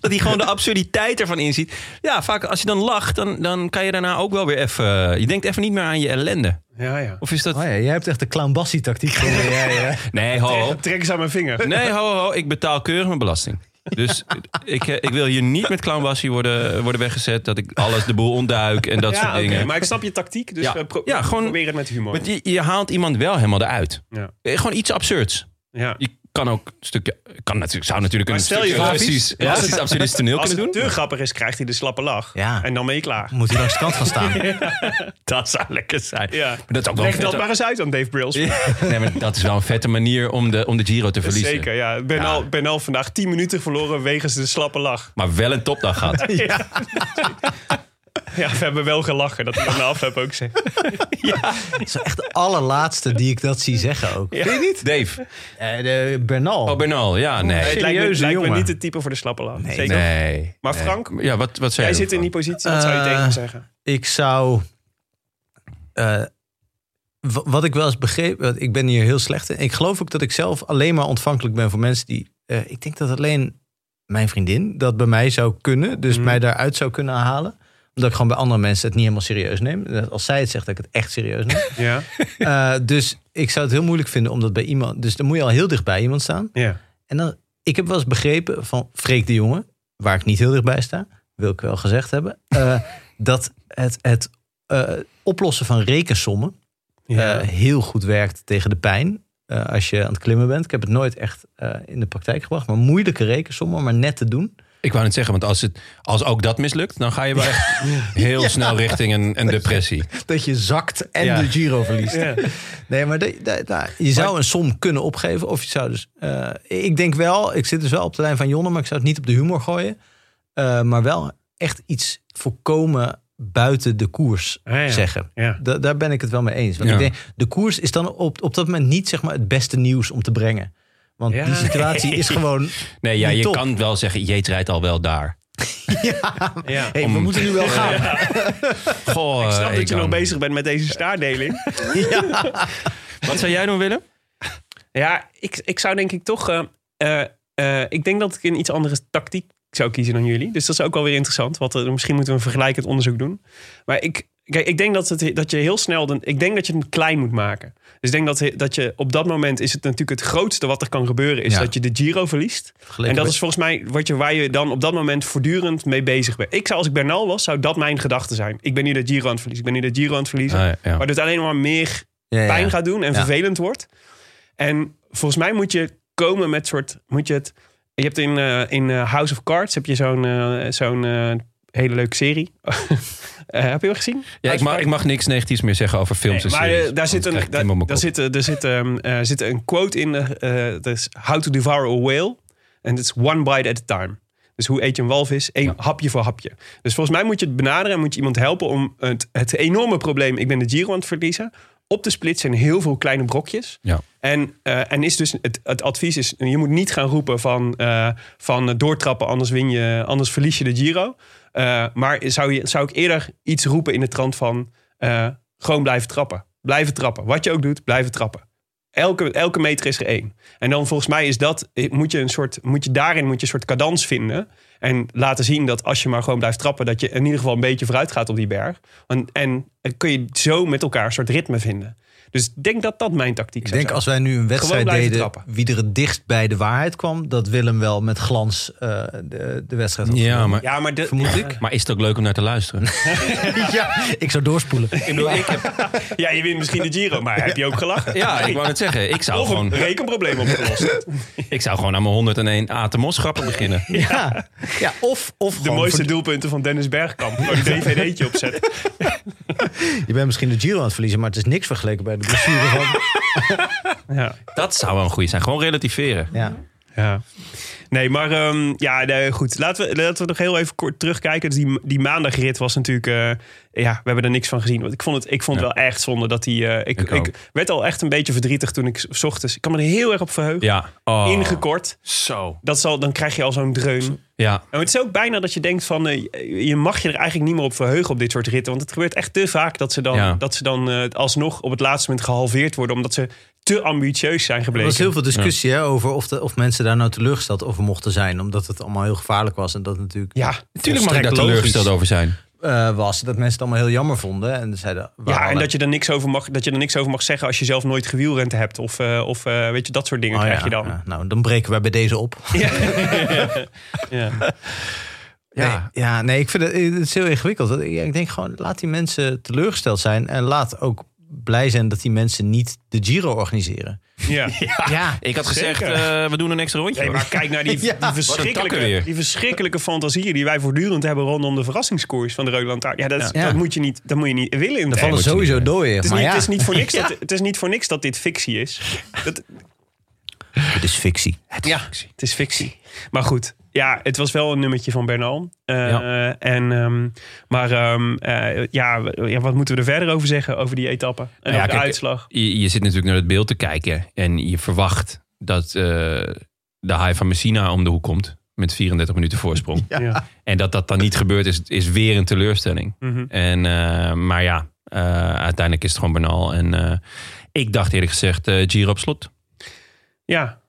S3: dat hij gewoon de absurditeit ervan inziet. Ja, vaak als je dan lacht, dan, dan kan je daarna ook wel weer even... eh, Je denkt even niet meer aan je ellende.
S8: Ja, ja.
S3: Of is dat...
S4: Oh ja, jij hebt echt de clown Bassie tactiek. [laughs] ja, ja.
S3: Nee, ho.
S8: Trek eens aan mijn vinger.
S3: Oh. Nee, ho, ho. Ik betaal keurig mijn belasting. Dus ik, eh, ik wil hier niet met clownwassie worden, worden weggezet. Dat ik alles de boel ontduik en dat
S8: ja,
S3: soort
S8: oké,
S3: dingen.
S8: Maar ik snap je tactiek, dus
S3: Ja.
S8: eh, pro-
S3: Ja, gewoon-
S8: probeer het met humor.
S3: Want je, je haalt iemand wel helemaal eruit.
S8: Ja.
S3: Eh, Gewoon iets absurds.
S8: ja.
S3: Je kan ook een stukje... Kan natuurlijk, zou natuurlijk
S8: Maar
S3: een
S8: stel je
S3: stukje
S8: voor-
S3: racistisch,
S8: Ja.
S3: racistisch absurdistisch toneel
S8: Als
S3: kunnen
S8: het [laughs]
S3: doen.
S8: te grappig is, krijgt hij de slappe lach.
S4: Ja.
S8: En dan ben je klaar.
S4: Moet hij langs de kant gaan [laughs] staan.
S3: Dat zou lekker zijn.
S8: Ja.
S3: Maar dat is ook wel een
S8: Leg dat
S3: vette...
S8: maar eens uit aan Dave Brills.
S3: Nee, maar dat is wel een vette manier om de, om de Giro te verliezen.
S8: Zeker, ja. Ik ben,
S3: Ja.
S8: Al, ben al vandaag 10 minuten verloren wegens de slappe lach.
S3: Maar wel een topdag
S8: [laughs]
S3: gehad.
S8: Ja, we hebben wel gelachen. Dat ik dat na afloop ook zeg.
S4: Dat is echt de allerlaatste die ik dat zie zeggen ook.
S8: Vind je niet?
S3: Dave.
S4: Eh, de Bernal.
S3: Oh, Bernal. Ja,
S8: het
S3: nee.
S8: lijkt me,
S4: Serieuze
S8: lijkt me
S4: jongen.
S8: niet het type voor de slappe lach. Zeker.
S3: Nee.
S8: Maar Frank,
S3: Ja, wat, wat zei
S8: jij
S3: je
S8: zit in die
S3: ervan?
S8: positie. Wat zou je
S4: Eh,
S8: tegen hem zeggen?
S4: Ik zou... eh, wa- wat ik wel eens begreep... want Ik ben hier heel slecht in. Ik geloof ook dat ik zelf alleen maar ontvankelijk ben voor mensen die... eh, ik denk dat alleen mijn vriendin dat bij mij zou kunnen. Dus mij daaruit zou kunnen halen. Omdat ik gewoon bij andere mensen het niet helemaal serieus neem. Dat Als zij het zegt, dat ik het echt serieus neem.
S8: Ja.
S4: Eh, dus ik zou het heel moeilijk vinden om dat bij iemand... Dus dan moet je al heel dicht bij iemand staan.
S8: ja.
S4: En dan, ik heb wel eens begrepen van Freek de Jonge, waar ik niet heel dichtbij sta, wil ik wel gezegd hebben, [laughs] eh, dat het, het eh, oplossen van rekensommen
S8: Ja.
S4: eh, heel goed werkt tegen de pijn. eh, als je aan het klimmen bent. Ik heb het nooit echt eh, in de praktijk gebracht, maar moeilijke rekensommen, maar net te doen.
S3: Ik wou net zeggen, want als, het, als ook dat mislukt, dan ga je wel [laughs] echt heel snel richting een,
S8: [laughs]
S3: een depressie.
S4: Dat je zakt en
S3: Ja.
S4: de Giro [laughs] verliest.
S8: Ja.
S3: Eh.
S4: Nee, maar de- de- nou, je zou een som kunnen opgeven. Of je zou dus. eh, ik denk wel, ik zit dus wel op de lijn van Jonne, maar ik zou het niet op de humor gooien. Eh, maar wel echt iets voorkomen buiten de koers
S8: Ah, ja.
S4: zeggen.
S8: Ja.
S4: Da- daar ben ik het wel mee eens. Want
S3: Ja.
S4: ik denk, de koers is dan op, op dat moment niet zeg maar, het beste nieuws om te brengen. Want
S8: Ja.
S4: die situatie
S8: [laughs]
S4: is gewoon.
S3: Nee, ja,
S4: Niet
S3: je
S4: top.
S3: kan wel zeggen, Jeet rijdt al wel daar. [laughs]
S8: Ja.
S4: Hey, we moeten nu wel gaan.
S3: Goh,
S8: Ik snap dat je
S3: Egan.
S8: nog bezig bent met deze
S3: [laughs]
S8: staardeling.
S3: Wat zou jij doen, Willem?
S8: ja, ik, ik zou denk ik toch... eh, eh, eh, ik denk dat ik een iets andere tactiek zou kiezen dan jullie. Dus dat is ook wel weer interessant. Want er- misschien moeten we een vergelijkend onderzoek doen. Maar ik, kijk, ik denk dat, het, dat je heel snel. de- Ik denk dat je hem klein moet maken. Dus ik denk dat, dat je op dat moment is het natuurlijk het grootste wat er kan gebeuren. Is
S4: Ja.
S8: dat je de Giro verliest. en dat
S4: met-
S8: is volgens mij wat je, waar je dan op dat moment voortdurend mee bezig bent. Ik zou, als ik Bernal was, zou dat mijn gedachte zijn. Ik ben nu de Giro aan het verliezen. Ik ben nu de Giro aan het verliezen.
S3: Ah, ja, ja.
S8: Maar dat alleen maar meer
S4: Ja, ja.
S8: pijn gaat doen en
S4: Ja.
S8: vervelend wordt. En volgens mij moet je komen met soort. Moet je het. Je hebt in, [laughs] eh, in eh, House of Cards heb je zo'n eh, zo'n eh, hele leuke serie. Eh, heb je hem gezien?
S3: Ja, ik mag, ik mag niks negatiefs meer zeggen over films
S8: Nee,
S3: en
S8: maar eh,
S3: series.
S8: daar
S3: want
S8: zit
S3: dan
S8: een,
S3: krijg ik helemaal
S8: daar,
S3: mijn
S8: daar
S3: kop.
S8: zit, eh, daar zit, ehm, eh, zit een quote in. eh, eh, dat is How to Devour a Whale. En dat is one bite at a time. Dus hoe eet je een walvis? Eén hapje voor hapje. Dus volgens mij moet je het benaderen en moet je iemand helpen om het, het enorme probleem, ik ben de Giro aan het verliezen, op te splitsen in heel veel kleine brokjes.
S3: Ja.
S8: En, eh, en is dus het, het advies is, je moet niet gaan roepen van, eh, van eh, doortrappen, anders, win je, anders verlies je de Giro. Eh, maar zou, je, zou ik eerder iets roepen in de trant van eh, gewoon blijven trappen. Blijven trappen. Wat je ook doet, blijven trappen. Elke, elke meter is er één. En dan volgens mij is dat, eh, moet je een soort, moet je daarin moet je een soort cadans vinden. En laten zien dat als je maar gewoon blijft trappen, dat je in ieder geval een beetje vooruit gaat op die berg. En, en dan kun je zo met elkaar een soort ritme vinden. Dus ik denk dat dat mijn tactiek
S4: Ik
S8: zou
S4: denk als
S8: zijn.
S4: wij nu een wedstrijd
S8: blijven
S4: deden
S8: trappen.
S4: wie er het dichtst bij de waarheid kwam, dat Willem wel met glans eh, de, de wedstrijd had
S3: Ja,
S4: gewonnen.
S3: maar,
S8: Ja, maar de,
S4: Vermoed
S8: ja, [laughs]
S4: ik.
S3: maar is het ook leuk om naar te luisteren?
S4: [laughs] ja, ik zou doorspoelen.
S8: ja, je wint misschien de Giro, maar heb je ook gelachen?
S3: [laughs] Ja, ik wou het zeggen. Ik zou,
S8: Of een
S3: gewoon,
S8: rekenprobleem opgelost.
S3: ik zou gewoon aan mijn 101 Atemos
S8: [laughs]
S3: grappen beginnen.
S4: ja. ja, of, of
S8: De
S4: gewoon
S8: mooiste
S4: verd-
S8: doelpunten van Dennis Bergkamp. Gewoon een dvd'tje opzetten.
S4: je bent misschien de Giro aan het verliezen, maar het is niks vergeleken bij de blessure
S8: [laughs]
S4: van...
S8: Ja.
S3: Dat zou wel een goede zijn. Gewoon relativeren.
S4: Ja.
S8: Ja. Nee, maar ehm, ja, nee, goed. Laten we, laten we nog heel even kort terugkijken. Dus die, die maandagrit was natuurlijk... eh, ja, we hebben er niks van gezien. Want ik vond het, ik vond het wel echt zonde dat die... eh, ik,
S3: Ik
S8: ik,
S3: ook.
S8: werd al echt een beetje verdrietig toen ik s- s ochtends... Ik kan me er heel erg op verheugen.
S3: Ja. Oh,
S8: Ingekort.
S3: Zo.
S8: Dat zal, dan krijg je al zo'n dreun.
S3: Ja.
S8: En het is ook bijna dat je denkt van... eh, je mag je er eigenlijk niet meer op verheugen op dit soort ritten. Want het gebeurt echt te vaak dat ze dan,
S3: Ja.
S8: dat ze dan eh, alsnog op het laatste moment gehalveerd worden. Omdat ze te ambitieus zijn
S4: Er
S8: gebleken.
S4: was heel veel discussie hè, over of, de, of mensen daar nou teleurgesteld over mochten zijn. Omdat het allemaal heel gevaarlijk was. En dat het natuurlijk
S8: Ja,
S3: Tuurlijk mag ik daar
S4: volstrekt
S3: teleurgesteld over zijn.
S4: eh, was. Dat mensen het allemaal heel jammer vonden. En zeiden,
S8: Ja, en
S4: waarom-
S8: dat je, er niks over mag, dat je er niks over mag zeggen als je zelf nooit gewielrend hebt. Of, eh, of eh, weet je, dat soort dingen
S4: Oh,
S8: krijg
S4: ja,
S8: je dan.
S4: ja. nou, dan breken wij bij deze op.
S8: [laughs] Ja.
S4: Ja, nee, ja, nee ik vind het, het is heel ingewikkeld. Want ik- Ik denk gewoon, laat die mensen teleurgesteld zijn. En laat ook blij zijn dat die mensen niet de Giro organiseren.
S8: Ja.
S4: [laughs] Ja,
S3: Ik had
S8: Zeker.
S3: gezegd, eh, we doen een extra rondje.
S8: Nee, maar kijk naar die,
S4: Ja. Wat
S8: die,
S4: een
S8: verschrikkelijke,
S3: takken weer.
S8: die verschrikkelijke fantasieën die wij voortdurend hebben rondom de verrassingskoers van de Rode Lantaarn. Ja, dat, is-
S4: Ja.
S8: Dat, moet je niet, dat moet je niet willen in de
S4: vallen
S8: het,
S4: sowieso dooien.
S8: is
S4: Maar
S8: niet,
S4: ja,
S8: Dus het, is niet voor niks dat, het is niet voor niks dat dit fictie is. Dat,
S4: het is fictie.
S8: Het is fictie. Maar goed, ja, het was wel een nummertje van Bernal. Eh, en, ehm, maar ehm, eh, ja, w- ja, wat moeten we er verder over zeggen? Over die etappe en
S3: Ja,
S8: over de
S3: kijk,
S8: uitslag.
S3: je, je zit natuurlijk naar het beeld te kijken. En je verwacht dat eh, de haai van Messina om de hoek komt. Met 34 minuten voorsprong.
S8: [laughs] Ja.
S3: En dat dat dan niet gebeurt is, is weer een teleurstelling.
S8: Mhm.
S3: En, eh, maar ja, eh, uiteindelijk is het gewoon banaal. En eh, ik dacht eerlijk gezegd eh Giro op slot.
S8: ja.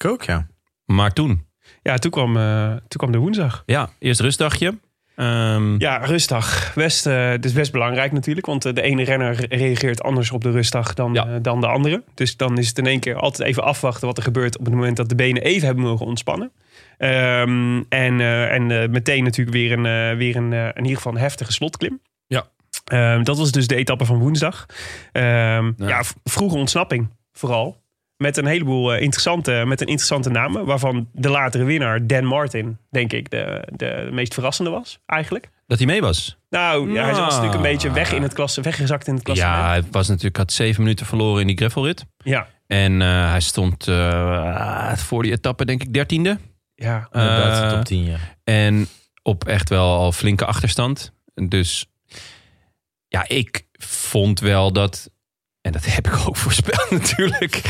S4: Ik ook, ja.
S3: Maar toen,
S8: ja toen, kwam, eh, toen kwam de woensdag.
S3: ja, eerst rustdagje. Ehm,
S8: Ja, rustdag. Best, eh, dit is best belangrijk natuurlijk. Want eh, de ene renner reageert anders op de rustdag dan,
S3: Ja.
S8: eh, dan de andere. Dus dan is het in één keer altijd even afwachten wat er gebeurt... op het moment dat de benen even hebben mogen ontspannen. Ehm, en eh, en eh, meteen natuurlijk weer een, eh, weer een eh, in ieder geval een heftige slotklim.
S3: Ja.
S8: Ehm, dat was dus de etappe van woensdag. Ehm, ja. v- vroege ontsnapping vooral. Met een heleboel eh, interessante, met een interessante namen. Waarvan de latere winnaar, Dan Martin, denk ik, de, de meest verrassende was eigenlijk.
S3: Dat hij mee was.
S8: Nou, ja, hij was
S3: Nou.
S8: natuurlijk een beetje weg in het klasse, weggezakt in het klasse.
S3: ja, hij was natuurlijk, had zeven minuten verloren in die gravelrit.
S8: ja.
S3: En eh, hij stond eh, voor die etappe denk ik dertiende.
S8: ja.
S4: Inderdaad,
S3: Eh,
S4: top 10, ja.
S3: En op echt wel al flinke achterstand. Dus ja, ik vond wel dat. En dat heb ik ook [laughs] voorspeld natuurlijk.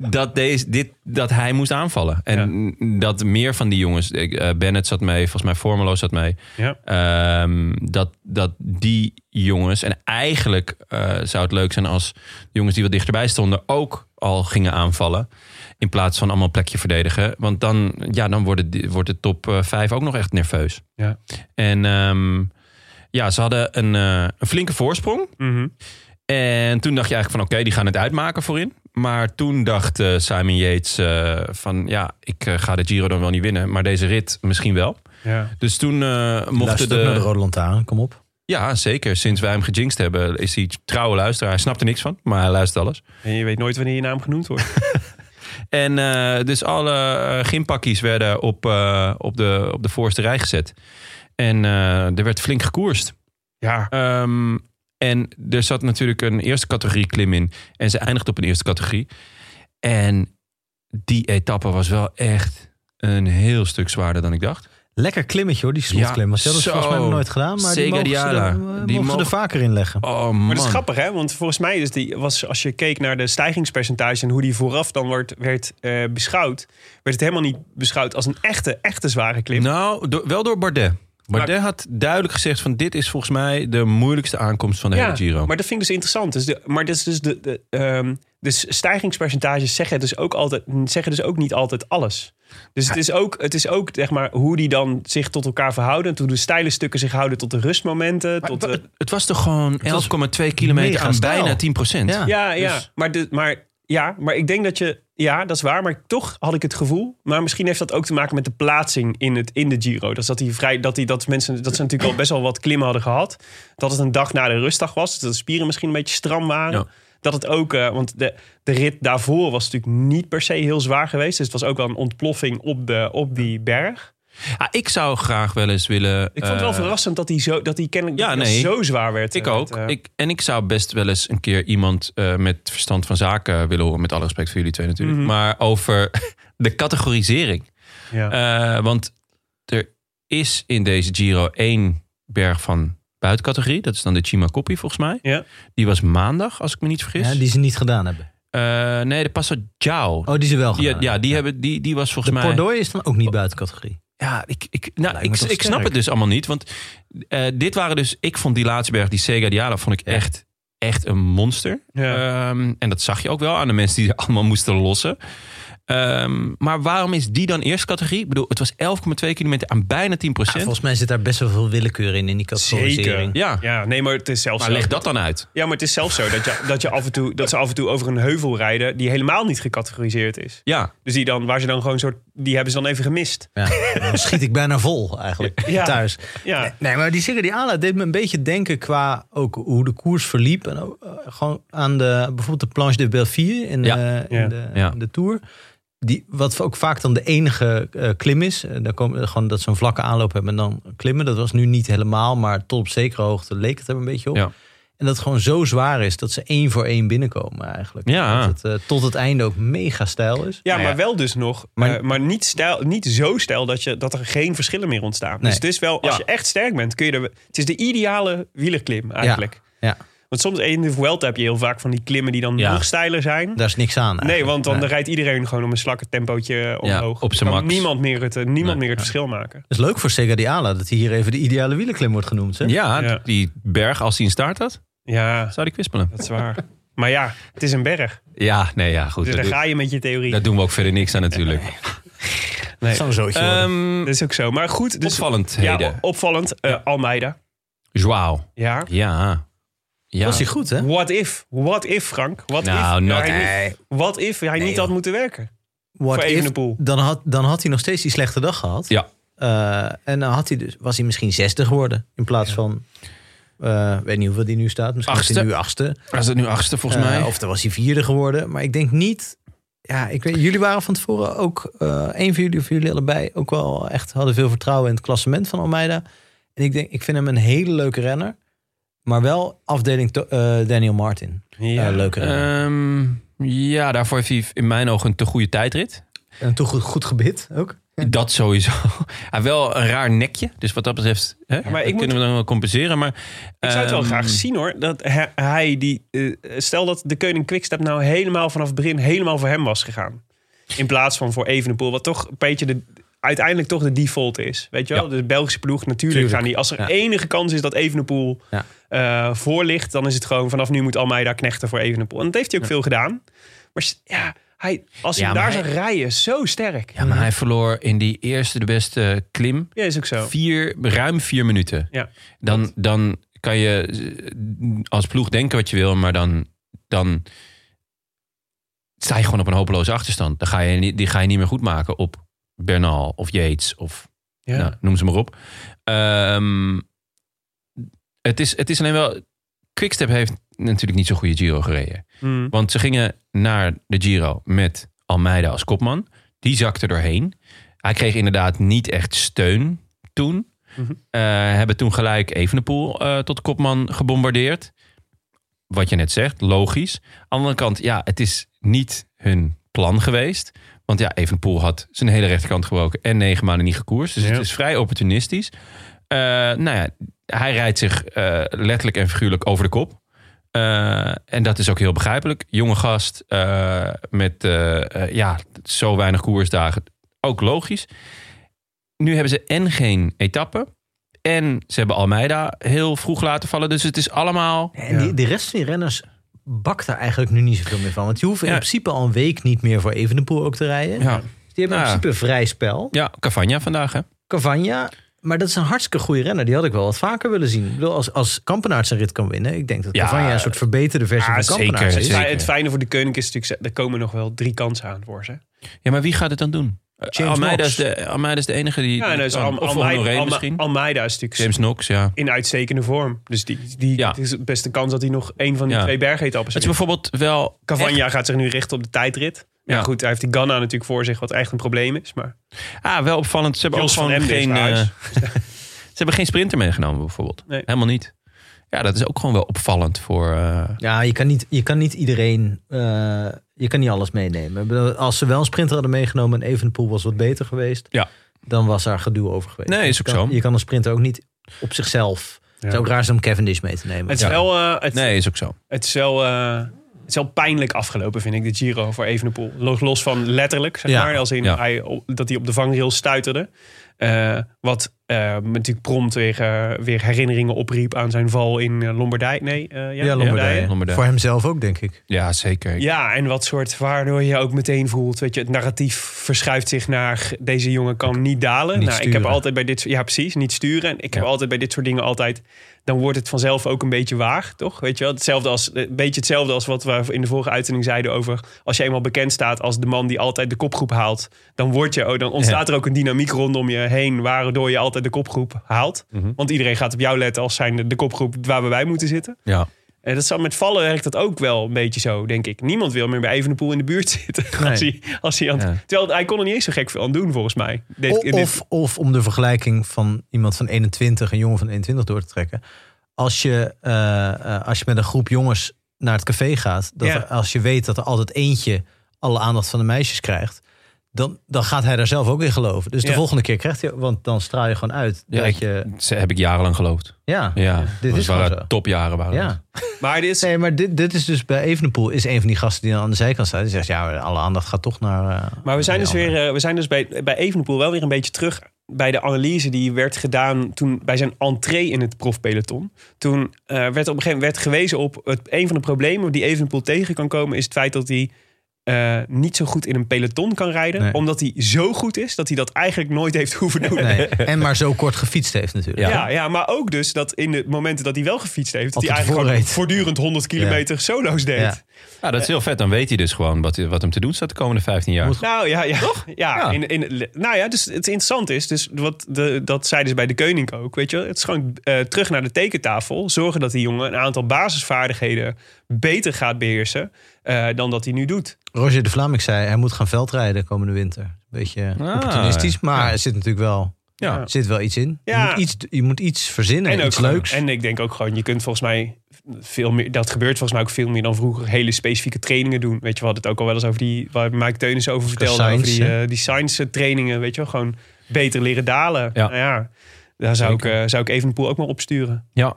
S3: Dat, deze, dit, dat hij moest aanvallen. En dat meer van die jongens. ik, eh, Bennett zat mee, volgens mij Formelo zat mee.
S8: Ja.
S3: Ehm, dat, dat die jongens. En eigenlijk eh, zou het leuk zijn als de jongens die wat dichterbij stonden. ook al gingen aanvallen. In plaats van allemaal plekje verdedigen. Want dan, ja, dan worden die- wordt de top eh, vijf ook nog echt nerveus.
S8: Ja.
S3: En ehm, ja, ze hadden een, eh, een flinke voorsprong.
S8: Mhm.
S3: En toen dacht je eigenlijk van oké, die gaan het uitmaken voorin. Maar toen dacht eh, Simon Yates eh, van ja, ik eh, ga de Giro dan wel niet winnen. Maar deze rit misschien wel.
S8: ja.
S3: Dus toen eh, mochten
S4: Luister ook naar de
S3: de...
S4: Rode Lantaarn, kom op.
S3: Ja, zeker. Sinds wij hem gejinxed hebben is hij trouwe luisteraar. Hij snapt er niks van, maar hij luistert alles.
S8: En je weet nooit wanneer je naam genoemd wordt.
S3: En eh, dus alle eh, gympakkies werden op, eh, op, de, op de voorste rij gezet. En eh, er werd flink gekoerst.
S8: Ja,
S3: Ehm, en er zat natuurlijk een eerste categorie klim in. En ze eindigt op een eerste categorie. En die etappe was wel echt een heel stuk zwaarder dan ik dacht.
S4: Lekker klimmetje hoor, die slotklim.
S3: Ja,
S4: Want dat is
S3: zo.
S4: volgens mij nog nooit gedaan. Maar die
S3: Zeker
S4: mogen,
S3: die
S4: ze er,
S3: Jala.
S4: eh,
S3: Die
S4: mogen ze
S3: mogen-
S4: er vaker in leggen.
S3: Oh man.
S8: maar dat is grappig hè, want volgens mij is die, was als je keek naar de stijgingspercentage en hoe die vooraf dan wordt, werd eh, beschouwd, werd het helemaal niet beschouwd als een echte, echte zware klim.
S3: Nou, do- wel door Bardet. Bardet
S8: Nou,
S3: had duidelijk gezegd van dit is volgens mij de moeilijkste aankomst van de hele Giro.
S8: Maar dat vind ik dus interessant. Dus de, maar dat is dus de, de, ehm, dus stijgingspercentages zeggen dus, ook altijd, zeggen dus ook niet altijd alles. Dus het is ook, het is ook zeg maar, hoe die dan zich tot elkaar verhouden. Toen de steile stukken zich houden tot de rustmomenten.
S3: Maar
S8: tot,
S3: het,
S8: de-
S3: het was toch gewoon 11,2 kilometer
S4: mega
S3: aan
S4: stijl.
S3: bijna 10 procent.
S4: Ja.
S8: ja, ja.
S3: [laughs] dus-
S8: Maar, de, maar, ja, maar ik denk dat je... Ja, dat is waar. Maar toch had ik het gevoel... Maar misschien heeft dat ook te maken met de plaatsing in, het, in de Giro. Dus dat, die vrij, dat, die, dat, mensen, dat ze natuurlijk al best wel wat klimmen hadden gehad. Dat het een dag na de rustdag was. Dat de spieren misschien een beetje stram waren.
S3: Ja.
S8: Dat het ook... eh, want de, de rit daarvoor was natuurlijk niet per se heel zwaar geweest. Dus het was ook wel een ontploffing op, de, op die berg.
S3: Ah, ik zou graag wel eens willen...
S8: Ik vond het wel
S3: eh,
S8: verrassend dat die, zo, dat die kennelijk
S3: ja,
S8: dat die
S3: nee.
S8: zo zwaar werd.
S3: Ik
S8: eh,
S3: ook.
S8: werd, eh,
S3: ik, en ik zou best wel eens een keer iemand eh, met verstand van zaken willen horen. Met alle respect voor jullie twee natuurlijk.
S8: Mhm.
S3: Maar over [laughs] de categorisering.
S8: ja.
S3: Eh, want er is in deze Giro één berg van buitencategorie. Dat is dan de Cima Coppi volgens mij.
S8: Ja.
S3: Die was maandag, als ik me niet vergis.
S4: Ja, die ze niet gedaan hebben.
S3: Eh, nee, de Passo Giao.
S4: Oh, die ze wel gedaan
S3: die,
S4: hebben.
S3: ja, die, hebben, die, die was
S4: De
S3: volgens mij...
S4: Pordoi is dan ook niet buiten categorie.
S3: Ja, ik, ik, nou,
S4: Lijkt
S3: ik,
S4: me toch
S3: ik snap
S4: sterk.
S3: het dus allemaal niet. Want eh, dit waren dus... Ik vond die laatste berg, die Sega Diala, vond ik echt, echt een monster.
S8: Ja.
S3: Ehm, en dat zag je ook wel aan de mensen die er [laughs] allemaal moesten lossen. Ehm, maar waarom is die dan eerste categorie? Ik bedoel, het was 11,2 kilometer aan bijna 10
S4: Ja, volgens mij zit daar best wel veel willekeur in, in die categorisering.
S3: Ja,
S8: ja, nee, maar het is zelfs
S3: maar
S8: zo.
S3: leg dat dan uit.
S8: Ja, maar het is zelfs zo dat, je, dat, je af en toe, dat ze af en toe over een heuvel rijden die helemaal niet gecategoriseerd is.
S3: Ja,
S8: Dus die dan, waar ze dan gewoon soort, die hebben ze dan even gemist.
S4: Ja. [laughs] Dan schiet ik bijna vol eigenlijk
S8: [laughs] Ja.
S4: thuis.
S8: Ja,
S4: Nee, maar die Sigurdiana deed me een beetje denken qua ook hoe de koers verliep. En ook, eh, gewoon aan de, bijvoorbeeld de Planche de Belfier in,
S3: Ja.
S4: eh,
S8: Ja.
S4: in, de,
S3: Ja.
S4: in de Tour. Die, wat ook vaak dan de enige eh, klim is. Eh, daar komen, gewoon dat ze een vlakke aanloop hebben en dan klimmen. Dat was nu niet helemaal, maar tot op zekere hoogte leek het er een beetje op.
S3: Ja.
S4: En dat het gewoon zo zwaar is dat ze één voor één binnenkomen eigenlijk.
S3: Ja.
S4: Dat het eh, tot het einde ook mega stijl is.
S8: ja
S3: Nou ja.
S8: maar wel dus nog. Maar,
S4: Maar-
S8: maar niet, stijl, niet zo stijl dat, je, dat er geen verschillen meer ontstaan. Dus
S4: Nee.
S8: het is wel, als
S3: Ja.
S8: je echt sterk bent, kun je er... Het is de ideale wielerklim eigenlijk.
S4: Ja,
S8: Want soms in de Vuelta heb je heel vaak van die klimmen die dan
S3: Ja.
S8: nog steiler zijn.
S4: daar is niks aan.
S8: Nee,
S4: eigenlijk.
S8: want dan
S4: Nee.
S8: rijdt iedereen gewoon om een slakke tempootje omhoog.
S3: op zijn
S8: Kan
S3: max.
S8: Niemand meer het, eh, niemand
S3: Nee.
S8: meer het verschil maken.
S4: Het is leuk voor Segadiala dat hij hier even de ideale wielenklim wordt genoemd. Hè?
S3: ja,
S8: Ja.
S3: die berg, als hij een staart had,
S8: Ja,
S3: zou die kwispelen.
S8: dat is waar. maar ja, het is een berg.
S3: Ja, nee, ja, goed.
S8: Dus
S3: dat
S8: daar
S3: doe-
S8: ga je met je theorie.
S3: daar doen we ook verder niks aan
S8: [laughs]
S3: natuurlijk.
S4: Nee. Zo'n zootje worden.
S3: Ehm,
S8: Dat is ook zo. Maar goed, dus
S3: Opvallendheden.
S8: Ja, o- opvallend. Eh, Almeida.
S3: Joao.
S8: Ja.
S3: Ja. ja.
S4: Was hij goed, hè?
S8: What if? What if, Frank? What
S3: Nou,
S8: if
S3: not-
S8: hij
S3: nee.
S8: niet, what if hij niet had moeten werken?
S4: What
S8: Voor
S4: if,
S8: Evenepoel.
S4: dan, had, dan had hij nog steeds die slechte dag gehad.
S3: Ja.
S4: Eh, en dan had hij dus, was hij misschien zesde geworden. In plaats van, eh, weet niet hoeveel die nu staat. Misschien is hij
S3: Achtste.
S4: nu achtste.
S3: Was het nu achtste volgens
S4: Eh,
S3: mij?
S4: Of dan was hij vierde geworden. Maar ik denk niet... Ja, ik weet, jullie waren van tevoren ook... eh een van jullie of jullie allebei ook wel echt hadden veel vertrouwen in het klassement van Almeida. En ik denk, ik vind hem een hele leuke renner. Maar wel afdeling to- eh, Daniel Martin. Ja. leuke renner.
S3: Ehm, ja, daarvoor heeft hij in mijn ogen een te goede tijdrit.
S4: en toch goed, goed gebit ook.
S3: Dat sowieso. [laughs] Hij heeft wel een raar nekje. Dus wat dat betreft hè, dat
S8: ik
S3: kunnen
S8: moet-
S3: we dan wel compenseren. Maar,
S8: Ik zou het wel
S3: ehm,
S8: graag zien hoor. Dat he- hij die, eh, stel dat de Koning Quickstep nou helemaal vanaf het begin helemaal voor hem was gegaan. In plaats van voor Evenepoel. Wat toch een beetje de, uiteindelijk toch de default is. Weet je wel?
S3: Ja.
S8: De Belgische ploeg natuurlijk
S4: Tuurlijk.
S8: gaan die. Als er
S4: Ja.
S8: enige kans is dat Evenepoel
S4: Ja.
S8: eh, voor ligt. Dan is het gewoon vanaf nu moet Almeida knechten voor Evenepoel. En dat heeft hij ook veel gedaan. Maar s- ja, hij, als hij
S3: Ja,
S8: hem
S3: maar
S8: daar
S3: hij-
S8: zou rijden. Zo sterk.
S3: Ja, maar hij verloor in die eerste de beste klim
S8: Ja, is ook zo.
S3: vier, ruim vier minuten.
S8: Ja.
S3: Dan, dan kan je eh, als ploeg denken wat je wil, maar dan, dan sta je gewoon op een hopeloze achterstand. Dan ga je, niet- die ga je niet meer goed maken op Bernal of Yates of
S8: Ja.
S3: nou, noem ze maar op. Ehm, het, is, het is alleen wel... Quickstep heeft natuurlijk niet zo'n goede Giro gereden.
S8: Hmm.
S3: Want ze gingen naar de Giro met Almeida als kopman. Die zakte doorheen. Hij kreeg inderdaad niet echt steun toen. Eh, hebben toen gelijk Evenepoel eh, tot kopman gebombardeerd. Wat je net zegt, logisch. Aan de andere kant, ja, het is niet hun plan geweest. Want ja, Evenepoel had zijn hele rechterkant gebroken en negen maanden niet gekoerst. Dus het is vrij opportunistisch. Eh, nou ja, hij rijdt zich eh, letterlijk en figuurlijk over de kop. Eh, en dat is ook heel begrijpelijk. Jonge gast eh, met eh, eh, ja, zo weinig koersdagen. Ook logisch. Nu hebben ze en geen etappe. En ze hebben Almeida heel vroeg laten vallen. Dus het is allemaal.
S4: En die, de rest van die renners bakt daar eigenlijk nu niet zoveel meer van. Want die hoeven
S3: Ja.
S4: in principe al een week niet meer voor Evenepoel ook te rijden.
S3: Ja,
S4: Die hebben
S3: Ja.
S4: in principe vrij spel.
S3: ja Cavagna vandaag. Hè?
S4: Cavagna, maar dat is een hartstikke goede renner. Die had ik wel wat vaker willen zien. Ik bedoel, als, als Kampenaert zijn rit kan winnen... ik denk dat
S3: Ja,
S4: Cavagna een soort verbeterde versie
S3: ah,
S4: van Kampenaert
S3: zeker,
S4: is.
S3: zeker.
S8: Maar het fijne voor de Koning is natuurlijk, er komen nog wel drie kansen aan voor ze.
S3: Ja, maar wie gaat het dan doen?
S4: James
S3: Almeida is,
S4: Knox.
S3: de, Almeida is de enige die.
S8: Ja,
S3: die
S8: en dus
S3: kan.
S8: Al-
S3: oh, of
S8: Almeida,
S3: Honoré
S8: Alme-
S3: misschien.
S8: Almeida is natuurlijk
S3: James Knox, ja.
S8: in uitstekende vorm. Dus die, die,
S3: Ja.
S8: het is best een kans dat hij nog een van die
S3: Ja.
S8: twee bergetappes
S3: Het is
S8: wint.
S3: bijvoorbeeld wel.
S8: Cavagna gaat zich nu richten op de tijdrit. Ja,
S3: Ja.
S8: goed, hij heeft die Ganna natuurlijk voor zich, wat echt een probleem is. Maar
S3: echt- ah, wel opvallend. Ze hebben ook
S8: Jos van
S3: gewoon
S8: Emden is
S3: geen.
S8: naar huis.
S3: eh, ze hebben geen sprinter meegenomen, bijvoorbeeld.
S8: Nee.
S3: Helemaal niet. Ja, dat is ook gewoon wel opvallend voor. eh,
S4: Ja, je kan niet, je kan niet iedereen... eh, je kan niet alles meenemen. Ik bedoel, Als ze wel een sprinter hadden meegenomen... en Evenepoel was wat beter geweest...
S3: Ja.
S4: dan was daar gedoe over geweest.
S3: Nee, is
S4: Je
S3: ook
S4: kan-
S3: zo.
S4: Je kan een sprinter ook niet op zichzelf... Het zou ook raar zijn om Cavendish mee te nemen.
S8: het is wel, eh, het,
S3: nee, is ook zo.
S8: het is wel, eh, het is wel pijnlijk afgelopen, vind ik, de Giro voor Evenepoel. Los, los van letterlijk, zeg
S4: Ja.
S8: maar, als in
S3: Ja.
S8: hij, op- dat hij op de vangrail stuiterde. Eh, wat eh, natuurlijk prompt weer, eh, weer herinneringen opriep aan zijn val in eh, Lombardij. Nee, eh, ja,
S4: Ja, Lombardije.
S3: Lombardije.
S4: Voor hemzelf ook, denk ik.
S3: Ja, zeker.
S8: Ja, en wat soort waardoor je ook meteen voelt, weet je, het narratief verschuift zich naar deze jongen kan niet dalen.
S4: Niet
S8: nou, ik
S4: sturen.
S8: heb altijd bij dit soort, ja precies, niet sturen. En Ik heb
S3: Ja.
S8: altijd bij dit soort dingen altijd, dan wordt het vanzelf ook een beetje waar, toch? Weet je wel, hetzelfde als, een beetje hetzelfde als wat we in de vorige uitzending zeiden over, als je eenmaal bekend staat als de man die altijd de kopgroep haalt, dan word je, oh, dan ontstaat er ook een dynamiek rondom je heen, waardoor je altijd de kopgroep haalt.
S4: Mhm.
S8: Want iedereen gaat op jou letten als zijnde de kopgroep waar we bij moeten zitten.
S3: ja.
S8: En Eh, dat zal, met vallen werkt dat ook wel een beetje zo, denk ik. Niemand wil meer bij Evenepoel in de buurt [laughs] zitten. Als hij, als hij aan,
S3: Ja.
S8: Terwijl hij kon er niet eens zo gek veel aan doen, volgens mij. Dit,
S4: O-
S8: in dit-
S4: of, of om de vergelijking van iemand van 21, een jongen van 21 door te trekken. Als je, eh, eh, als je met een groep jongens naar het café gaat, dat
S8: Ja.
S4: er- als je weet dat er altijd eentje alle aandacht van de meisjes krijgt, dan, dan gaat hij daar zelf ook in geloven. Dus de
S8: Ja.
S4: volgende keer krijgt hij, want dan straal je gewoon uit
S3: Ja,
S4: dat
S3: ik-
S4: je,
S3: Ze heb ik jarenlang geloofd.
S4: ja,
S3: Ja,
S4: dit
S3: dat
S4: is gewoon
S3: waren
S4: zo.
S3: topjaren waren. dat.
S4: Ja.
S8: maar dit is,
S4: Nee, maar dit, dit is dus bij Evenepoel is een van die gasten die dan aan de zijkant staat. Die zegt, ja, alle aandacht gaat toch naar... eh,
S8: Maar we zijn
S4: die
S8: dus weer,
S4: anderen.
S8: eh, we zijn dus bij, bij Evenepoel wel weer een beetje terug bij de analyse die werd gedaan toen bij zijn entree in het profpeloton. Toen eh, werd op een gegeven moment werd gewezen op het, een van de problemen die Evenepoel tegen kan komen is het feit dat hij eh, niet zo goed in een peloton kan rijden,
S4: Nee.
S8: omdat hij zo goed is dat hij dat eigenlijk nooit heeft hoeven doen.
S4: Nee.
S8: [laughs]
S4: En maar zo kort gefietst heeft natuurlijk.
S8: Ja. Ja, maar ook dus dat in de momenten dat hij wel gefietst heeft... dat hij
S4: Altijd
S8: eigenlijk gewoon
S4: voorreed.
S8: voortdurend 100 kilometer solo's deed.
S4: Ja.
S3: Ja, Ah, dat is heel vet. Dan weet hij dus gewoon wat, wat hem te doen staat de komende 15 jaar.
S8: Nou ja, ja. Toch? Ja, In, in, nou ja, dus het interessant is, dus wat de, dat zeiden ze bij de Koning ook, weet je wel. Het is gewoon eh, terug naar de tekentafel. Zorgen dat die jongen een aantal basisvaardigheden beter gaat beheersen eh, dan dat hij nu doet.
S4: Roger de Vlaming zei, hij moet gaan veldrijden komende winter. Beetje
S3: Ah,
S4: opportunistisch, maar er zit natuurlijk wel,
S3: Ja.
S4: er zit wel iets in. Je,
S8: Ja.
S4: moet iets, je moet iets verzinnen,
S8: en, ook
S4: iets
S8: gewoon-
S4: leuks.
S8: en ik denk ook gewoon, je kunt volgens mij veel meer, dat gebeurt volgens mij ook veel meer dan vroeger, hele specifieke trainingen doen. Weet je, we hadden het ook al wel eens over die, waar Mike Teunissen over vertelde, over
S4: science,
S8: die,
S4: hè?
S8: eh, die science trainingen, weet je wel, gewoon beter leren dalen.
S3: Ja.
S8: Nou ja, daar zou ik,
S3: Zeker.
S8: eh, zou ik Evenpoel ook maar opsturen.
S3: Ja.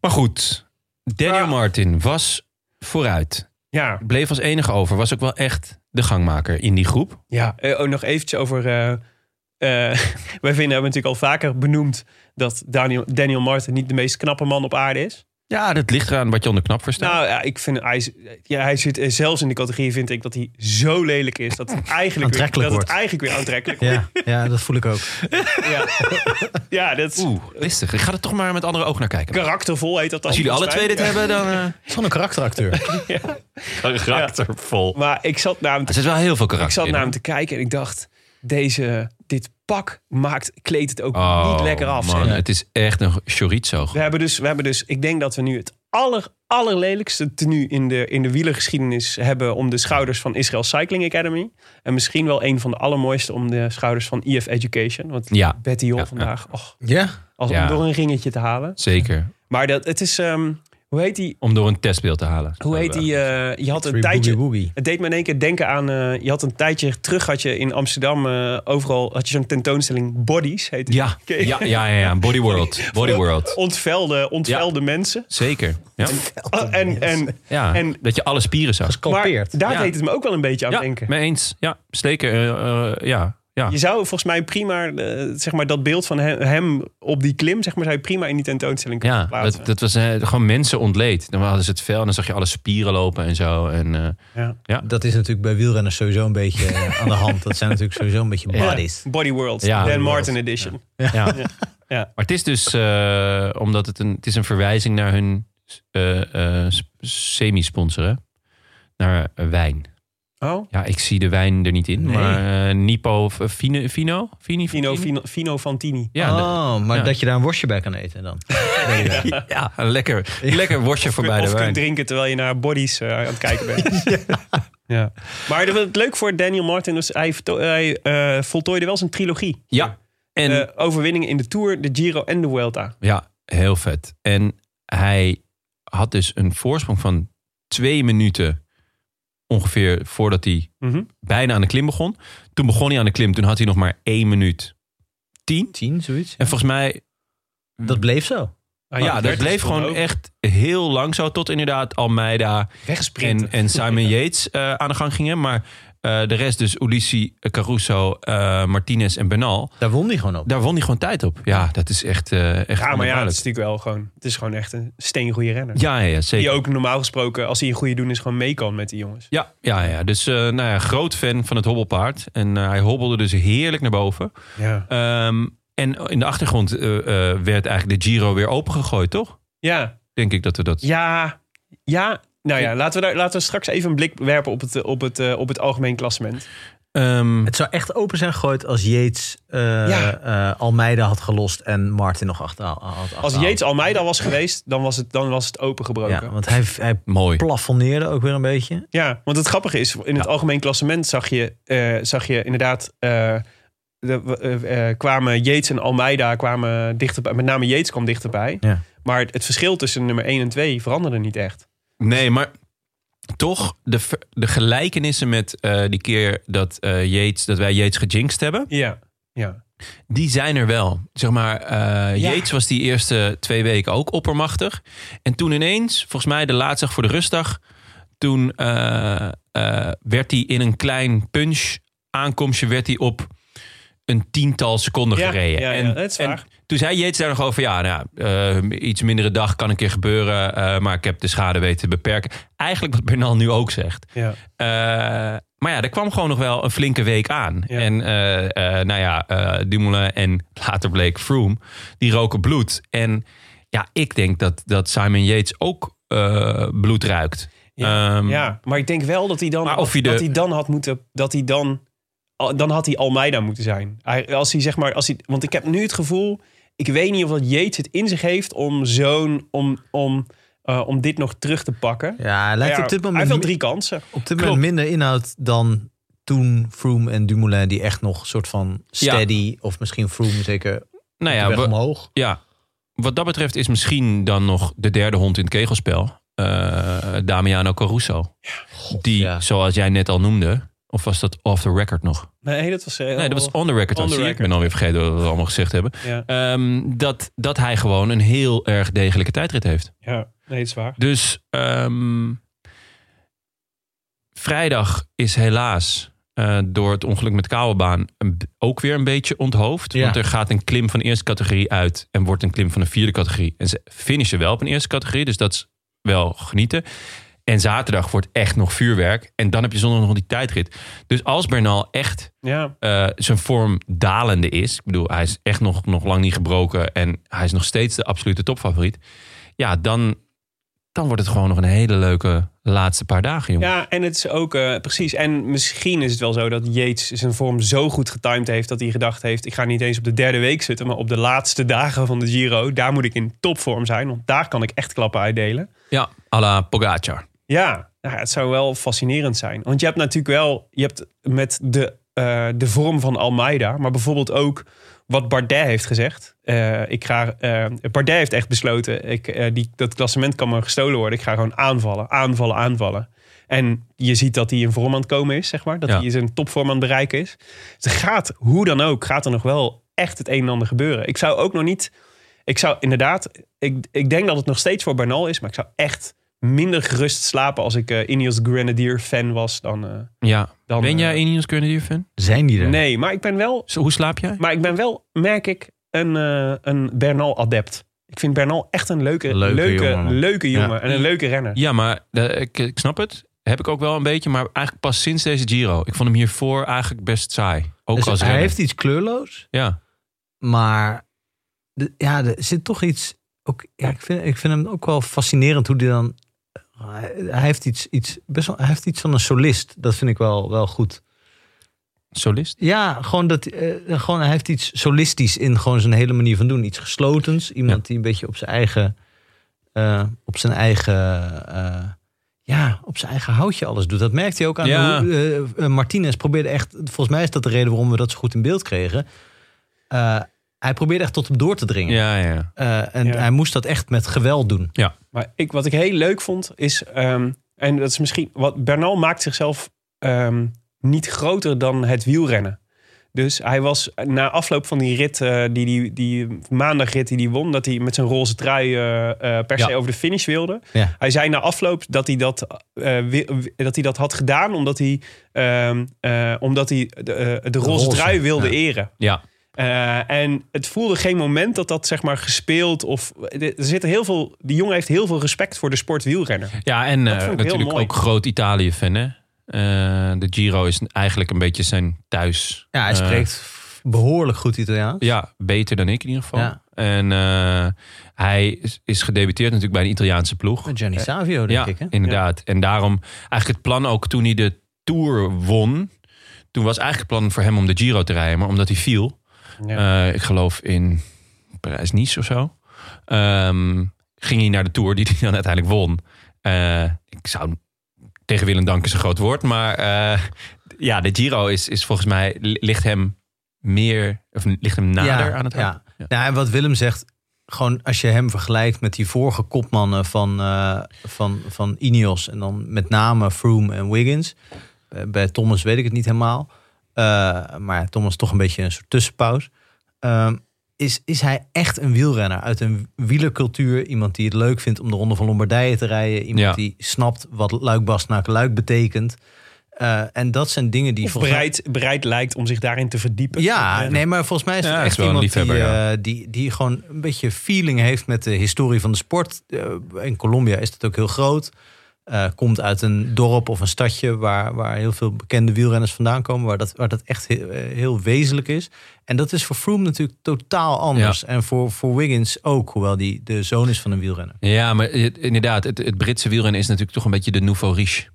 S3: Maar goed, Daniel
S8: Ja.
S3: Martin was vooruit.
S8: Ja,
S3: Bleef als enige over. Was ook wel echt de gangmaker in die groep.
S8: ja. Eh, oh, nog eventjes over. eh, [laughs] eh, wij vinden, hebben natuurlijk al vaker benoemd dat Daniel, Daniel Martin niet de meest knappe man op aarde is.
S3: Ja, dat ligt eraan wat je onder knap verstaat.
S8: Nou ja, ik vind hij, is- ja, hij zit eh, zelfs in de categorie, vind ik, dat hij zo lelijk is dat
S3: [laughs]
S8: het eigenlijk, weer,
S4: Aantrekkelijk
S8: dat
S4: wordt.
S8: het eigenlijk weer aantrekkelijk wordt.
S4: Ja, ja, dat voel ik ook.
S8: Ja, [laughs] ja dat is
S3: Oeh, listig. Ik ga er toch maar met andere ogen naar kijken.
S8: karaktervol heet dat dan.
S3: Als jullie alle
S8: volgens
S3: twee
S8: mij.
S3: dit hebben, dan...
S8: [laughs]
S3: eh
S4: Gewoon een [laughs] karakteracteur.
S3: Karaktervol.
S8: Maar ik zat naar hem te
S3: Er zit wel heel veel karakter
S8: Ik zat
S3: in,
S8: naar
S3: hoor.
S8: hem te kijken en ik dacht, deze, dit pak maakt, kleedt het ook
S3: Oh,
S8: niet lekker af.
S3: man,
S8: zeg.
S3: het is echt een chorizo.
S8: We hebben, dus, we hebben dus, ik denk dat we nu het aller, allerlelijkste tenue in de, in de wielergeschiedenis hebben om de schouders van Israel Cycling Academy. En misschien wel een van de allermooiste om de schouders van EF Education. Want
S3: Ja.
S8: Betty Jol
S3: Ja,
S8: vandaag, och,
S4: Ja?
S8: als
S3: Ja.
S8: om door een ringetje te halen.
S3: Zeker.
S8: Maar dat, het is, ehm, hoe heet die?
S3: Om door een testbeeld te halen.
S8: Hoe heet die? eh, je had een
S4: Three
S8: tijdje,
S4: Boogie Woogie.
S8: Het deed me in één keer denken aan. eh, je had een tijdje terug had je in Amsterdam eh, overal had je zo'n tentoonstelling Bodies heet die.
S3: Ja, ja,
S8: Ken je?
S3: ja, ja, ja. Body World. Body World.
S8: Ontvelde, ontvelde mensen.
S3: Zeker. Ja.
S8: Ah, en, en,
S3: Ja.
S8: En-
S3: dat je alle spieren zag.
S8: maar
S4: Kalpeert.
S8: daar
S3: Ja.
S8: deed het me ook wel een beetje aan
S3: Ja,
S8: denken.
S3: mee eens. Ja, zeker. Eh, eh, ja, ja.
S8: Je zou volgens mij prima eh, zeg maar, dat beeld van hem, hem op die klim zeg maar, zou je prima in die tentoonstelling kunnen
S3: Ja,
S8: plaatsen.
S3: dat, dat was eh, gewoon mensen ontleed. Dan hadden ze het vel en dan zag je alle spieren lopen en zo. En, eh,
S4: Dat is natuurlijk bij wielrenners sowieso een beetje eh, aan de hand. Dat zijn natuurlijk sowieso een beetje
S8: Ja,
S4: bodies.
S8: Body World,
S3: Ja,
S8: Dan
S3: Body
S8: Martin Edition.
S3: [laughs] ja.
S8: Ja.
S3: Maar het is dus, eh, omdat het een, het is een verwijzing naar hun eh, eh, s- semi-sponsor, hè? Naar eh, wijn.
S8: Oh,
S3: Ja, ik zie de wijn er niet in,
S4: Nee.
S3: maar eh, Nipo of eh, Fine, Fino? Fini,
S8: Fino, Fino, Fino Fantini.
S3: Ja, de-
S4: oh, maar
S3: ja.
S4: dat je daar een worstje bij kan eten dan.
S3: ja, een lekker, lekker worstje voorbij
S8: Ah. of
S3: de
S8: kunt
S3: wijn.
S8: drinken terwijl je naar bodies eh, aan het kijken
S3: [laughs]
S8: bent. ja. Maar dat was het leuk voor Daniel Martin was hij, verto- hij eh, voltooide wel zijn trilogie.
S3: Ja, en
S8: Eh, overwinningen in de Tour, de Giro en de Vuelta.
S3: Ja, heel vet. En hij had dus een voorsprong van twee minuten ongeveer voordat hij
S8: Mhm.
S3: bijna aan de klim begon. Toen begon hij aan de klim, toen had hij nog maar één minuut tien.
S4: Tien, zoiets.
S3: En volgens mij,
S4: Dat bleef zo.
S8: Ah,
S3: ja, dat bleef gewoon echt heel lang zo. Tot inderdaad Almeida en,
S8: wegsprinten.
S3: en
S8: [laughs]
S3: Simon Yates eh, aan de gang gingen. Maar eh, de rest dus Ulissi, Caruso, eh, Martinez en Benal.
S4: Daar won hij gewoon op.
S3: Daar won hij gewoon tijd op. Ja, dat is echt, eh echt
S8: Ja, maar ja, het is
S3: onwaarschijnlijk.
S8: natuurlijk wel gewoon. Het is gewoon echt een steengoede renner.
S3: ja, ja, ja, zeker.
S8: Die ook normaal gesproken, als hij een goede doen is, gewoon mee kan met die jongens.
S3: Ja, ja, ja. dus eh, nou ja, groot fan van het hobbelpaard. En eh, hij hobbelde dus heerlijk naar boven.
S8: Ja.
S3: Ehm, en in de achtergrond eh, eh, werd eigenlijk de Giro weer opengegooid, toch?
S8: Ja,
S3: Denk ik dat we dat...
S8: ja, ja. Nou ja, laten we, daar, laten we straks even een blik werpen op het, eh, op het, eh, op het algemeen klassement.
S3: Ehm,
S4: Het zou echt open zijn gegooid als Yates eh,
S8: Ja.
S4: eh, Almeida had gelost en Martin nog achter had achterhaald.
S8: Als Yates Almeida was geweest, dan was het, dan was het opengebroken.
S4: nou. Ja, want hij, hij
S3: mooi.
S4: plafonneerde ook weer een beetje.
S8: Ja, want het grappige is, in het
S3: Ja.
S8: algemeen klassement zag je, eh, zag je inderdaad. eh, de, eh, eh, kwamen Yates en Almeida kwamen dichterbij. Met name Yates kwam dichterbij.
S4: Ja.
S8: Maar het, het verschil tussen nummer 1 en 2 veranderde niet echt.
S3: Nee, maar toch de, ver- de gelijkenissen met eh, die keer dat, eh Yates, dat wij Yates gejinxed hebben...
S8: Ja. ja.
S3: die zijn er wel. Zeg maar, eh
S8: Ja.
S3: Yates was die eerste twee weken ook oppermachtig. En toen ineens, volgens mij de laatste dag voor de rustdag... toen eh, eh, werd hij in een klein punch aankomstje... werd hij op een tiental seconden
S8: Ja,
S3: gereden.
S8: ja, ja,
S3: en,
S8: dat is
S3: en
S8: waar.
S3: toen zei Yates daar nog over... ja, nou, ja, eh, iets mindere dag kan een keer gebeuren... eh, maar ik heb de schade weten te beperken. Eigenlijk wat Bernal nu ook zegt.
S8: ja.
S3: Eh, maar ja, er kwam gewoon nog wel een flinke week aan.
S8: Ja.
S3: En eh, eh, nou ja, eh Dumoulin en later bleek Froome, die roken bloed. En ja, ik denk dat, dat Simon Yates ook eh, bloed ruikt.
S8: Ja,
S3: Ehm,
S8: ja, maar ik denk wel dat hij dan,
S3: Maar of hij de-
S8: dat hij dan had moeten. Dat hij dan, al- dan had hij Almeida moeten zijn. Hij, als hij zeg maar, als hij, want ik heb nu het gevoel. Ik weet niet of dat Yates het in zich heeft om zo'n. Om, om, eh, om dit nog terug te pakken.
S4: Ja, hij lijkt
S8: Ja,
S4: op dit
S8: hij
S4: moment,
S8: heeft wel drie kansen.
S4: op dit
S3: Klopt.
S4: moment minder inhoud dan toen Froome en Dumoulin... die echt nog soort van steady of misschien Froome zeker
S3: nou ja,
S4: de weg
S3: wa-
S4: omhoog.
S3: ja, wat dat betreft is misschien dan nog de derde hond in het kegelspel. eh, Damiano Caruso. die,
S4: ja.
S3: zoals jij net al noemde, of was dat off the record nog?
S8: Nee, dat was. eh,
S3: Nee, dat was on the record.
S8: On
S3: al
S8: the
S3: zie je. Ik
S8: record.
S3: ben alweer vergeten wat we allemaal gezegd hebben.
S8: Ja,
S3: Ehm, dat, dat hij gewoon een heel erg degelijke tijdrit heeft.
S8: ja, nee, het is waar.
S3: Dus ehm, vrijdag is helaas eh, door het ongeluk met Kouwenbaan een b- ook weer een beetje onthoofd.
S4: Ja.
S3: Want er gaat een klim van de eerste categorie uit en wordt een klim van de vierde categorie. En ze finishen wel op een eerste categorie, dus dat is wel genieten. En zaterdag wordt echt nog vuurwerk. En dan heb je zondag nog die tijdrit. Dus als Bernal echt
S8: Ja,
S3: eh, zijn vorm dalende is. Ik bedoel, hij is echt nog, nog lang niet gebroken en hij is nog steeds de absolute topfavoriet. Ja, dan dan wordt het gewoon nog een hele leuke laatste paar dagen, jongen.
S8: Ja, en het is ook eh, precies. En misschien is het wel zo dat Yates zijn vorm zo goed getimed heeft dat hij gedacht heeft: ik ga niet eens op de derde week zitten, maar op de laatste dagen van de Giro. Daar moet ik in topvorm zijn, want daar kan ik echt klappen uitdelen.
S3: Ja, à la Pogacar.
S8: Ja, nou ja, het zou wel fascinerend zijn. Want je hebt natuurlijk wel, je hebt met de, eh, de vorm van Almeida, maar bijvoorbeeld ook wat Bardet heeft gezegd. Eh, ik ga, eh, Bardet heeft echt besloten, ik, eh, die, dat klassement kan me gestolen worden. Ik ga gewoon aanvallen, aanvallen, aanvallen. En je ziet dat hij in vorm aan het komen is, zeg maar. Dat
S3: Ja.
S8: hij zijn topvorm aan het bereiken is. Dus er gaat, hoe dan ook, gaat er nog wel echt het een en ander gebeuren. Ik zou ook nog niet... Ik zou inderdaad... Ik, ik denk dat het nog steeds voor Bernal is. Maar ik zou echt minder gerust slapen als ik eh Ineos Grenadier fan was dan... eh,
S3: Ja.
S8: dan
S3: ben jij
S8: eh,
S3: Ineos Grenadier fan?
S4: Zijn die er?
S8: Nee, maar ik ben wel...
S3: Zo, Hoe slaap jij?
S8: Maar ik ben wel, merk ik, een, eh, een Bernal-adept. Ik vind Bernal echt een leuke,
S4: Leuke
S8: leuke, leuke
S4: jongen, man.
S8: jongen. En een leuke renner.
S3: Ja, maar eh, ik, ik snap het. Heb ik ook wel een beetje, maar eigenlijk pas sinds deze Giro. Ik vond hem hiervoor eigenlijk best saai. Ook
S4: Dus
S3: als
S4: hij
S3: renner.
S4: heeft iets kleurloos,
S3: Ja,
S4: maar de- ja, er zit toch iets. Ook, ja, ik, vind, ik vind hem ook wel fascinerend hoe die dan. Hij heeft iets, iets, best wel, hij heeft iets van een solist. Dat vind ik wel, wel goed.
S3: solist.
S4: Ja, gewoon dat eh, gewoon, hij heeft iets solistisch in gewoon zijn hele manier van doen. Iets geslotens. Iemand die een beetje op zijn eigen, eh, op zijn eigen, eh, ja, op zijn eigen houtje alles doet. Dat merkte hij ook aan
S3: Ja.
S4: hoe, eh, eh, Martinez probeerde echt, volgens mij is dat de reden waarom we dat zo goed in beeld kregen. Eh, hij probeerde echt tot hem door te dringen.
S3: Ja, ja, ja.
S4: Eh, en
S8: Ja.
S4: hij moest dat echt met geweld doen.
S8: Maar ik, wat ik heel leuk vond is, ehm, en dat is misschien, wat Bernal maakt zichzelf ehm, niet groter dan het wielrennen. Dus hij was na afloop van die rit, eh, die, die, die maandagrit die hij won, dat hij met zijn roze trui eh, eh, per
S4: Ja.
S8: se over de finish wilde.
S4: Ja.
S8: Hij zei na afloop dat hij dat, eh, wi- wi- dat, hij dat had gedaan omdat hij, ehm, eh, omdat hij de, eh, de roze,
S4: roze,
S8: trui wilde
S4: ja.
S8: eren.
S3: Ja.
S8: Eh, en het voelde geen moment dat dat zeg maar gespeeld of eh, er zitten heel veel. Die jongen heeft heel veel respect voor de sport wielrenner.
S3: Ja, en eh,
S8: vond ik heel
S3: natuurlijk
S8: mooi.
S3: ook groot Italië-fan, hè? Eh, de Giro is eigenlijk een beetje zijn thuis.
S4: Ja, hij
S3: Eh,
S4: spreekt behoorlijk goed Italiaans.
S3: ja, beter dan ik in ieder geval.
S4: Ja.
S3: En eh, hij is, is gedebuteerd natuurlijk bij een Italiaanse ploeg.
S4: Met Gianni Savio, denk
S3: Eh, Ja,
S4: ik. Hè?
S3: inderdaad. En daarom eigenlijk het plan ook toen hij de Tour won. Toen was eigenlijk het plan voor hem om de Giro te rijden. Maar omdat hij viel, eh, ik geloof in Parijs-Nice of zo. ehm, ging hij naar de Tour die hij dan uiteindelijk won. Eh, ik zou tegen willen danken is een groot woord. Maar eh, ja, de Giro is, is volgens mij ligt hem meer, of ligt hem nader aan het hart.
S4: ja. Nou, en wat Willem zegt, gewoon als je hem vergelijkt met die vorige kopmannen van, eh, van, van Ineos en dan met name Froome en Wiggins. Eh, bij Thomas weet ik het niet helemaal, Eh, maar Thomas toch een beetje een soort tussenpauze. Ehm, is, is hij echt een wielrenner uit een wielercultuur? Iemand die het leuk vindt om de Ronde van Lombardije te rijden. Iemand
S3: Ja.
S4: die snapt wat luik luik betekent. Eh, en dat zijn dingen die...
S8: Of
S4: volgens mij-
S8: bereid, bereid lijkt om zich daarin te verdiepen. Eh,
S4: ja,
S8: En-
S4: nee, maar volgens mij is het
S3: Ja,
S4: echt
S3: is wel een
S4: iemand die,
S3: liefhebber, ja.
S4: eh, die, die gewoon een beetje feeling heeft met de historie van de sport. Eh, in Colombia is dat ook heel groot. Eh, komt uit een dorp of een stadje waar, waar heel veel bekende wielrenners vandaan komen. Waar dat, waar dat echt heel, eh, heel wezenlijk is. En dat is voor Froome natuurlijk totaal anders. En voor, voor Wiggins ook, hoewel die de zoon is van een wielrenner.
S3: Ja, maar het- inderdaad, het, het Britse wielrennen is natuurlijk toch een beetje de nouveau riche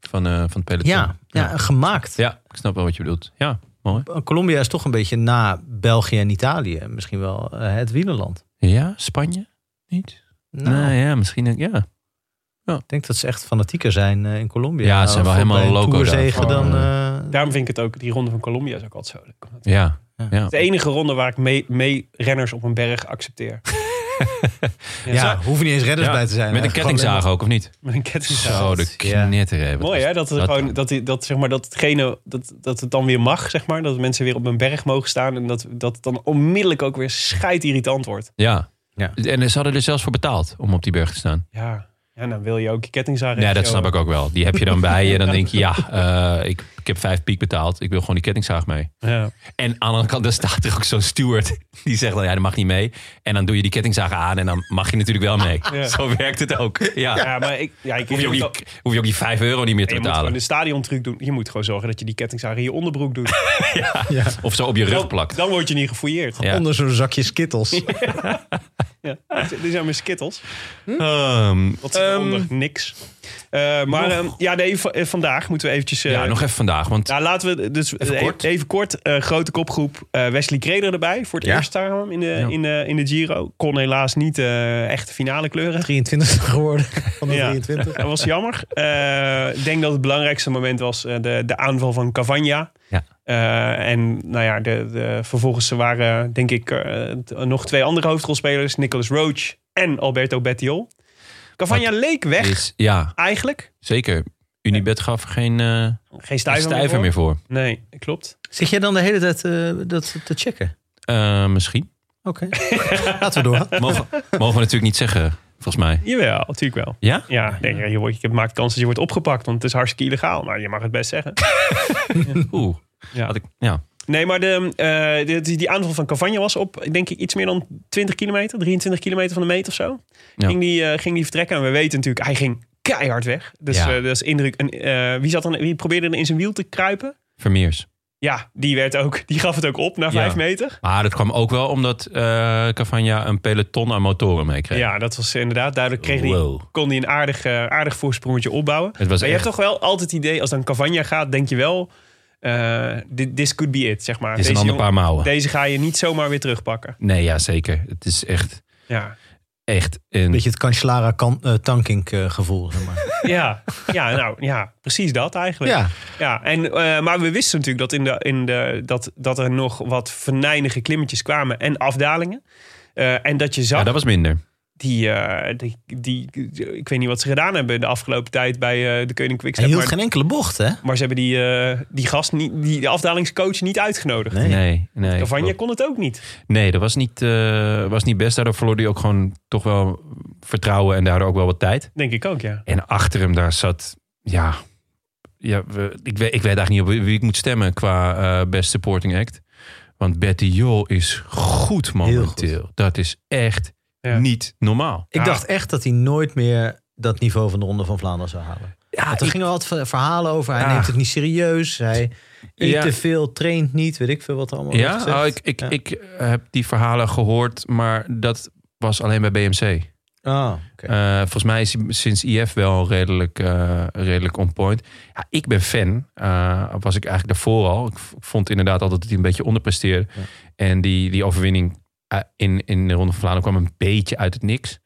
S3: van, eh, van het peloton.
S4: Ja, ja, gemaakt.
S3: Ja, ik snap wel wat je bedoelt. Ja, mooi.
S4: Colombia is toch een beetje na België en Italië. Misschien wel eh, het wielerland.
S3: Ja, Spanje? Niet?
S4: Nou,
S3: Nou ja, misschien ook, ja.
S4: Ik denk dat ze echt fanatieker zijn eh, in Colombia.
S3: Ja, ze zijn wel
S4: voor
S3: helemaal
S4: bij een
S3: loco
S4: Tourzegen
S3: daar.
S4: dan. eh,
S8: Daarom vind ik het ook, die ronde van Colombia is ook altijd zo leuk. Het
S4: [laughs]
S3: Ja,
S4: Ja.
S3: ja.
S8: is de enige ronde waar ik mee, mee renners op een berg accepteer.
S4: ja, hoeven niet eens redders
S3: Ja,
S4: bij te zijn.
S3: Met een
S4: hè. Gewoon
S3: kettingzaag ook, of niet?
S8: Met een kettingzaag.
S3: Zo, de
S4: Ja.
S3: knetter. hè. Wat nou?
S8: Mooi
S3: was
S8: hè, dat, het gewoon, dat, die- dat, zeg maar, dat, hetgene, dat, dat het dan weer mag, zeg maar. Dat mensen weer op een berg mogen staan. En dat, dat het dan onmiddellijk ook weer scheid irritant wordt.
S3: Ja.
S4: Ja.
S3: En ze hadden er zelfs voor betaald om op die berg te staan.
S8: Ja, ja dan wil je ook je kettingzaag
S3: Ja,
S8: even
S3: dat
S8: showen.
S3: snap ik ook wel. Die heb je dan bij je. En dan denk je, ja,
S8: [laughs]
S3: eh, ik, ik heb vijf piek betaald. Ik wil gewoon die kettingzaag mee. [laughs]
S8: Ja.
S3: En aan de andere kant, dan staat er ook zo'n steward. Die zegt dan, ja, dat mag niet mee. En dan doe je die kettingzaag aan en dan mag je natuurlijk wel mee.
S8: Ja.
S3: Zo werkt het ook. Ja.
S8: Ja, maar ik, ja, ik
S3: Hoef, je ook
S8: ik-
S3: die, hoef je ook die 5 euro niet meer te
S8: je moet gewoon
S3: betalen.
S8: een stadiontruc doen. Je moet gewoon zorgen dat je die kettingzaag in je onderbroek doet.
S3: Of zo op [laughs] je rug
S8: dus- dan,
S3: plakt.
S4: eh,
S8: dan word je niet gefouilleerd.
S3: Ja.
S4: [laughs] Onder zo'n zakje skittels.
S8: [laughs] Dit zijn mijn skittles.
S3: Ehm,
S8: Wat zit eronder? Niks. Eh, maar ehm, ja, nee, v- eh, vandaag moeten we eventjes... eh,
S3: ja, nog even vandaag. Want
S8: Nou, laten we dus even
S3: kort.
S8: kort, even kort eh, grote kopgroep. eh, Wesley Kreder erbij voor het
S4: Ja.
S8: eerst daarom in de, in, de, in de Giro. Kon helaas niet eh, echt de finale kleuren.
S4: 23 geworden van de
S8: Ja. [laughs]
S4: 23.
S8: Dat was jammer. Eh, Ik denk dat het belangrijkste moment was eh, de, de aanval van Cavagna.
S3: Ja.
S8: Eh, en nou ja, de, de, vervolgens waren denk ik eh, t- nog twee andere hoofdrolspelers. Nicolas Roach en Alberto Bettiol. Cavagna leek weg
S3: is, ja,
S8: eigenlijk.
S3: zeker. Unibet gaf geen eh
S8: Geen
S3: stijver,
S8: stuiver, meer, voor.
S3: meer voor.
S8: Nee, klopt.
S4: Zit jij dan de hele tijd eh, dat te checken?
S3: Eh, misschien.
S4: Oké. [laughs] Laten we door.
S8: [laughs]
S3: Mogen, mogen we natuurlijk niet zeggen, volgens mij.
S8: Jawel, natuurlijk wel.
S3: Ja?
S8: Ja, nee, je, wordt, je maakt kans dat je wordt opgepakt, want het is hartstikke illegaal. Maar je mag het best zeggen.
S3: Oeh.
S8: Ja.
S3: Had ik, ja.
S8: Nee, maar de, eh, de- die, die aanval van Cavagna was op, denk ik, iets meer dan 20 kilometer, 23 kilometer van de meet of zo.
S3: Ja.
S8: Ging, die, eh, ging die vertrekken en we weten natuurlijk, hij ging keihard weg. Dus
S3: Ja.
S8: eh, dat is indruk. En, eh, wie, zat dan, wie probeerde er in zijn wiel te kruipen?
S3: Vermeers.
S8: Ja, die, werd ook, die gaf het ook op na
S3: Ja.
S8: vijf meter.
S3: Maar dat kwam ook wel omdat eh Cavagna een peloton aan motoren meekreeg.
S8: Ja, dat was inderdaad duidelijk. Kreeg die,
S3: Wow.
S8: kon hij een aardig, eh, aardig voorsprongetje opbouwen.
S3: Het was
S8: maar je
S3: echt-
S8: hebt toch wel altijd het idee, als dan Cavagna gaat, denk je wel... eh, dit this could be it, zeg maar.
S3: Het is een ander
S8: jongen-
S3: paar mouwen.
S8: Deze ga je niet zomaar weer terugpakken.
S3: Nee, ja, zeker. Het is echt,
S8: Ja,
S3: echt een...
S4: Beetje het Cancellara kan, eh, tanking eh, gevoel. Zeg maar.
S8: ja. ja nou ja, precies dat eigenlijk.
S4: ja,
S8: Ja, en, eh, maar we wisten natuurlijk dat, in de, in de, dat, dat er nog wat venijnige klimmetjes kwamen en afdalingen. Eh, en dat je zag
S3: Ja, dat was minder.
S8: die, eh, die, die, ik weet niet wat ze gedaan hebben de afgelopen tijd bij eh, de Koning
S4: hij
S8: Quickstep.
S4: hield
S8: maar,
S4: geen enkele bocht, hè?
S8: maar ze hebben die, eh, die gast, niet, die, de afdalingscoach niet uitgenodigd.
S4: Nee.
S3: Nee, nee.
S8: Cavagna
S3: klopt.
S8: kon het ook niet.
S3: Nee, dat was niet, eh, was niet best. Daardoor verloor hij ook gewoon toch wel vertrouwen en daardoor ook wel wat tijd.
S8: Denk ik ook, ja.
S3: En achter hem daar zat, ja, ja we- ik, weet, ik weet eigenlijk niet op wie wie ik moet stemmen qua eh, Best Supporting Act. Want Betty Jol is goed momenteel. Dat is echt
S8: Ja.
S3: niet normaal.
S4: Ik
S8: Ja.
S4: dacht echt dat hij nooit meer dat niveau van de Ronde van Vlaanderen zou halen.
S3: Ja,
S4: Want er Ah, gingen altijd ver- verhalen over. Hij
S3: Ah.
S4: neemt het niet serieus. Hij eet
S3: Ja.
S4: te veel, traint niet. Weet ik veel wat er allemaal wordt
S3: ja?
S4: gezegd.
S3: Oh, ik, ik,
S4: Ja.
S3: ik heb die verhalen gehoord, maar dat was alleen bij BMC.
S4: Ah, oké.
S3: Eh, volgens mij is hij sinds IF wel redelijk, eh, redelijk on point. Ja, ik ben fan. eh, was ik eigenlijk daarvoor al. Ik v- vond inderdaad altijd dat hij een beetje onderpresteerde.
S4: Ja.
S3: En die, die overwinning eh, in, in de Ronde van Vlaanderen kwam een beetje uit het niks.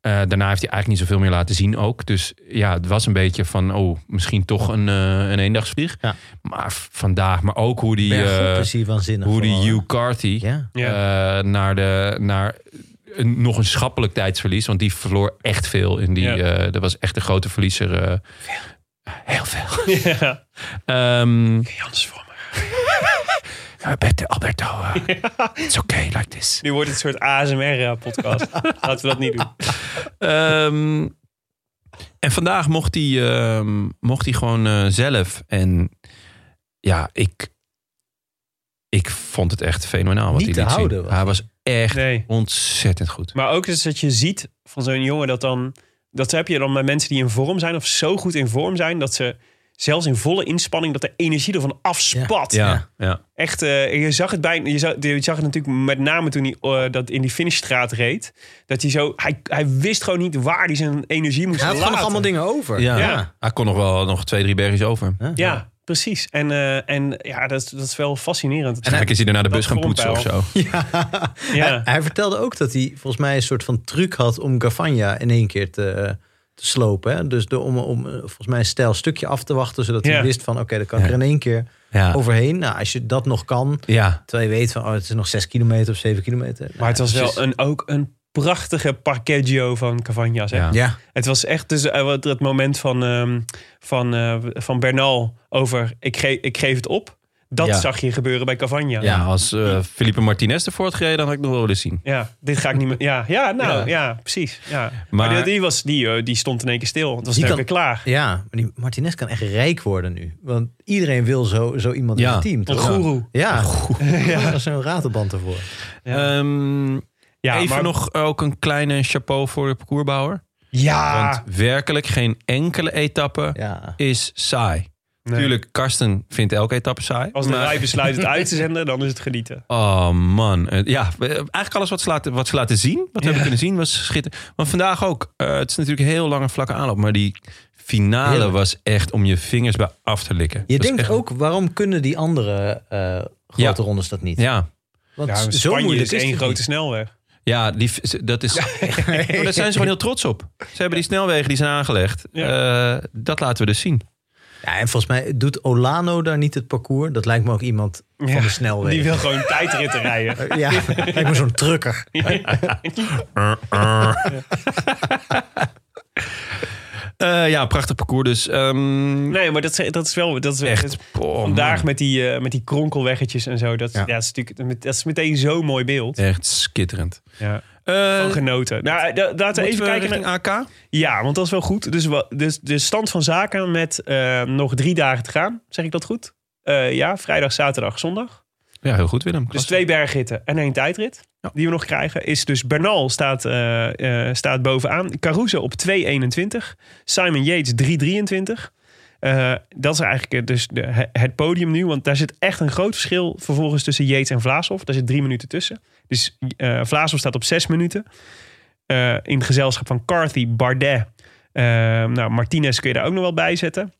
S3: Eh, daarna heeft hij eigenlijk niet zoveel meer laten zien ook. Dus ja, het was een beetje van, oh, misschien toch een, eh een eendagsvlieg.
S4: Ja.
S3: Maar v- vandaag, maar ook hoe die,
S4: Bergop
S3: eh
S4: is hier waanzinnig.
S3: hoe die
S4: Nou, gewoon.
S3: Hugh Carty...
S4: Ja.
S8: Ja.
S3: Eh, naar, de, naar een, nog een schappelijk tijdsverlies. Want die verloor echt veel. In die,
S8: Ja.
S3: eh, dat was echt een grote verliezer. eh. Heel veel. [laughs]
S8: ja.
S3: Ehm
S8: Jans voor
S3: [laughs]
S8: me.
S3: Alberto, Alberto eh, [laughs] it's okay like this.
S8: Nu wordt het een soort [laughs] ASMR-podcast. Laten we dat niet doen.
S3: Ehm, en vandaag mocht hij, ehm, mocht hij gewoon eh, zelf. En ja, ik, ik vond het echt fenomenaal wat hij
S4: Niet te
S3: liet zien.
S4: houden was
S3: Hij was echt
S8: Nee.
S3: ontzettend goed.
S8: Maar ook is dat je ziet van zo'n jongen dat dan... Dat heb je dan bij mensen die in vorm zijn of zo goed in vorm zijn... dat ze zelfs in volle inspanning dat de energie ervan afspat.
S3: Ja, ja.
S8: Echt, eh, je zag het bijna... Je zag, je zag het natuurlijk met name toen hij eh, dat in die finishstraat reed. Dat hij zo... Hij, hij wist gewoon niet waar hij zijn energie moest
S4: Hij had gewoon
S8: laten.
S4: nog allemaal dingen over.
S3: ja.
S8: Ja.
S3: Hij kon nog wel nog twee, drie bergjes over.
S8: Ja, precies. En, eh, en ja, dat, is- dat is wel fascinerend.
S3: En eigenlijk is hij daarna de
S8: Dat
S3: bus gaan poetsen of
S8: vormpeil.
S3: zo.
S4: Ja. Hij,
S8: ja.
S4: hij vertelde ook dat hij volgens mij een soort van truc had om Gavanja in één keer te, te slopen. Hè? Dus de, om, om eh, volgens mij een stijl stukje af te wachten, zodat hij
S8: Ja.
S4: wist van oké, dan kan ik
S3: Ja.
S4: er in één keer
S8: [laughs]
S3: Ja.
S4: overheen. Nou, als je dat nog kan,
S3: ja.
S4: terwijl je weet van oh, het is nog zes kilometer of zeven kilometer. Nou,
S8: Maar het was
S4: precies.
S8: wel een, ook een prachtige parkeggio van Cavagna. zeg.
S3: Ja.
S4: Ja,
S8: Het was echt dus, eh, wat- het moment van, ehm, van, eh, van Bernal over ik, ge- ik geef het op. Dat
S3: Ja.
S8: zag je gebeuren bij Cavagna.
S3: ja, als eh Felipe Martinez ervoor had gereden, dan had ik nog wel willen zien.
S8: Ja, dit ga ik niet meer. Ja, ja nou ja,
S4: Ja.
S8: precies. Ja. Maar,
S3: Maar-
S8: die, die was, die, eh, die stond in één keer stil. Het was
S4: Die
S8: lekker
S4: kan-
S8: klaar.
S4: ja, maar die Martinez kan echt rijk worden nu. Want iedereen wil zo, zo iemand
S3: Ja.
S4: in het team.
S8: Een
S4: toch?
S8: goeroe.
S4: Ja, [laughs] ja. is een ratenband ervoor. Eh,
S3: Ehm,
S8: Ja,
S3: even
S8: maar-
S3: nog ook een kleine chapeau voor de parcoursbouwer.
S8: Ja,
S3: Want werkelijk geen enkele etappe
S4: Ja.
S3: is saai. Tuurlijk, Karsten vindt elke etappe saai.
S8: Als de
S3: maar-
S8: rij besluit het
S4: [laughs]
S8: uit te zenden, dan is het genieten.
S3: Oh man. Eh, Ja, we- eigenlijk alles wat ze laten, wat ze laten zien, wat we hebben kunnen zien, was schitterend. Want vandaag ook, eh, het is natuurlijk een heel lange vlakke aanloop, maar die finale
S4: Heerlijk.
S3: was echt om je vingers bij af te likken.
S4: Je
S3: Dat is
S4: denkt
S3: echt-
S4: ook, waarom kunnen die andere eh, grote
S3: Ja.
S4: rondes dat niet?
S3: Ja,
S4: Want
S8: Ja,
S4: zo
S8: Spanje
S4: moeilijk
S8: is
S4: is
S8: één
S4: het
S8: grote
S4: niet.
S8: snelweg.
S3: ja die, dat [laughs] is, Maar daar zijn ze gewoon heel trots op. Ze hebben die snelwegen die zijn aangelegd. Eh, dat laten we dus zien.
S4: Ja, en volgens mij doet Olano daar niet het parcours. Dat lijkt me ook iemand van de snelweg.
S8: Die wil gewoon tijdritten
S3: [laughs]
S4: [laughs]
S8: rijden.
S4: Ja, lijkt me zo'n trucker.
S3: [laughs] Eh, ja, prachtig parcours dus. ehm,
S8: Nee, maar dat, is- dat is wel... Dat is,
S3: Echt. Oh,
S8: Vandaag
S3: man.
S8: met die, eh, met die kronkelweggetjes en zo. Dat, is- ja. dat, is natuurlijk, dat is meteen zo'n mooi beeld.
S3: Echt skitterend.
S8: Ja.
S3: Eh,
S8: Van genoten. Nou, da- laten we
S3: moeten
S8: even
S3: we
S8: kijken
S3: richting
S8: naar...
S3: AK.
S8: Ja, want dat is wel goed. Dus, wa- dus de stand van zaken met eh, nog drie dagen te gaan. Zeg ik dat goed? Eh, ja, vrijdag, zaterdag, zondag.
S3: Ja, heel goed Willem.
S8: Dus
S3: Klasse.
S8: twee bergritten en één tijdrit.
S3: Ja.
S8: Die we nog krijgen. Is dus Bernal staat, eh, eh, staat bovenaan. Caruso op 2.21. Simon Yates 3.23. Eh, dat is eigenlijk eh, dus de, he- het podium nu. Want daar zit echt een groot verschil vervolgens tussen Yates en Vlaashoff. Daar zit drie minuten tussen. Dus eh Vlaashoff staat op zes minuten. Eh, in het gezelschap van Carthy, Bardet. eh, nou, Martinez kun je daar ook nog wel bij zetten.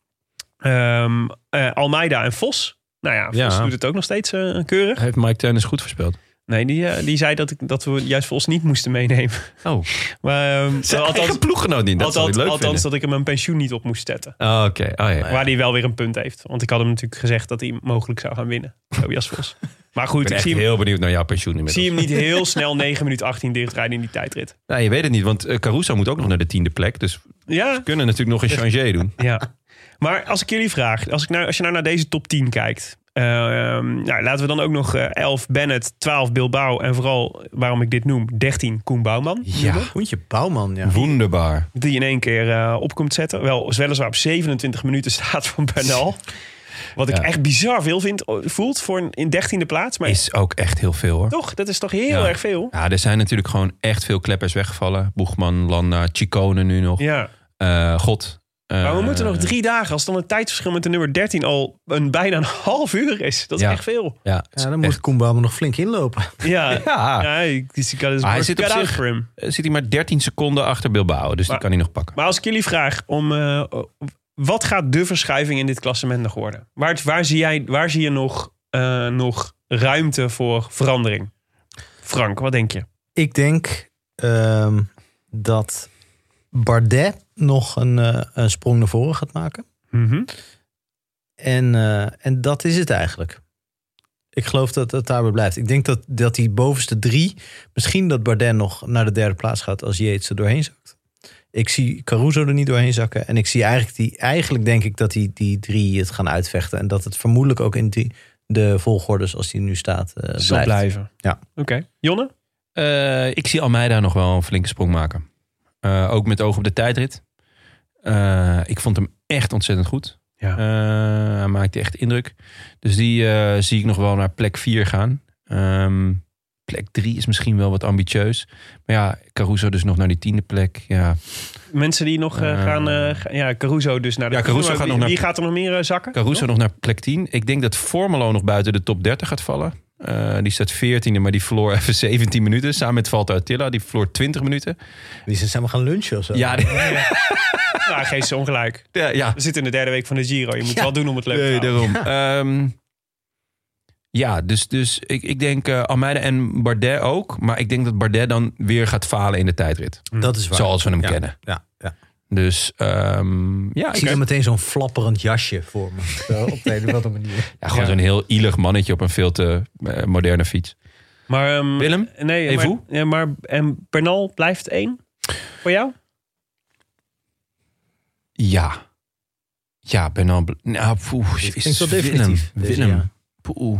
S8: Ehm, eh, Almeida en Vos. Nou ja, Vos
S3: Ja.
S8: doet het ook nog steeds eh, keurig.
S3: Heeft Mike Tennis goed voorspeld.
S8: Nee, die, eh, die zei dat, ik, dat we juist voor ons niet moesten meenemen.
S3: [laughs]
S8: [laughs]
S3: Oh,
S8: Maar, ehm,
S3: zijn
S8: althans,
S3: eigen ploeggenoot niet. Dat
S8: althans,
S3: zou ik leuk
S8: althans
S3: vinden.
S8: dat ik hem een pensioen niet op moest zetten.
S3: Oh, Oké, oh, ja.
S8: Waar hij wel weer een punt heeft. Want ik had hem natuurlijk gezegd dat hij mogelijk zou gaan winnen. Tobias
S3: [laughs]
S8: Vos. Maar
S3: ik
S8: goed,
S3: ben
S8: ik
S3: echt
S8: zie hem,
S3: heel benieuwd naar jouw pensioen
S8: ik
S3: inmiddels.
S8: zie hem niet
S3: [laughs]
S8: heel snel 9 minuten 18 dichtrijden in die tijdrit.
S3: Nou, je weet het niet, want eh, Caruso moet ook nog naar de tiende plek. Dus we
S8: Ja,
S3: kunnen natuurlijk nog een changé doen.
S8: ja. Maar als ik jullie vraag, als, ik nou, als je nou naar deze top 10 kijkt. eh, ehm, nou, laten we dan ook nog eh, 11 Bennett, 12 Bilbao en vooral, waarom ik dit noem, 13 Koen Bouwman.
S3: Ja,
S4: Hoentje Bouwman, ja.
S3: wonderbaar.
S8: die in één keer eh, op komt zetten. Wel, weliswaar op 27 minuten [laughs] staat van Bernal. Wat ik
S3: Ja.
S8: echt bizar veel vind, voelt voor een in dertiende plaats. Maar
S3: Is ook echt heel veel hoor.
S8: toch, dat is toch heel
S3: Ja.
S8: erg veel.
S3: Ja, er zijn natuurlijk gewoon echt veel kleppers weggevallen. Boegman, Landa, Chicone nu nog.
S8: Ja,
S3: Eh, God. Eh,
S8: maar we moeten nog drie dagen. Als dan het tijdverschil met de nummer 13 al een, bijna een [laughs] half uur is. Dat is
S3: Ja.
S8: echt veel.
S3: Ja, het is
S4: Ja, dan
S3: echt-
S4: moet Koen Bouwman nog flink inlopen.
S8: Ja,
S3: Ja.
S8: ja ik- ik- ik-
S3: Maar hij
S8: ik-
S3: zit op
S8: cut out
S3: zich.
S8: for him.
S3: eh, zit hij maar 13 seconden achter Bilbao. Dus
S8: Maar-
S3: die kan hij nog pakken.
S8: Maar als ik jullie vraag om... eh, wat gaat de verschuiving in dit klassement nog worden? Waar, waar, zie, jij, waar zie je nog, eh, nog ruimte voor verandering? Frank, wat denk je?
S4: Ik denk ehm, dat Bardet nog een, eh, een sprong naar voren gaat maken. En, eh, en dat is het eigenlijk. Ik geloof dat het daarbij blijft. Ik denk dat, dat die bovenste drie... misschien dat Bardet nog naar de derde plaats gaat... als Yates er doorheen zakt. Ik zie Caruso er niet doorheen zakken. En ik zie eigenlijk, die, eigenlijk denk ik dat die, die drie het gaan uitvechten. En dat het vermoedelijk ook in die, de volgordes als die nu staat eh,
S8: Zal
S4: blijft.
S8: blijven.
S4: Ja.
S8: Oké. Jonne?
S3: Eh, ik zie Almeida nog wel een flinke sprong maken. Eh, ook met oog op de tijdrit. Eh, ik vond hem echt ontzettend goed.
S8: Ja.
S3: Eh, hij maakte echt indruk. Dus die eh, zie ik nog wel naar plek 4 gaan. Ehm, plek 3 is misschien wel wat ambitieus. Maar ja, Caruso dus nog naar die tiende plek. Ja,
S8: Mensen die nog eh,
S3: Eh.
S8: gaan... eh, ga- ja, Caruso dus naar de...
S3: Ja, Caruso
S8: Maar
S3: gaat
S8: wie,
S3: nog naar-
S8: Wie gaat er nog meer eh, zakken?
S3: Caruso nog naar plek 10. Ik denk dat Formelo nog buiten de top 30 gaat vallen. Eh, die staat 14e, maar die verloor even 17 minuten. Samen met Valto Attila, die verloor 20 minuten.
S4: Die zijn samen gaan lunchen of zo.
S3: Ja, die- [laughs]
S8: Nou, geef ze ongelijk.
S3: ja, ja.
S8: We zitten in de derde week van de Giro. Je moet wel doen om het leuk te
S3: Nee,
S8: houden.
S3: daarom. [laughs] Ehm, ja, dus, dus ik, ik denk eh Almeida en Bardet ook. Maar ik denk dat Bardet dan weer gaat falen in de tijdrit.
S4: Dat is waar.
S3: Zoals we hem
S4: Ja,
S3: kennen.
S4: Ja, ja.
S3: Dus ehm, ja,
S4: Ik
S3: ik
S4: zie er meteen zo'n flapperend jasje voor me. Zo, op de een of andere
S3: [laughs]
S4: manier.
S3: ja, gewoon zo'n heel ielig mannetje op een veel te eh, moderne fiets.
S8: Maar, ehm,
S3: Willem?
S8: Nee,
S3: Evoe?
S8: Maar, ja, maar en Bernal blijft één? Voor jou?
S3: Ja. Ja, Bernal. Bl- Nou, poeh,
S4: klinkt
S3: jezus,
S4: wel definitief,
S3: Willem,
S4: deze,
S3: Willem.
S4: ja.
S3: Poeh.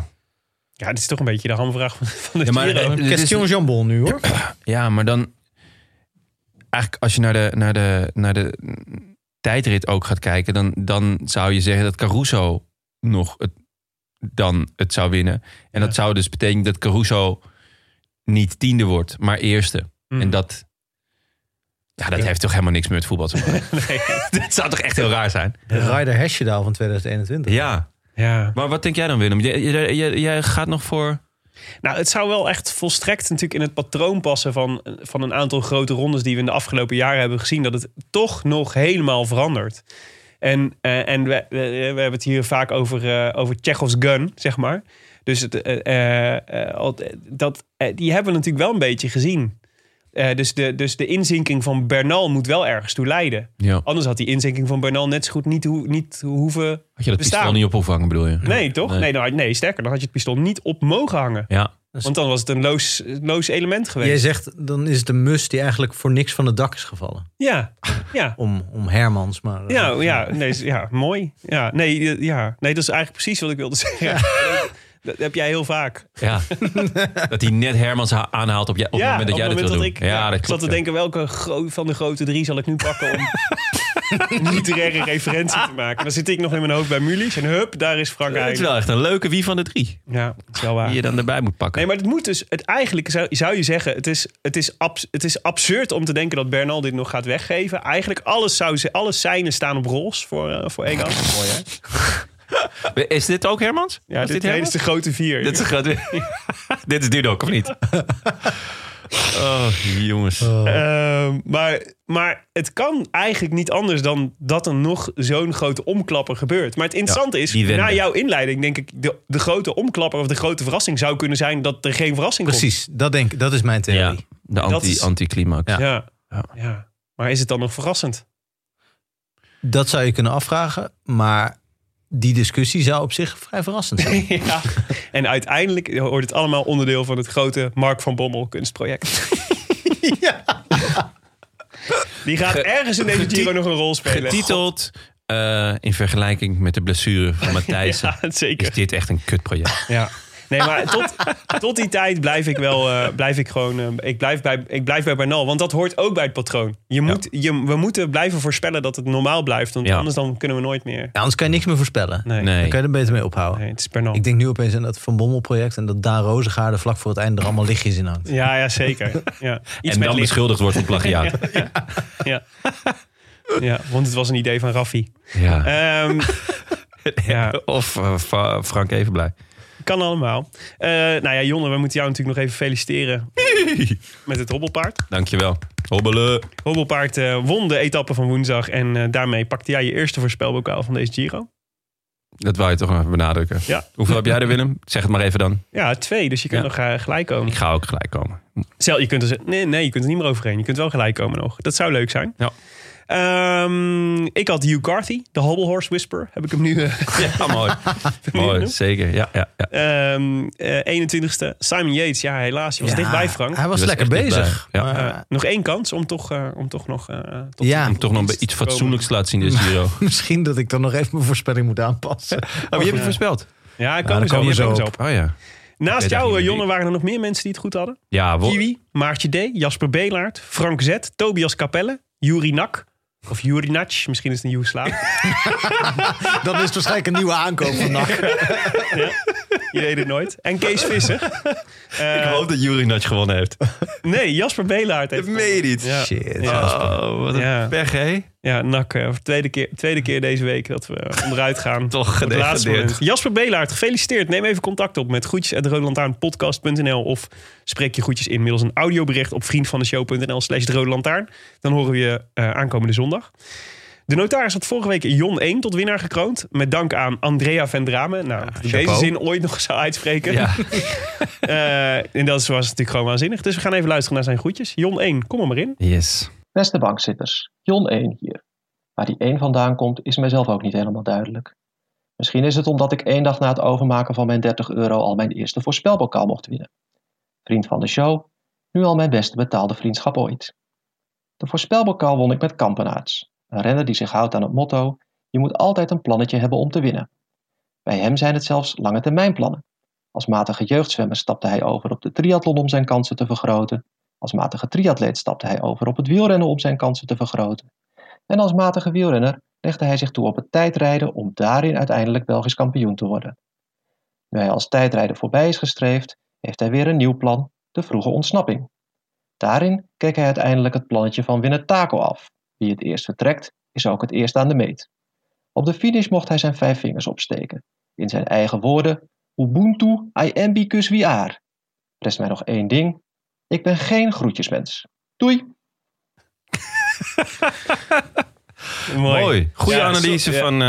S8: Ja, dit is toch een beetje de hamvraag van, van de
S3: Ja, maar,
S8: Giro.
S3: eh, dit is-
S4: Question Jambon nu hoor.
S3: Ja, maar dan... Eigenlijk als je naar de, naar de, naar de mm, tijdrit ook gaat kijken... Dan, dan zou je zeggen dat Caruso nog het, dan het zou winnen. En dat zou dus betekenen dat Caruso niet tiende wordt, maar eerste.
S8: Mm.
S3: En dat... Hmm. Ja, dat heeft toch helemaal niks meer met voetbal te [laughs] maken? dat zou toch echt heel raar zijn?
S4: De Ryder Hesjedal van 2021.
S3: Ja.
S8: Ja.
S3: Maar wat denk jij dan, Willem? Jij, jij- jij- jij gaat nog voor...
S8: Nou, het zou wel echt volstrekt natuurlijk in het patroon passen van, van een aantal grote rondes die we in de afgelopen jaren hebben gezien. Dat het toch nog helemaal verandert. En, eh, en we, we, we hebben het hier vaak over, eh, over Chekhov's gun, zeg maar. Dus het, eh, eh, eh, al- dat, eh, die hebben we natuurlijk wel een beetje gezien. Eh, dus, de, dus de inzinking van Bernal moet wel ergens toe leiden.
S3: Ja.
S8: Anders had die inzinking van Bernal net zo goed niet, hoe- niet hoeven.
S3: Had je dat
S8: Bestaan.
S3: pistool niet op hoeven hangen, bedoel je?
S8: Nee, toch?
S3: Nee.
S8: Nee. dan had- nee, sterker, dan had je het pistool niet op mogen hangen.
S3: Ja.
S8: Want dan was het een loos, loos element
S4: Jij
S8: geweest.
S4: zegt, dan is het een mus die eigenlijk voor niks van het dak is gevallen.
S8: Ja, ja.
S4: Om, om Hermans, maar... eh,
S8: Ja, Oh, ja, nee, is- ja, mooi. Ja, nee, eh, ja, nee, dat is eigenlijk precies wat ik wilde zeggen. Dat, [laughs] dat heb jij heel
S3: [laughs]
S8: vaak.
S3: Ja. dat hij net Hermans ha- aanhaalt op, jij, op het moment dat jij dat wil doen.
S8: ik ja,
S3: dat
S8: ik zat
S3: klopt,
S8: te
S3: ja.
S8: denken welke gro- van de grote drie zal ik nu pakken om [laughs] een literaire referentie te maken. Dan zit ik nog in mijn hoofd bij Mulies en hup, daar is Frank
S3: Het is
S8: Heijn.
S3: wel echt een leuke wie van de drie.
S8: Ja, dat is wel waar.
S3: Die je dan erbij moet pakken.
S8: Nee, maar het moet dus. Het eigenlijk zou, zou je zeggen: het is, het, is abs- het is absurd om te denken dat Bernal dit nog gaat weggeven. Eigenlijk alles zou ze, alle seinen staan op rols voor, eh voor Egan. Mooi, hè?
S3: Is dit ook Hermans?
S8: Ja,
S3: Was
S8: dit, dit is
S3: Hermans?
S8: de grote vier.
S3: Dit is,
S8: [laughs]
S3: groot- [laughs] dit is Dudok, of niet? oh, jongens.
S8: Ehm, maar, maar het kan eigenlijk niet anders dan dat er nog zo'n grote omklapper gebeurt. Maar het interessante
S3: Ja,
S8: is,
S3: die wende.
S8: na jouw inleiding denk ik... De, de grote omklapper of de grote verrassing zou kunnen zijn dat er geen verrassing
S4: Precies, dat, denk, ik- dat is mijn
S3: Ja,
S4: theorie.
S3: de
S8: Dat
S3: anti,
S8: is-
S3: anticlimax.
S8: komt.
S3: Ja.
S8: Ja.
S3: Ja.
S8: Ja. Maar is het dan nog verrassend?
S4: Dat zou je kunnen afvragen, maar die discussie zou op zich vrij verrassend zijn.
S8: [laughs] ja. En uiteindelijk hoort het allemaal onderdeel van het grote Mark van Bommel kunstproject. Die gaat ergens in deze Giro nog een rol spelen.
S3: Getiteld eh, in vergelijking met de blessure
S8: [laughs]
S3: van Matthijs.
S8: Ja, zeker.
S3: Is dit echt een kutproject?
S8: Ja. Nee, maar tot, tot die tijd blijf ik wel, eh, blijf ik gewoon, eh, ik, blijf bij, ik blijf bij Bernal. Want dat hoort ook bij het patroon. Je moet, je, we moeten blijven voorspellen dat het normaal blijft. Want
S3: Ja.
S8: anders dan kunnen we nooit meer.
S4: Ja, anders kan je niks meer voorspellen.
S8: Nee, nee.
S3: Nee.
S4: Dan kan je er beter mee ophouden.
S8: het is Bernal.
S4: Ik denk nu opeens aan dat Van Bommel project en dat Daan Rozengaarde vlak voor het einde er allemaal lichtjes in hangt.
S8: Ja, ja, zeker.
S3: [laughs]
S8: Ja. Iets
S3: en dan
S8: met licht.
S3: beschuldigd
S8: [laughs]
S3: wordt van plagiaat.
S8: Ja. ja, want het was een idee van Raffi.
S3: ja.
S8: Ehm, ja.
S3: [laughs] Of eh, Fra- Frank Evenblij.
S8: Kan allemaal. Eh, nou ja, Jonne, we moeten jou natuurlijk nog even
S3: [laughs]
S8: feliciteren met het hobbelpaard.
S3: Dankjewel. Hobbelen.
S8: Hobbelpaard eh, won de etappe van woensdag en eh, daarmee pakte jij je eerste voorspelbokaal van deze Giro.
S3: Dat wou je toch nog even benadrukken.
S8: Ja.
S3: Hoeveel heb jij er, Willem? Zeg het maar even dan.
S8: Ja, twee, dus je kunt
S3: Ja.
S8: nog eh, gelijk komen.
S3: Ik ga ook gelijk komen.
S8: Stel, je kunt er, nee, nee, je kunt er niet meer overheen. Je kunt wel gelijk komen nog. Dat zou leuk zijn.
S3: Ja.
S8: Ehm, ik had Hugh Carthy, de Hobble Horse Whisperer. Heb ik hem nu... eh, [laughs]
S3: Ja, mooi. mooi, zeker. Ja, ja, ja.
S8: ehm, eh, 21ste. Simon Yates, ja helaas, je was
S4: Ja,
S8: dichtbij Frank.
S4: Hij was,
S3: Je was
S4: lekker
S3: echt
S4: bezig.
S3: dichtbij, ja.
S4: maar- [laughs]
S8: Eh, nog één kans om toch, eh, om toch nog... eh, tot
S4: ja,
S3: Om toch nog een
S8: Iets
S3: iets
S8: te komen.
S3: fatsoenlijks te laten zien in de Giro. Oh,
S4: misschien dat ik dan nog even mijn voorspelling moet aanpassen. Oh,
S3: je hebt het voorspeld.
S8: Ja,
S3: Nou,
S8: ik
S4: Ja,
S8: kan
S4: daar
S8: er zo,
S4: komen
S8: je
S4: we
S8: hebt
S4: zo
S8: hem zo op.
S3: Oh ja.
S8: Naast
S3: weet
S8: jou,
S3: eigenlijk
S8: eh,
S3: niet
S8: Jonne,
S3: wie.
S8: waren er nog meer mensen die het goed hadden.
S3: Ja, wo-
S8: Kiwi, Maartje D, Jasper Beelaert, Frank Z, Tobias Capelle, Juri Nak. Of Juri Natsch, misschien is het een Joeslaaf.
S4: Dat is waarschijnlijk een nieuwe aankoop van NAC.
S8: Je weet het nooit. En Kees
S3: [laughs]
S8: Visser. Eh,
S3: Ik hoop dat Jurinatje gewonnen heeft.
S8: Nee, Jasper Beelaert heeft...
S3: meen niet.
S8: Ja.
S4: Shit.
S8: Ja.
S3: Oh, wat een
S8: Ja.
S3: pech, hè?
S8: Ja, nak. eh, voor tweede, keer, tweede keer deze week dat we
S3: [laughs]
S8: onderuit gaan.
S3: Toch
S8: Op het laatste
S3: gedegradeerd.
S8: moment. Jasper Belaert, gefeliciteerd. Neem even contact op met groetjes.roodlantaarnpodcast.nl of spreek je groetjes in middels een audiobericht op vriendvandeshow.nl slash de Rode Lantaarn. Dan horen we je eh, aankomende zondag. De notaris had vorige week Jon 1 tot winnaar gekroond. Met dank aan Andrea van Drame. Nou, dat ik deze
S4: chapeau.
S8: zin ooit nog zou uitspreken.
S3: Ja.
S8: Eh, en dat was natuurlijk gewoon waanzinnig. Dus we gaan even luisteren naar zijn groetjes. Jon 1, kom er maar in.
S3: Yes.
S6: Beste bankzitters, Jon 1 hier. Waar die 1 vandaan komt, is mijzelf ook niet helemaal duidelijk. Misschien is het omdat ik één dag na het overmaken van mijn 30 euro al mijn eerste voorspelbokaal mocht winnen. Vriend van de show, nu al mijn beste betaalde vriendschap ooit. De voorspelbokaal won ik met Kampenaerts, een renner die zich houdt aan het motto: je moet altijd een plannetje hebben om te winnen. Bij hem zijn het zelfs lange termijn plannen. Als matige jeugdzwemmer stapte hij over op de triathlon om zijn kansen te vergroten. Als matige triatleet stapte hij over op het wielrennen om zijn kansen te vergroten. En als matige wielrenner legde hij zich toe op het tijdrijden om daarin uiteindelijk Belgisch kampioen te worden. Nu hij als tijdrijder voorbij is gestreefd, heeft hij weer een nieuw plan, de vroege ontsnapping. Daarin keek hij uiteindelijk het plannetje van Winnetako af. Wie het eerst vertrekt, is ook het eerst aan de meet. Op de finish mocht hij zijn vijf vingers opsteken. In zijn eigen woorden, Ubuntu I ambicus we are. Rest mij nog één ding. Ik ben geen groetjesmens. Doei!
S3: Mooi. Goede
S8: Ja,
S3: analyse
S8: zo- ja.
S3: van,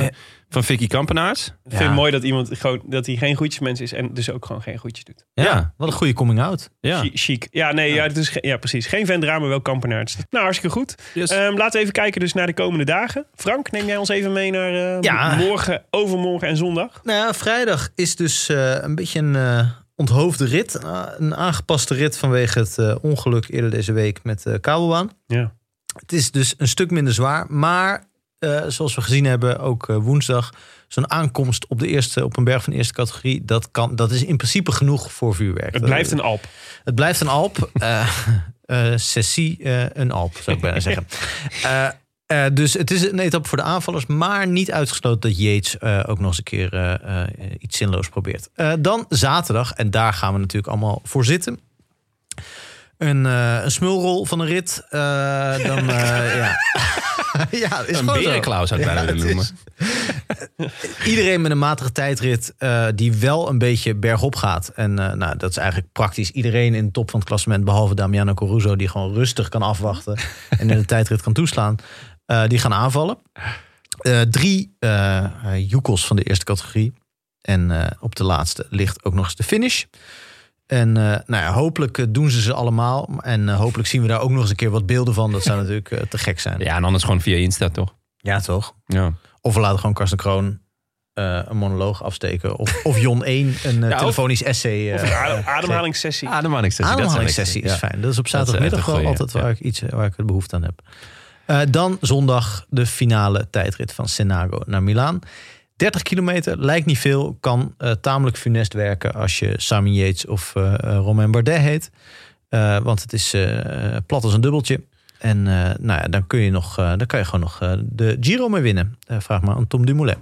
S3: eh, van Vicky Kampenaars.
S8: Ik vind het mooi dat iemand gewoon, dat hij geen goedjesmens is en dus ook gewoon geen goedjes doet.
S3: Ja, ja.
S4: Wat een goede coming out.
S8: Chi- Chic. Ja, nee, ja. dus, ge- ja, precies. Geen Vendra, maar wel Kampenaarts. Nou, hartstikke goed.
S3: Yes.
S8: Ehm, laten we even kijken dus naar de komende dagen. Frank, neem jij ons even mee naar eh,
S4: Ja.
S8: morgen, overmorgen en zondag.
S4: Nou ja, vrijdag is dus eh, een beetje een eh, onthoofde rit. Een a- een aangepaste rit vanwege het eh, ongeluk eerder deze week met de kabelbaan.
S8: Ja.
S4: Het is dus een stuk minder zwaar. Maar eh, zoals we gezien hebben, ook eh, woensdag... zo'n aankomst op, de eerste, op een berg van de eerste categorie... dat, kan, dat is in principe genoeg voor vuurwerk.
S8: Het blijft een Alp.
S4: Het blijft een Alp. eh eh, sessie eh, een Alp, zou ik bijna zeggen. Eh, eh, dus het is een etappe voor de aanvallers. Maar niet uitgesloten dat Yates eh, ook nog eens een keer eh, eh, iets zinloos probeert. Eh, dan zaterdag, en daar gaan we natuurlijk allemaal voor zitten. Een, eh, een smulrol van een rit. Eh, dan, eh, ja. [laughs] ja, is
S3: Een
S4: gewoon zo.
S3: berenklauw zou ik
S4: Ja,
S3: bijna willen
S4: het
S3: noemen.
S4: is- iedereen met een matige tijdrit eh, die wel een beetje bergop gaat. En eh, nou, dat is eigenlijk praktisch iedereen in de top van het klassement, behalve Damiano Caruso, die gewoon rustig kan afwachten en in de tijdrit kan toeslaan. eh, die gaan aanvallen. Eh, drie eh eh, joekels van de eerste categorie. En eh, op de laatste ligt ook nog eens de finish. En eh, nou ja, hopelijk eh, doen ze ze allemaal. En eh, hopelijk zien we daar ook nog eens een keer wat beelden van. Dat zou natuurlijk eh, te gek zijn.
S3: Ja, en anders gewoon via Insta, toch?
S4: ja toch?
S3: Ja.
S4: Of we laten gewoon Karsten Kroon eh, een monoloog afsteken. Of, of Jon 1 een eh,
S3: of-
S4: telefonisch essay.
S8: Nou, Of
S4: eh
S8: een ade- ademhalingssessie.
S3: Ademhalingssessie. dat zou
S4: Ademhalingssessie
S3: lekker
S4: is
S3: zijn.
S4: fijn. Dat is op
S3: Dat is
S4: zaterdagmiddag
S3: echt een
S4: wel
S3: goeie,
S4: altijd waar, ik iets, waar ik het behoefte aan heb. Eh, dan zondag de finale tijdrit van Senago naar Milaan. 30 kilometer lijkt niet veel, kan eh, tamelijk funest werken als je Sami Yates of eh eh, Romain Bardet heet. Eh, want het is eh, eh, plat als een dubbeltje. En eh, nou ja, dan, kun je nog, eh, dan kan je gewoon nog eh, de Giro mee winnen. Eh, vraag maar aan Tom Dumoulin.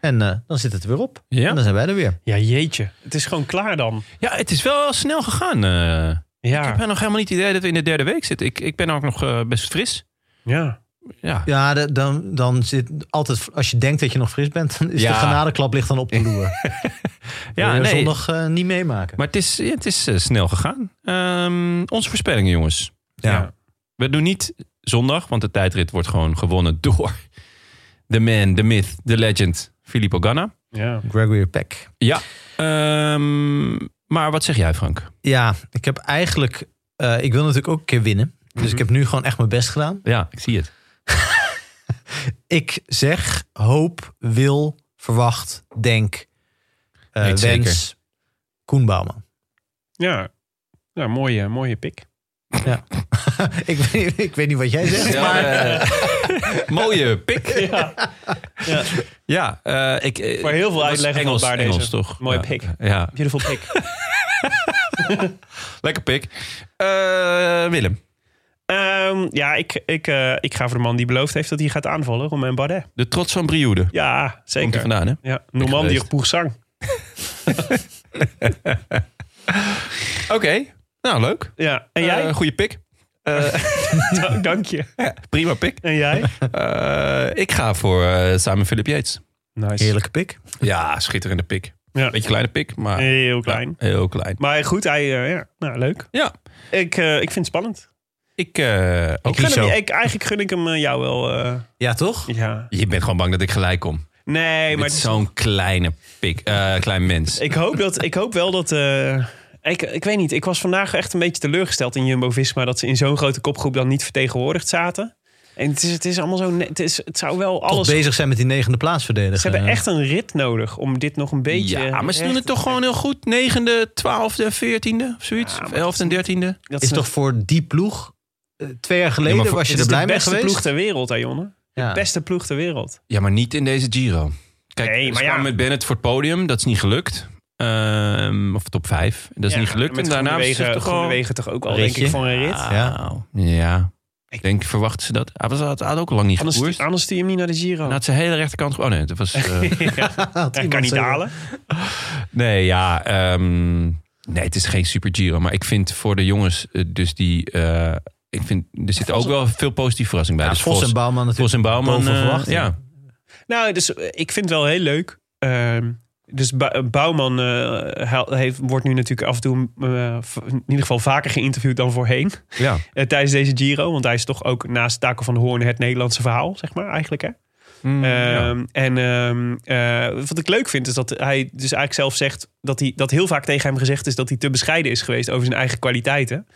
S4: En eh, dan zit het er weer op.
S3: Ja.
S4: En dan zijn wij er weer.
S8: Ja, jeetje. Het is gewoon klaar dan.
S3: Ja. ja, het is wel snel gegaan. eh. Ik
S8: Ja.
S3: heb nog helemaal niet het idee dat we in de derde week zitten. Ik, ik ben ook nog eh, best fris.
S8: ja.
S3: Ja.
S4: Ja, de- dan, dan zit altijd, als je denkt dat je nog fris bent, dan is
S3: Ja.
S4: de granadeklap ligt dan op
S8: [laughs]
S4: de loer.
S3: Ja,
S4: Wil je
S3: nee.
S4: zondag eh, niet meemaken.
S3: Maar het is, het is eh, snel gegaan. Ehm, onze voorspellingen, jongens.
S8: Ja.
S3: We doen niet zondag, want de tijdrit wordt gewoon gewonnen door de man, de myth, de legend, Filippo Ganna.
S8: Ja.
S4: Gregory Peck.
S3: Ja. Ehm, maar wat zeg jij, Frank?
S4: Ja, ik heb eigenlijk, eh, ik wil natuurlijk ook een keer winnen. Dus
S8: Mhm.
S4: ik heb nu gewoon echt mijn best gedaan.
S3: Ja, ik zie het.
S4: Ik zeg hoop, wil, verwacht, denk, eh,
S3: Weet
S4: wens,
S3: zeker.
S4: Koen Bouwman. [laughs]
S8: Ja. Ja, mooie, mooie pik.
S4: ik, weet, ik weet niet wat jij zegt, maar
S3: mooie pik. Ja,
S8: Ja.
S3: eh, ik, eh,
S8: Maar heel veel
S3: was
S8: uitleg van
S3: Engels,
S8: waar deze-
S3: Engels, toch?
S8: Mooie
S3: ja.
S8: pik.
S3: Ja,
S8: Beautiful pik.
S3: lekker pik. Eh, Willem,
S8: [laughs] Ehm, ja, ik, ik, eh, ik ga voor de man die beloofd heeft dat hij gaat aanvallen. Romain Bardet.
S3: de trots van Brioude.
S8: Ja,
S3: Komt er
S8: zeker.
S3: vandaan, hè?
S8: Ja, Normandie
S3: geweest.
S8: of Poegsang.
S3: Oké, nou leuk.
S8: Ja. En jij?
S3: Eh, goede pik.
S8: Nou, [laughs] Dank je.
S3: Prima pik.
S8: En [laughs] jij?
S3: Eh, ik ga voor eh, Simon Philip Yates.
S8: Nice.
S4: heerlijke pik.
S3: Ja, schitterende pik.
S8: Ja.
S3: Beetje kleine pik, maar
S8: Heel klein.
S3: Ja, heel klein.
S8: Maar goed, hij, eh, ja, nou, leuk.
S3: Ja.
S8: Ik, eh, ik vind het spannend.
S3: Ik, eh, ook
S8: Ik gun
S3: niet
S8: hem,
S3: zo.
S8: ik, eigenlijk gun ik hem eh, jou wel. eh,
S4: Ja, toch?
S8: ja.
S3: Je bent gewoon bang dat ik gelijk kom.
S8: Nee, maar
S3: Met zo'n kleine pik, eh, klein mens.
S8: ik, hoop dat, ik hoop wel dat... eh, ik, ik weet niet, ik was vandaag echt een beetje teleurgesteld in Jumbo-Visma... dat ze in zo'n grote kopgroep dan niet vertegenwoordigd zaten. En het is, het is allemaal zo... net- Het, is, het zou wel
S4: Toch
S8: alles...
S4: bezig zijn met die negende plaats verdedigen.
S8: Ze hebben echt een rit nodig om dit nog een beetje...
S3: ja, maar ze doen het
S8: recht-
S3: toch gewoon heel goed. Negende, twaalfde, veertiende of zoiets.
S8: Ja,
S3: of
S8: maar
S3: elfde en dertiende.
S8: Dat
S4: is
S8: ze-
S4: toch voor die ploeg... eh, twee jaar geleden
S3: maar voor-
S4: was je
S8: het
S4: er
S8: is
S4: blij
S8: de
S4: mee
S8: beste
S4: geweest.
S8: ploeg ter wereld, hè, Jonne?
S4: Ja.
S8: Beste ploeg ter wereld.
S3: Ja, maar niet in deze Giro. Kijk,
S8: Nee,
S3: ze
S8: maar ja.
S3: kwamen met Bennett voor het podium. Dat is niet gelukt. Ehm, of top vijf. Dat is
S8: Ja,
S3: niet gelukt.
S8: Met
S3: En daarna hebben ze
S8: wegen,
S3: zich toch gewoon...
S8: wegen toch ook al,
S4: Ritje.
S8: denk ik, van een rit.
S3: Ah. Ja. ja. Ik denk, verwachten ze dat? Hij was, had, had ook lang niet
S8: Anders,
S3: gekoerst.
S8: anders stuur je hem niet naar de Giro.
S3: En had zijn hele rechterkant... ge- Oh nee, dat was... eh,
S8: ja,
S4: Had
S8: hij
S4: iemand
S8: kan niet
S4: zeggen.
S8: dalen.
S3: nee, ja. ehm, Nee, het is geen super Giro. Maar ik vind voor de jongens eh, dus die... eh, ik vind, er zit ook wel veel positieve verrassing bij.
S4: Ja,
S3: dus
S4: Vos en Bouwman natuurlijk
S3: Vos en Bouwman.
S4: boven
S3: eh,
S4: verwachting.
S3: ja.
S8: Nou, dus eh, ik vind het wel heel leuk. Ehm, dus Ba- Bouwman eh, haal- heeft, wordt nu natuurlijk af en toe eh, v- in ieder geval vaker geïnterviewd dan voorheen.
S3: ja.
S8: eh, tijdens deze Giro. Want hij is toch ook naast Taco van de Hoorn het Nederlandse verhaal, zeg maar, eigenlijk. Hè? Ehm, En ehm, eh, wat ik leuk vind, is dat hij dus eigenlijk zelf zegt... Dat, hij, dat heel vaak tegen hem gezegd is dat hij te bescheiden is geweest... over zijn eigen kwaliteiten.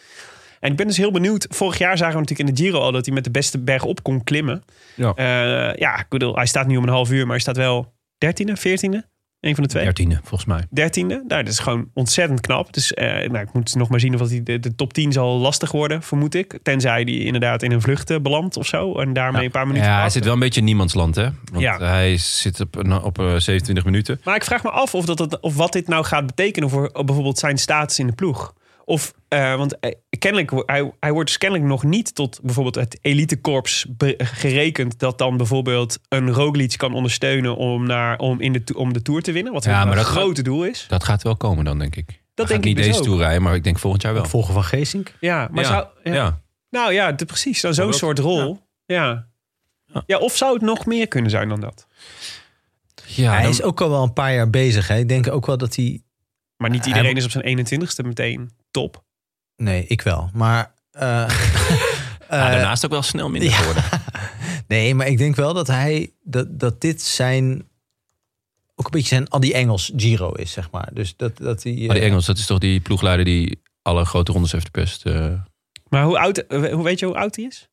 S8: En ik ben dus heel benieuwd. Vorig jaar zagen we natuurlijk in de Giro al... dat hij met de beste berg op kon klimmen.
S3: Ja.
S8: Eh, ja, ik bedoel, hij staat nu om een half uur... maar hij staat wel dertiende, veertiende? Een van de twee
S3: Dertiende, volgens mij.
S8: dertiende. Nou, dat is gewoon ontzettend knap. Dus eh, nou, ik moet nog maar zien of dat die, de, de top 10 zal lastig worden, vermoed ik. Tenzij die inderdaad in een vlucht eh, belandt of zo. En daarmee een paar minuten.
S3: Ja, hij
S8: pakt.
S3: zit wel een beetje in niemandsland, hè? Want
S8: Ja.
S3: hij zit op, nou, op eh, 27 minuten.
S8: Maar ik vraag me af of, dat, dat- of wat dit nou gaat betekenen voor eh, bijvoorbeeld zijn status in de ploeg. Of, eh, want eh, kennelijk, wo- hij, hij wordt dus kennelijk nog niet tot bijvoorbeeld het elitekorps be- gerekend. Dat dan bijvoorbeeld een Roglic kan ondersteunen om, naar, om, in de, to- om de Tour te winnen. Wat
S3: Ja,
S8: een
S3: maar dat-
S8: grote doel is.
S3: Dat gaat wel komen dan, denk ik. Dat
S8: denk ik
S3: niet
S8: dus
S3: deze
S8: ook.
S3: toer rijden, maar ik denk volgend jaar wel.
S4: Volgen van Geesink.
S8: Ja, maar
S3: ja.
S8: zou... ja.
S3: ja.
S8: Nou ja, de- precies. Dan zo'n soort rol. Ja. Ja. Of zou het nog meer kunnen zijn dan dat?
S3: Ja,
S4: hij
S3: dan-
S4: is ook al wel een paar jaar bezig. Hè. Ik denk ook wel dat hij...
S8: Maar niet
S4: Hij
S8: iedereen
S4: wo-
S8: is op zijn 21ste meteen top.
S4: Nee, ik wel.
S3: [laughs]
S4: Maar... eh,
S3: ja,
S4: eh,
S3: daarnaast ook wel snel
S8: [laughs]
S3: minder geworden.
S4: Nee, maar ik denk wel dat hij dat, dat dit zijn ook een beetje zijn Adi Engels Giro is, zeg maar. Dus dat, dat hij.
S3: Maar die
S4: eh,
S3: Engels, dat is toch die ploegleider die alle grote rondes heeft verpest. eh.
S8: Maar hoe oud, eh, hoe weet je hoe oud hij is?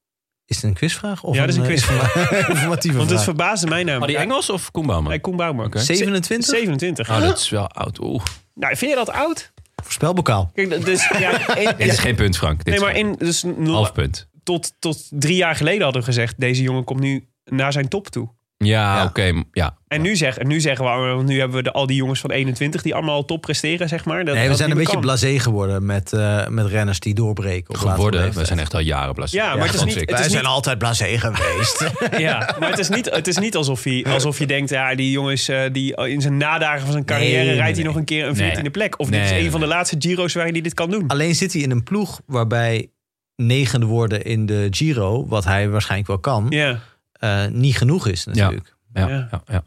S4: Is het een quizvraag? Of
S8: Ja, dat is een quizvraag. [laughs]
S4: informa- [laughs] informatieve
S8: Want het
S4: vraag?
S8: verbaasde mij
S3: Maar
S8: namelijk.
S3: Oh, die Engels of Koen Bouwman?
S8: Nee, Koen Bouwman.
S3: Oké.
S4: 27?
S8: 27.
S3: Oh, dat is wel oud. Oeh.
S8: Nou, vind je dat oud?
S4: Voorspelbokaal.
S8: Kijk, dat-
S3: [laughs]
S8: dus, ja, in-
S3: Dit is geen punt, Frank. Dit
S8: nee, maar
S3: is geen
S8: in, dus nul-
S3: half punt.
S8: tot, tot drie jaar geleden hadden we gezegd... deze jongen komt nu naar zijn top toe.
S3: Ja,
S4: Ja.
S3: oké. m- Ja.
S8: En nu, zeg, en nu zeggen we, oh, want nu hebben we de, al die jongens van 21... die allemaal al top presteren, zeg maar. Dat,
S4: Nee, we
S8: dat
S4: zijn een
S8: niet
S4: beetje
S8: meer kan.
S4: blasé geworden met, eh, met renners die doorbreken. Op latere
S3: Geworden. We
S4: leeftijd.
S3: zijn echt al jaren blasé.
S8: Ja, maar het is niet-
S3: ik.
S8: het
S4: Wij
S8: is
S4: zijn altijd blasé
S8: [laughs]
S4: geweest.
S8: Ja, maar het is niet, het is niet alsof, hij, alsof je denkt, ja, die jongens eh, die in zijn nadagen van zijn carrière
S4: Nee, nee,
S8: rijdt hij
S4: nee.
S8: nog een keer een
S3: Nee.
S8: 14e plek. Of dit
S3: Nee,
S8: is
S3: nee,
S8: een van de laatste Giro's waarin hij dit kan doen.
S4: Alleen zit hij in een ploeg waarbij negende worden in de Giro, wat hij waarschijnlijk wel kan,
S8: Ja,
S4: eh, niet genoeg is natuurlijk.
S3: Ja,
S8: Ja.
S3: ja, ja.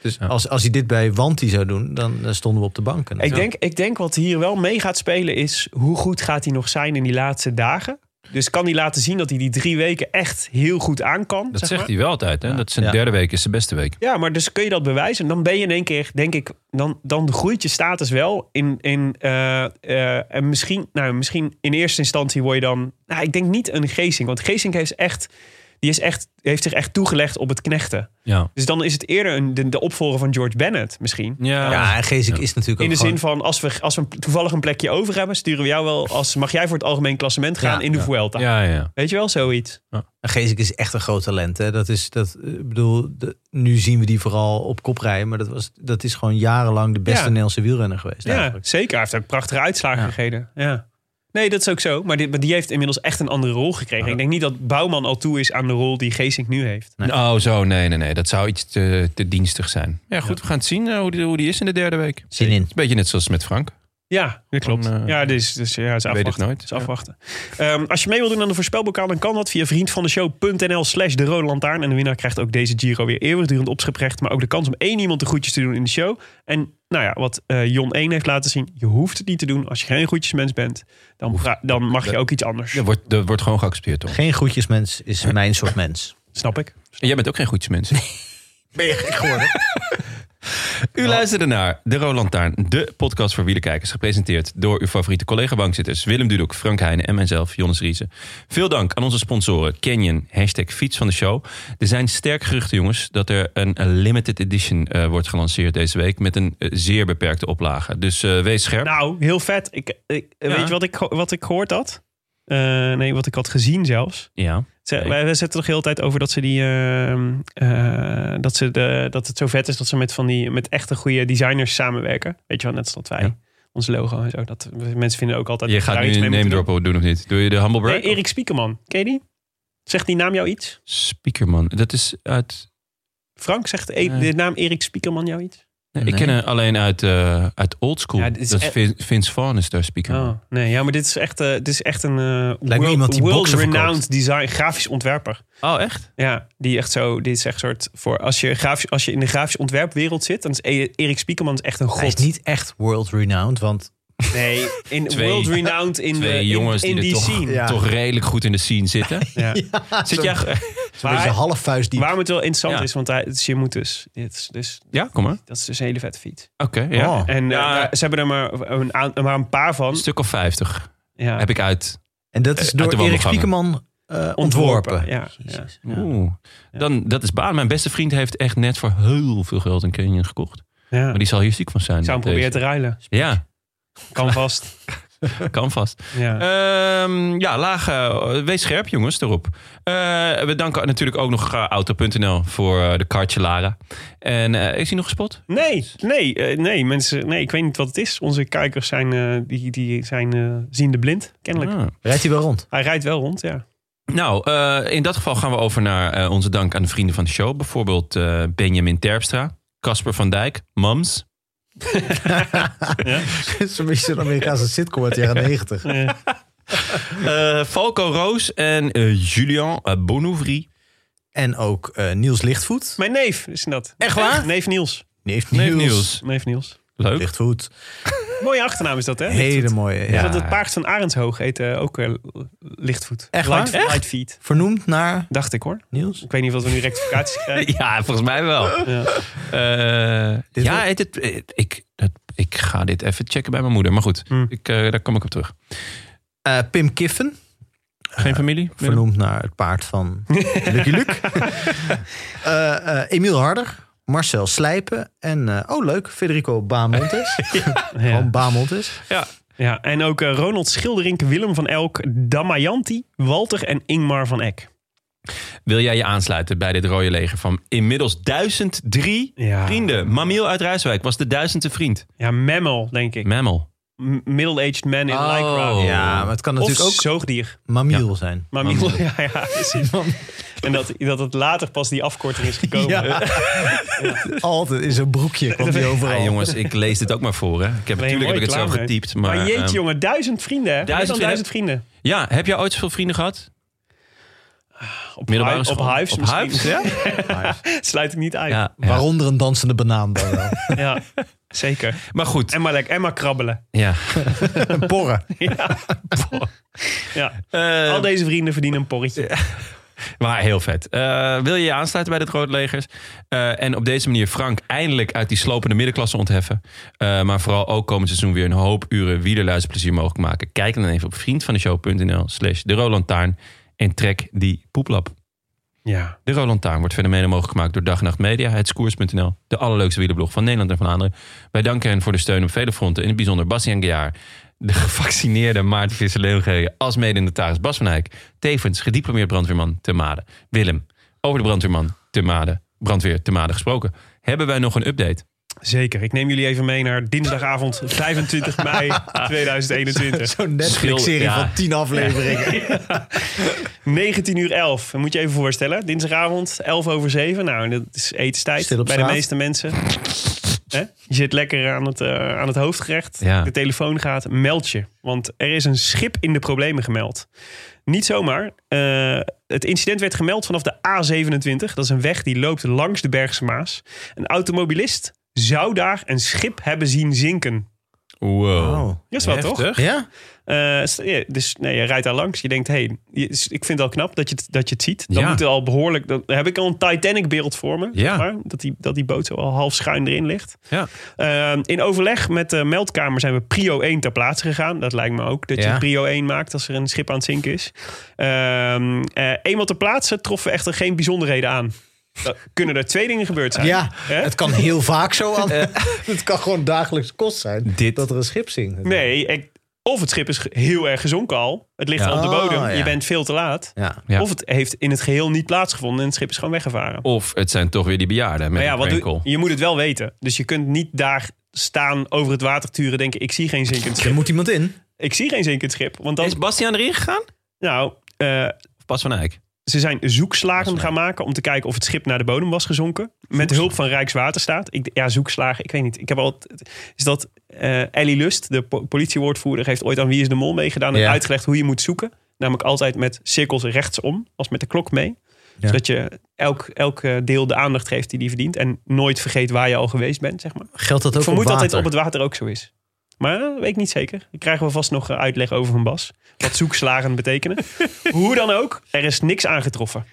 S4: Dus
S3: Ja.
S4: als, als hij dit bij Wanti zou doen, dan eh, stonden we op de bank. En
S8: ik denk, ik denk wat hier wel mee gaat spelen is hoe goed gaat hij nog zijn in die laatste dagen. Dus kan hij laten zien dat hij die drie weken echt heel goed aan kan?
S3: Dat
S8: zeg
S3: zegt
S8: maar?
S3: hij wel altijd. Hè? Dat zijn
S4: Ja.
S3: derde week is de beste week.
S8: Ja, maar dus kun je dat bewijzen? En dan ben je in één keer, denk ik, dan, dan groeit je status wel. In, in, eh, eh, en misschien, nou, misschien in eerste instantie word je dan. Nou, ik denk niet een Geesink, want Geesink heeft, echt, die is echt, heeft zich echt toegelegd op het knechten.
S3: Ja.
S8: Dus dan is het eerder een, de, de opvolger van George Bennett misschien.
S3: Ja.
S4: Ja, en Geesink is natuurlijk ook
S8: In de
S4: gewoon-
S8: zin van, als we, als we toevallig een plekje over hebben, sturen we jou wel als. Mag jij voor het algemeen klassement gaan
S4: Ja,
S8: in de
S4: ja.
S8: Vuelta?
S3: Ja, ja, ja.
S8: Weet je wel, zoiets.
S4: En Geesink is echt een groot talent. Hè? Dat is, dat, eh, ik bedoel, de- nu zien we die vooral op kop rijden. Maar dat, was, dat is gewoon jarenlang de beste
S8: Ja.
S4: Nederlandse wielrenner geweest.
S8: Ja,
S4: eigenlijk.
S8: zeker. Hij heeft ook prachtige uitslagen gegeven. Ja. Nee, dat is ook zo. Maar die, maar die heeft inmiddels echt een andere rol gekregen. Ik denk niet dat Bouwman al toe is aan de rol die Geesink nu heeft.
S3: Oh, zo. Nee, nee, nee. Dat zou iets te, te dienstig zijn. Ja, goed. We gaan het zien eh, hoe, die, hoe die is in de derde week. Het
S4: Zin in.
S3: is een beetje net zoals met Frank.
S8: Ja, dat klopt.
S3: Dan, eh,
S8: ja, dus, dus ja, is
S3: weet
S8: afwachten.
S3: het nooit.
S8: Is afwachten. Ehm, als je mee wil doen aan de voorspelbokaal, dan kan dat via vriendvandeshow.nl slash de rode lantaarn. En de winnaar krijgt ook deze Giro weer eeuwigdurend opsgeprecht. Maar ook de kans om één iemand de groetjes te doen in de show. En nou ja, wat eh, Jon 1 heeft laten zien, je hoeft het niet te doen. Als je geen groetjesmens bent, dan, vra- dan mag je ook iets anders.
S3: Dat wordt, dat wordt gewoon geaccepteerd, toch?
S4: Geen groetjesmens is mijn soort mens.
S8: Snap ik.
S3: En Jij bent ook geen goeds mens. Ben je gek geworden? [laughs] U luisterde naar De Roland Taarn, de podcast voor wielerkijkers. Gepresenteerd door uw favoriete collega-bankzitters Willem Dudok, Frank Heijnen en mijzelf, Jonas Riese. Veel dank aan onze sponsoren Canyon, hashtag fiets van de show. Er zijn sterk geruchten, jongens, dat er een limited edition eh, wordt gelanceerd deze week. Met een eh, zeer beperkte oplage. Dus eh, wees scherp.
S8: Nou, heel vet. Ik, ik,
S3: Ja.
S8: Weet je wat ik, ge- wat ik gehoord had? Eh, nee, wat ik had gezien zelfs.
S3: ja.
S8: Ze,
S3: Nee.
S8: Wij, wij zetten toch heel de tijd over dat ze die. ehm, eh, dat, ze de, dat het zo vet is dat ze met van die met echte goede designers samenwerken. Weet je wel, net als dat wij.
S3: Ja.
S8: Ons logo en zo. Dat, mensen vinden ook altijd.
S3: Je
S8: dat we
S3: gaat
S8: daar
S3: nu
S8: iets mee
S3: een name
S8: moeten
S3: drop doen of niet? Doe je de humble
S8: doen.
S3: break?
S8: Nee, Erik Spiekerman. Ken je die? Zegt die naam jou iets?
S3: Speakerman. Dat is uit...
S8: Frank, zegt e-
S3: Nee.
S8: de naam Erik Spiekerman jou iets?
S3: Nee, Ik ken hem alleen uit, eh uit Old School.
S8: Ja,
S3: dat
S8: dit
S3: is
S8: is e- echt-
S3: Vin- Vince Vaughn is daar speaker.
S8: Oh, nee, ja, maar dit is echt, eh, dit is echt een
S4: me iemand
S8: world,
S4: die
S8: world
S4: boksen verkoopt.
S8: renowned design, grafisch ontwerper.
S3: Oh, echt?
S8: Ja, die echt zo, dit is echt soort voor als je, grafisch, als je in de grafisch ontwerpwereld zit, dan is E- Erik Spiekerman is echt een
S4: Hij is
S8: god.
S4: niet echt world renowned, want
S8: nee, in
S3: Twee-
S8: world renowned in de
S3: Twee
S8: in-
S3: jongens
S8: in,
S3: die,
S8: die
S3: er toch,
S8: scene.
S4: Ja.
S3: toch redelijk goed in de scene zitten.
S4: [laughs]
S8: [laughs] Ja.
S3: Zit jij...
S4: zo'n beetje
S8: Maar-
S4: half vuist diep.
S8: Waarom het wel interessant
S3: Ja.
S8: is, want hij, dus je moet dus, dit is dus,
S3: Ja, kom maar.
S8: dat is dus een hele vette fiets.
S3: Oké, ja.
S4: Oh.
S8: En eh,
S3: Ja.
S8: daar- ze hebben er maar een, aan- maar een paar
S3: Een
S8: van.
S3: stuk of 50
S8: Ja.
S3: heb ik uit.
S4: En dat is
S3: Eh, uit de
S4: door Erik
S3: wandelgangen.
S4: Spiekerman eh, ontworpen.
S8: Ja, ja.
S4: Jezus.
S3: Oeh. Dan, dat is baan. Mijn beste vriend heeft echt net voor heel veel geld een Canyon gekocht.
S8: Ja.
S3: Maar die zal hier ziek van zijn.
S8: Ik zou hem
S3: Deze.
S8: proberen te ruilen.
S3: Ja,
S8: Kan vast.
S3: kan vast.
S8: Ja.
S3: Ehm, ja, laag. eh, wees scherp, jongens, erop. Eh, we danken natuurlijk ook nog eh, Auto.nl voor eh, de kaartje Lara. En eh, is hij nog gespot?
S8: Nee, nee, eh, nee, mensen, nee, ik weet niet wat het is. Onze kijkers zijn, eh, die, die zijn eh, ziende blind, kennelijk.
S3: Ah.
S4: Rijdt hij wel rond?
S8: Hij rijdt wel rond, ja.
S3: Nou, eh, in dat geval gaan we over naar eh, onze dank aan de vrienden van de show. Bijvoorbeeld eh, Benjamin Terpstra, Casper van Dijk, Mams.
S4: [laughs] Het is een beetje een Amerikaanse sitcom uit de [laughs] jaren 90.
S3: eh, Falco Roos en eh Julian eh, Bonouvry.
S4: En ook eh, Niels Lichtvoet.
S8: Mijn neef is dat.
S3: Echt waar?
S8: Neef Niels.
S4: Neef Niels.
S3: Nee, nieuws.
S8: Neef Niels.
S3: Leuk.
S4: Lichtvoet.
S8: Mooie achternaam is dat, hè?
S4: Hele
S8: Lichtvoet.
S4: mooie.
S8: Is
S4: Ja.
S8: Dat het paard van Arendshoog heet eh, ook eh, Lichtvoet.
S4: Echt waar?
S8: Light,
S4: Echt?
S8: Lightfeet.
S4: Vernoemd naar
S8: Dacht ik hoor.
S4: Niels.
S8: Ik weet niet of we nu rectificaties krijgen.
S3: [laughs] Ja, volgens mij wel.
S8: Ja.
S3: Eh,
S4: Dit
S3: ja, het,
S4: wordt-
S3: het- het- ik, het- ik ga dit even checken bij mijn moeder. Maar goed,
S8: Hmm.
S3: ik, eh, daar kom ik op terug.
S4: Eh, Pim Kiffen.
S3: Geen familie?
S4: Vernoemd naar het paard [laughs] van Lucky Luke. Eh, eh, Emiel Harder. Marcel Slijpen. En, eh, oh leuk, Federico Bamontes. [laughs] Gewoon Bamontes.
S8: Ja, en ook eh, Ronald Schilderink, Willem van Elk, Damayanti, Walter en Ingmar van Eck.
S3: Wil jij je aansluiten bij dit rode leger van inmiddels 1003
S8: Ja.
S3: vrienden? Mamiel uit Rijswijk was de duizendste vriend.
S8: Ja, Memmel, denk ik.
S3: Mammal.
S8: M- Middle-aged man in
S3: Oh.
S8: Lycra.
S4: Ja, maar het kan
S8: Of
S4: natuurlijk ook
S8: zoogdier.
S4: Mamiel zijn.
S8: Maar Middle- [laughs] ja, ja, precies. En dat, dat het later pas die afkorting is gekomen. [laughs]
S4: Ja. Altijd in zo'n broekje kwam die overal.
S3: Ja, jongens, ik lees dit ook maar voor. Hè. Ik heb,
S8: Ben je
S3: natuurlijk heb
S8: mooi
S3: ik het
S8: klaar
S3: zelf
S8: mee.
S3: getypt. Maar,
S8: Maar, jeetje,
S3: ehm,
S8: jongen, duizend vrienden, hè? Meer dan
S3: Duizend
S8: duizend vrienden.
S3: Ja, heb jij ooit zoveel vrienden gehad?
S8: Op,
S3: Middelbare
S8: hi- op
S3: school.
S8: hives
S3: Op
S8: misschien.
S3: Hives,
S8: [laughs]
S3: ja?
S8: Sluit ik niet uit. Ja,
S3: Ja, ja.
S4: Waaronder een dansende banaan dan wel.
S8: zeker.
S3: Maar goed,
S8: En maar, lekker- en maar krabbelen.
S3: ja.
S4: Een porren.
S8: Ja.
S3: Eh,
S8: Al deze vrienden verdienen een porretje.
S3: Maar heel vet. Eh, wil je je aansluiten bij de Rood Legers? Eh, en op deze manier Frank eindelijk uit die slopende middenklasse ontheffen. Eh, maar vooral ook komend seizoen weer een hoop uren wielerluisterplezier mogelijk maken. Kijk dan even op vriendvandeshow.nl slash de Roland Taarn en trek die poeplap.
S8: Ja.
S3: De Roland Taarn wordt verder mede mogelijk gemaakt door Dag en Nacht Media, het Skoers.nl, de allerleukste wielerblog van Nederland en Vlaanderen. Wij danken hen voor de steun op vele fronten, in het bijzonder Bastiaan Gejaar, de gevaccineerde Maarten Visser Leeuwgeijen, als mede notaris Bas van Eyck, tevens gediplomeerd brandweerman te Maden. Willem, over de brandweerman te Maden, brandweer te Maden gesproken. Hebben wij nog een update?
S8: Zeker. Ik neem jullie even mee naar dinsdagavond 25 mei 2021.
S4: Zo'n Netflix-serie
S3: Schil- ja.
S4: van tien afleveringen.
S8: 19 uur 11. Dat moet je even voorstellen. Dinsdagavond, 11 over 7. Nou, dat is etenstijd
S4: Stil op
S8: bij de
S4: straat.
S8: meeste mensen. Hè? Je zit lekker aan het, eh, aan het hoofdgerecht.
S3: Ja.
S8: De telefoon gaat, meld je. Want er is een schip in de problemen gemeld. Niet zomaar. Eh, het incident werd gemeld vanaf de A27. Dat is een weg die loopt langs de Bergse Maas. Een automobilist zou daar een schip hebben zien zinken.
S3: Wow.
S4: Oh.
S8: Dat is wat, toch?
S3: Heftig.
S4: Ja?
S8: Eh, st- ja, dus nee, je rijdt daar langs. Je denkt, hey, je- s- ik vind het al knap dat je het, dat je het ziet. Dan
S3: Ja.
S8: moet het al behoorlijk. Dan heb ik al een Titanic-beeld voor me.
S3: Ja.
S8: zeg maar, dat, die, dat die boot zo al half schuin erin ligt.
S3: Ja.
S8: Eh, in overleg met de meldkamer zijn we prio 1 ter plaatse gegaan. Dat lijkt me ook. Dat
S3: Ja.
S8: je prio 1 maakt als er een schip aan het zinken is. Ehm, eh, eenmaal ter plaatse troffen we echter geen bijzonderheden aan. Dan kunnen er twee dingen gebeurd zijn.
S4: Ja,
S8: Hè?
S4: het kan heel vaak zo. Aan. [laughs] het kan gewoon dagelijks kost zijn
S3: Dit-
S4: dat er een schip zinkt.
S8: Nee, ik- of het schip is ge- heel erg gezonken al. Het ligt
S3: Ja.
S8: al op de bodem.
S4: Ah, ja.
S8: Je bent veel te laat.
S4: Ja.
S3: Ja.
S8: Of het heeft in het geheel niet plaatsgevonden en het schip is gewoon weggevaren.
S3: Of het zijn toch weer die bejaarden met
S8: maar Nou ja,
S3: een
S8: wat
S3: krenkel.
S8: doe, je moet het wel weten. Dus je kunt niet daar staan over het water turen denken... ik zie geen zinkend
S4: Er
S8: schip.
S4: moet iemand in.
S8: Ik zie geen zinkend schip. Want dan...
S3: Is Bastiaan erin gegaan?
S8: Nou, eh,
S3: Of Bas van Eyck?
S8: ze zijn zoekslagen gaan maken om te kijken of het schip naar de bodem was gezonken. Met hulp van Rijkswaterstaat. Ik, ja, zoekslagen, ik weet niet. Ik heb al, is dat eh Ellie Lust, de po- politiewoordvoerder, heeft ooit aan Wie is de Mol meegedaan en
S4: Ja.
S8: uitgelegd hoe je moet zoeken. Namelijk altijd met cirkels rechtsom, als met de klok mee.
S4: Ja.
S8: Zodat je elk, elk eh, deel de aandacht geeft die die verdient. En nooit vergeet waar je al geweest bent, zeg maar.
S4: Geldt dat ook
S8: Ik vermoed
S4: op
S8: dat dit
S4: water?
S8: op het water ook zo is. Maar eh, weet ik niet zeker. Daar krijgen we vast nog eh, uitleg over van Bas. Wat
S3: [laughs]
S8: zoekslagen betekenen. Hoe dan ook, er is niks aangetroffen.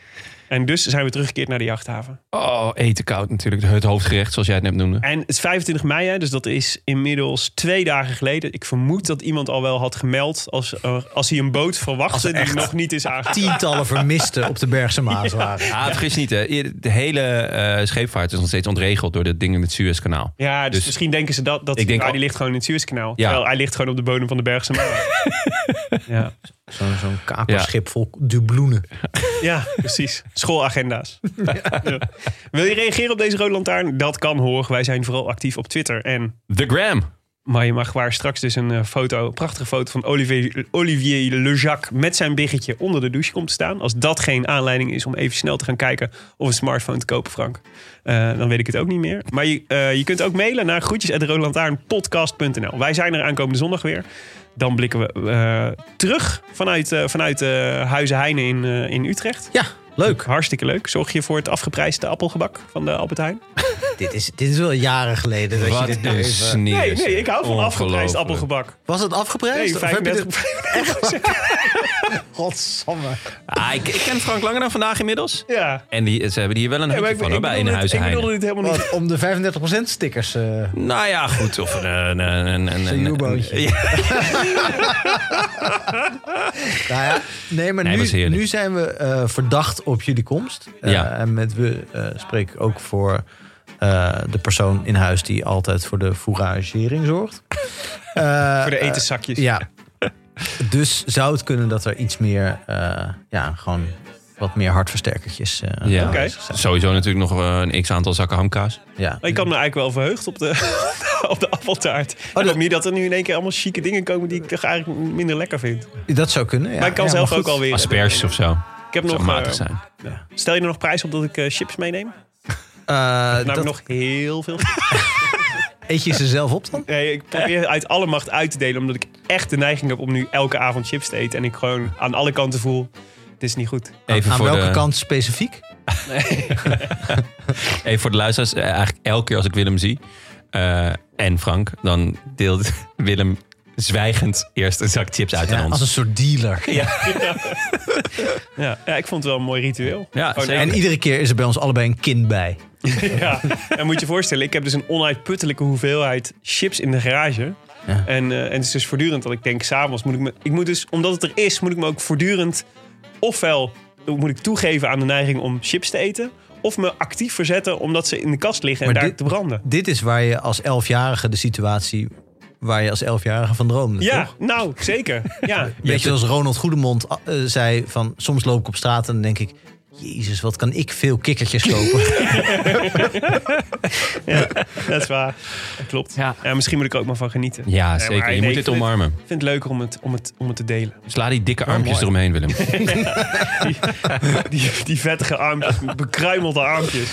S8: En dus zijn we teruggekeerd naar de jachthaven.
S3: Oh, eten koud natuurlijk. Het hoofdgerecht, zoals jij het net noemde.
S8: En het is 25 mei, hè, dus dat is inmiddels twee dagen geleden. Ik vermoed dat iemand al wel had gemeld als, eh, als hij een boot verwachtte die nog niet is aangetroffen.
S4: tientallen vermisten op de Bergse Maas waren.
S3: Ah, vergis niet, hè. Eer- de hele eh, scheepvaart is nog steeds ontregeld door de dingen in het Suezkanaal.
S8: Ja, dus,
S3: Dus-
S8: misschien denken ze dat, dat
S3: Ik denk
S8: ah,
S3: al-
S8: die ligt gewoon in het Suezkanaal.
S3: Ja.
S8: Terwijl hij ligt gewoon op de bodem van de Bergse Maas.
S3: [laughs]
S8: ja.
S4: Zo'n zo'n kaperschip vol dubloenen.
S8: Ja, precies. Schoolagenda's. Ja. Wil je reageren op deze Rode Lantaarn? Dat kan hoor. Wij zijn vooral actief op Twitter. En
S3: The Gram.
S8: maar je mag waar straks dus een eh, foto, een prachtige foto van Olivier, Olivier Lejac met zijn biggetje onder de douche komt te staan. Als dat geen aanleiding is om even snel te gaan kijken of een smartphone te kopen, Frank, eh, dan weet ik het ook niet meer. Maar je, eh, je kunt ook mailen naar groetjes.roodlantaarnpodcast.nl. Wij zijn er aankomende zondag weer. Dan blikken we eh, terug vanuit, eh, vanuit eh, Huizen Heine in, eh, in Utrecht.
S4: Ja, leuk.
S8: Hartstikke leuk. Zorg je voor het afgeprijsde appelgebak van de Albert Heijn?
S4: Dit is, dit is wel jaren geleden dat je
S3: Wat
S4: dit nou
S3: een
S4: even-
S3: sneer.
S8: Nee, nee, ik hou van afgeprijsd
S3: Ongelooflijk.
S8: appelgebak.
S4: Was het afgeprijsd?
S8: Nee,
S4: Of heb je
S8: 35
S4: dit-
S8: [laughs]
S4: Godsamme.
S3: Ah, ik, ik ken Frank langer dan vandaag inmiddels.
S8: Ja.
S3: En die, ze hebben hier wel een
S8: Nee, maar
S3: hutje
S8: ik,
S3: van
S8: ik
S3: hoor, bij in
S8: bedoelde dit-
S3: Huizen
S8: ik bedoelde
S3: Heine.
S8: dit helemaal niet.
S4: Wat, om de 35% stickers. eh,
S3: Nou ja, goed. Of een... een, een, een, een,
S4: Zo'n
S3: een-
S4: U-bootje.
S3: Ja.
S4: nou ja, nee, maar
S3: Nee, was
S4: nu,
S3: heerlijk.
S4: nu zijn we eh, verdacht op jullie komst. Eh,
S3: Ja.
S4: En met we eh, spreek ik ook voor eh, de persoon in huis die altijd voor de fouragering zorgt. Eh,
S8: Voor de etensakjes.
S4: Ja. [laughs] Dus zou het kunnen dat er iets meer, eh, ja, gewoon wat meer hartversterkertjes. eh,
S3: Ja.
S8: Oké.
S3: Sowieso natuurlijk nog eh, een x-aantal zakken hamkaas.
S4: ja.
S8: Ik had me eigenlijk wel verheugd op de, [laughs] op de appeltaart. Ik hoop niet dat er nu in één keer allemaal chique dingen komen die ik toch eigenlijk minder lekker vind.
S4: Dat zou kunnen. Ja.
S8: maar ik kan
S4: Ja,
S8: zelf
S4: goed.
S8: ook alweer.
S3: Asperges of zo.
S8: Ik heb
S3: Zou
S8: nog.
S3: matig
S8: eh,
S3: zijn.
S8: stel je er nog prijs op dat ik eh, chips meeneem?
S4: Eh,
S8: Nou,
S4: dat,
S8: nog heel veel.
S4: Eet je ze zelf op dan?
S8: Nee, ik probeer uit alle macht uit te delen. Omdat ik echt de neiging heb om nu elke avond chips te eten. En ik gewoon aan alle kanten voel: dit is niet goed.
S3: Even,
S4: Aan
S3: voor
S4: welke
S3: de,
S4: kant specifiek?
S3: even voor de luisteraars. eh, eigenlijk elke keer als ik Willem zie eh, en Frank, dan deelt [laughs] Willem zwijgend eerst een zak chips uit
S4: Ja,
S3: aan
S4: als
S3: ons.
S4: een soort dealer.
S8: Ja, ja ik vond het wel een mooi ritueel.
S3: Ja,
S8: Gewoon
S3: zeker.
S4: En [laughs] iedere keer is er bij ons allebei een kind bij.
S8: Ja, en moet je voorstellen, ik heb dus een onuitputtelijke hoeveelheid chips in de garage.
S4: Ja.
S8: En, eh, en het is dus voortdurend dat ik denk, s'avonds moet ik me... Ik moet dus, omdat het er is, moet ik me ook voortdurend... Ofwel moet ik toegeven aan de neiging om chips te eten... Of me actief verzetten omdat ze in de kast liggen en
S4: Maar
S8: daar
S4: dit-
S8: te branden.
S4: Dit is waar je als elfjarige de situatie waar je als elfjarige van droomde.
S8: Ja,
S4: toch?
S8: nou, zeker.
S4: [laughs]
S8: Ja.
S4: Beetje zoals Ronald Goedemond eh, zei van soms loop ik op straat en dan denk ik. Jezus, wat kan ik veel [laughs] kikkertjes kopen.
S8: Dat is waar. Dat klopt. Ja.
S5: Ja.
S8: misschien moet ik er ook maar van genieten.
S3: Ja,
S8: maar
S3: zeker.
S8: nee,
S3: Je moet
S8: ik
S3: dit
S8: vind-
S3: omarmen.
S8: Ik vind het leuker om het, om het, om het te delen. [laughs]
S3: Sla die dikke armpjes
S4: mooi.
S3: eromheen, Willem.
S8: Die, die vettige armpjes, bekruimelde
S3: [laughs]
S8: armpjes.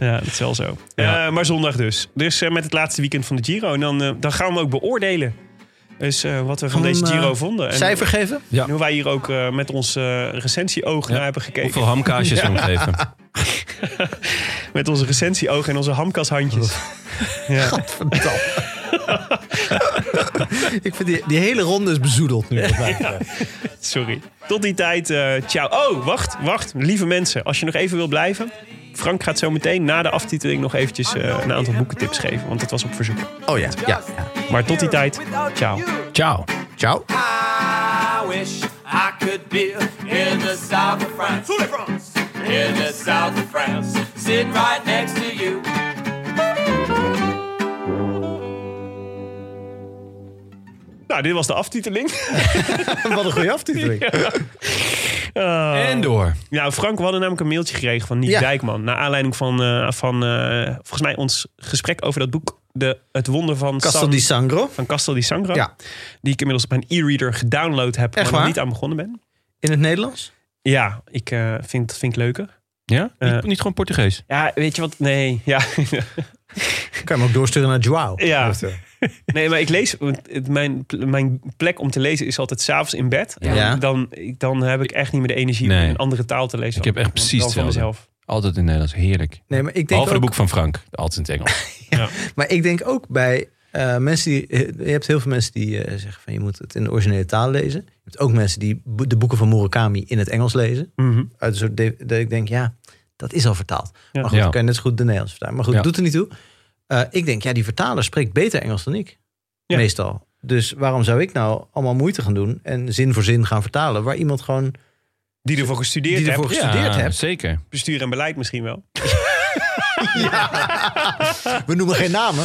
S8: Ja, dat is wel zo.
S3: Ja.
S8: Eh, maar zondag dus. Dus eh, met het laatste weekend van de Giro. En dan, eh, dan gaan we hem ook beoordelen. Dus eh, wat we van
S4: Gewoon,
S8: deze Giro
S4: eh,
S8: vonden. En,
S4: Cijfer geven? [laughs]
S8: en hoe wij hier ook eh, met ons eh recensieoog naar hebben gekeken.
S3: Hoeveel
S8: [laughs]
S3: hamkaasjes we hem geven.
S8: Met onze recensieoog en onze hamkashandjes.
S3: Oh.
S8: ja.
S4: Verdamme. [laughs] ik vind die, die hele ronde is bezoedeld nu. wat mij betreft.
S8: Sorry. Tot die tijd, eh, ciao. Oh, wacht, wacht. Lieve mensen, als je nog even wil blijven. Frank gaat zo meteen na de aftiteling nog eventjes eh, een aantal boekentips geven. Want dat was op verzoek.
S4: Oh ja, ja.
S8: Maar tot die tijd, ciao.
S3: Ciao.
S4: Ciao. [laughs]
S7: I wish I could be in the south of France. In the south of France. Sitting right next to you.
S8: Nou, dit was de aftiteling.
S4: Wat een goede
S8: [laughs]
S4: aftiteling.
S3: En door.
S8: Nou, Frank, we hadden namelijk een mailtje gekregen van Niek
S4: Ja.
S8: Dijkman. Naar aanleiding van, eh, van eh, volgens mij, ons gesprek over dat boek. De, het wonder van
S4: Castel
S8: San-
S4: di Sangro.
S8: van Castel di Sangro.
S4: Ja.
S8: Die ik inmiddels op mijn e-reader gedownload heb, maar nog
S4: waar?
S8: niet aan begonnen ben.
S4: In het Nederlands?
S8: Ja, ik eh, vind, vind ik leuker.
S3: Ja?
S8: Eh.
S3: niet, niet gewoon Portugees.
S8: Ja, weet je wat? Nee, ja.
S4: Kan je hem ook doorsturen naar Joao?
S8: Ja.
S4: Of, eh,
S8: nee maar ik lees... want het- Mijn, mijn plek om te lezen is altijd s'avonds in bed. En
S4: Ja.
S8: Dan, ik- dan heb ik echt niet meer de energie om
S3: Nee.
S8: een andere taal te lezen.
S3: Ik heb echt
S8: Dan-
S3: precies
S8: dan van
S3: hetzelfde.
S8: mezelf.
S3: Altijd in het Nederlands. Heerlijk.
S4: Nee, maar ik denk
S3: Behalve
S4: ook,
S3: de boek van Frank. Altijd in het Engels.
S4: Maar ik denk ook bij eh, mensen die... Je hebt heel veel mensen die eh, zeggen van je moet het in de originele taal lezen. Je hebt ook mensen die bo- de boeken van Murakami in het Engels lezen.
S8: Mhm.
S4: Uit een soort de- dat ik denk, ja, dat is al vertaald.
S8: Ja.
S4: Maar goed,
S3: Ja.
S4: dan kan je net zo goed de Nederlands vertalen. Maar goed,
S3: Ja.
S4: doet er niet toe. Eh, ik denk, ja, die vertaler spreekt beter Engels dan ik.
S8: Ja.
S4: Meestal. Dus waarom zou ik nou allemaal moeite gaan doen en zin voor zin gaan vertalen? Waar iemand gewoon
S8: Die ervoor gestudeerd
S4: die ervoor
S8: hebt.
S4: [laughs] gestudeerd
S3: ja,
S4: hebt.
S3: Zeker.
S8: Bestuur en beleid misschien wel.
S4: We noemen geen namen.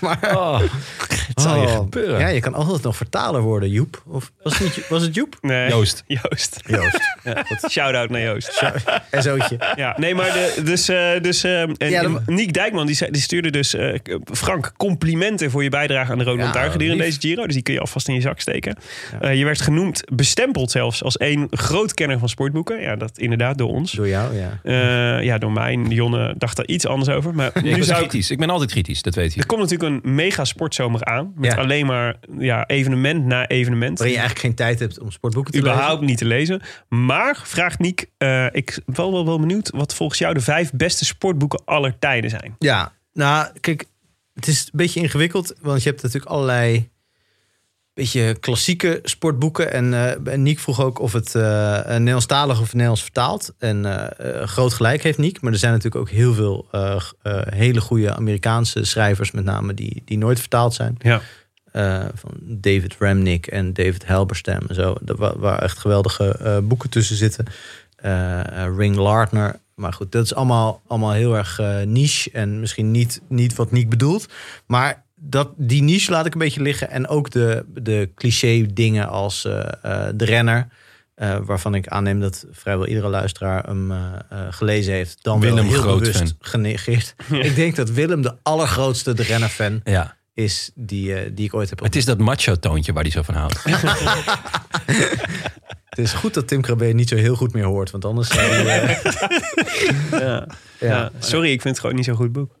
S4: Maar,
S3: Oh, [laughs] het zal je gebeuren.
S4: Oh. Ja, je kan altijd nog vertaler worden, Joep. Of was het, niet Jo- was het Joep?
S8: Nee.
S3: Joost.
S8: [laughs] Joost.
S4: Joost.
S8: [laughs] Shout-out naar
S4: [laughs]
S8: Joost.
S4: En zootje.
S8: Ja, nee, maar de, dus, eh, dus eh, en,
S4: Ja, dan-
S8: en Niek Dijkman die, zei- die stuurde dus eh, k- Frank complimenten voor je bijdrage aan de Rode
S4: Ja,
S8: Lantaarn gedurende
S4: lief.
S8: deze Giro. Dus die kun je alvast in je zak steken. Eh, je werd genoemd, bestempeld zelfs als één groot kenner van sportboeken. Ja, dat inderdaad door ons.
S4: Door jou, ja.
S8: Eh, ja, door mij. Jonne dacht daar iets anders over.
S4: [laughs]
S8: Maar
S3: Ik
S8: nu
S3: ben
S8: zou ik,
S3: kritisch. Ik ben altijd kritisch. Dat weet je.
S8: er komt natuurlijk een mega sportzomer aan. Met
S4: Ja.
S8: alleen maar ja, evenement na evenement.
S4: Waarin je eigenlijk geen tijd hebt om sportboeken te
S8: überhaupt
S4: lezen.
S8: niet te lezen. Maar vraagt Niek, eh, ik ben wel, wel, wel benieuwd wat volgens jou de vijf beste sportboeken aller tijden zijn.
S4: Ja, nou, kijk, het is een beetje ingewikkeld. Want je hebt natuurlijk allerlei beetje klassieke sportboeken. En eh, en Niek vroeg ook of het eh Nederlandstalig of Nederlands vertaald. En eh, eh, groot gelijk heeft Niek. Maar er zijn natuurlijk ook heel veel eh, g- eh, hele goede Amerikaanse schrijvers, met name die, die nooit vertaald zijn.
S8: Ja.
S4: Eh, van David Remnick en David Halberstam en zo. Dat, waar, waar echt geweldige eh, boeken tussen zitten. Eh, eh, Ring Lardner. Maar goed, dat is allemaal, allemaal heel erg eh, niche. En misschien niet, niet wat Niek bedoelt. Maar dat, die niche laat ik een beetje liggen. En ook de, de cliché dingen als eh, eh, De Renner. eh, waarvan ik aanneem dat vrijwel iedere luisteraar hem eh, eh, gelezen heeft. Dan
S3: Willem
S4: wel heel
S3: groot
S4: bewust
S3: fan.
S4: genegeerd. [laughs] Ik denk dat Willem de allergrootste De Renner-fan
S3: Ja.
S4: is die, eh, die ik ooit heb
S3: Het is dat macho-toontje waar hij zo van houdt.
S4: Het is goed dat Tim Krabbe niet zo heel goed meer hoort, want anders zou hij... eh,
S8: Ja.
S4: ja.
S8: Sorry, ik vind het gewoon niet zo'n goed boek.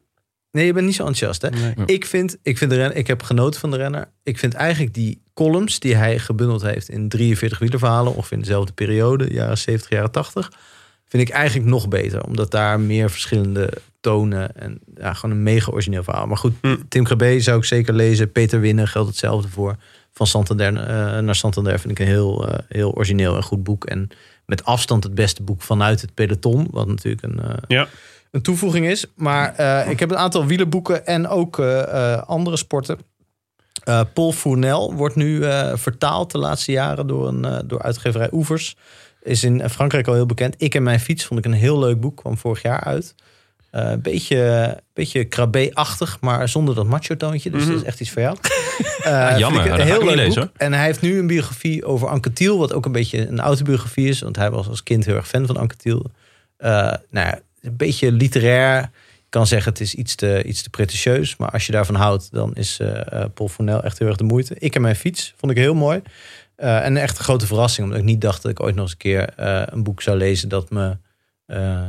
S4: Nee, je bent niet zo enthousiast, hè?
S8: Nee.
S4: Ik vind, ik vind de renner, ik heb genoten van de renner. Ik vind eigenlijk die columns die hij gebundeld heeft in 43 wielerverhalen, of in dezelfde periode, jaren 70, jaren 80, vind ik eigenlijk nog beter, omdat daar meer verschillende tonen en ja, gewoon een mega origineel verhaal. Maar goed,
S8: Hm.
S4: Tim Krabbe zou ik zeker lezen. Peter Winnen geldt hetzelfde voor. Van Santander eh, naar Santander vind ik een heel, eh, heel origineel en goed boek. En met afstand het beste boek vanuit het peloton, wat natuurlijk een, eh,
S8: Ja.
S4: een toevoeging is. Maar eh, ik heb een aantal wielenboeken en ook eh, eh, andere sporten. Eh, Paul Fournel wordt nu eh, vertaald de laatste jaren door, een, eh, door uitgeverij Oevers. Is in Frankrijk al heel bekend. Ik en mijn fiets vond ik een heel leuk boek. Kwam vorig jaar uit. Eh, beetje, beetje krabbe-achtig, maar zonder dat macho-toontje. Dus dat is echt iets voor jou. Eh, vind
S3: Ah, jammer.
S4: ik
S3: Dat
S4: Een
S3: ga
S4: heel
S3: ik niet
S4: leuk
S3: lezen,
S4: boek. En hij heeft nu een biografie over Anke Thiel. Wat ook een beetje een autobiografie is. Want hij was als kind heel erg fan van Anke Thiel. Eh, nou ja, een beetje literair. Ik kan zeggen, het is iets te, iets te pretentieus. Maar als je daarvan houdt, dan is eh eh, Paul Fournel echt heel erg de moeite. Ik en mijn fiets vond ik heel mooi. Eh, en echt een grote verrassing. Omdat ik niet dacht dat ik ooit nog eens een keer eh, een boek zou lezen dat me... eh,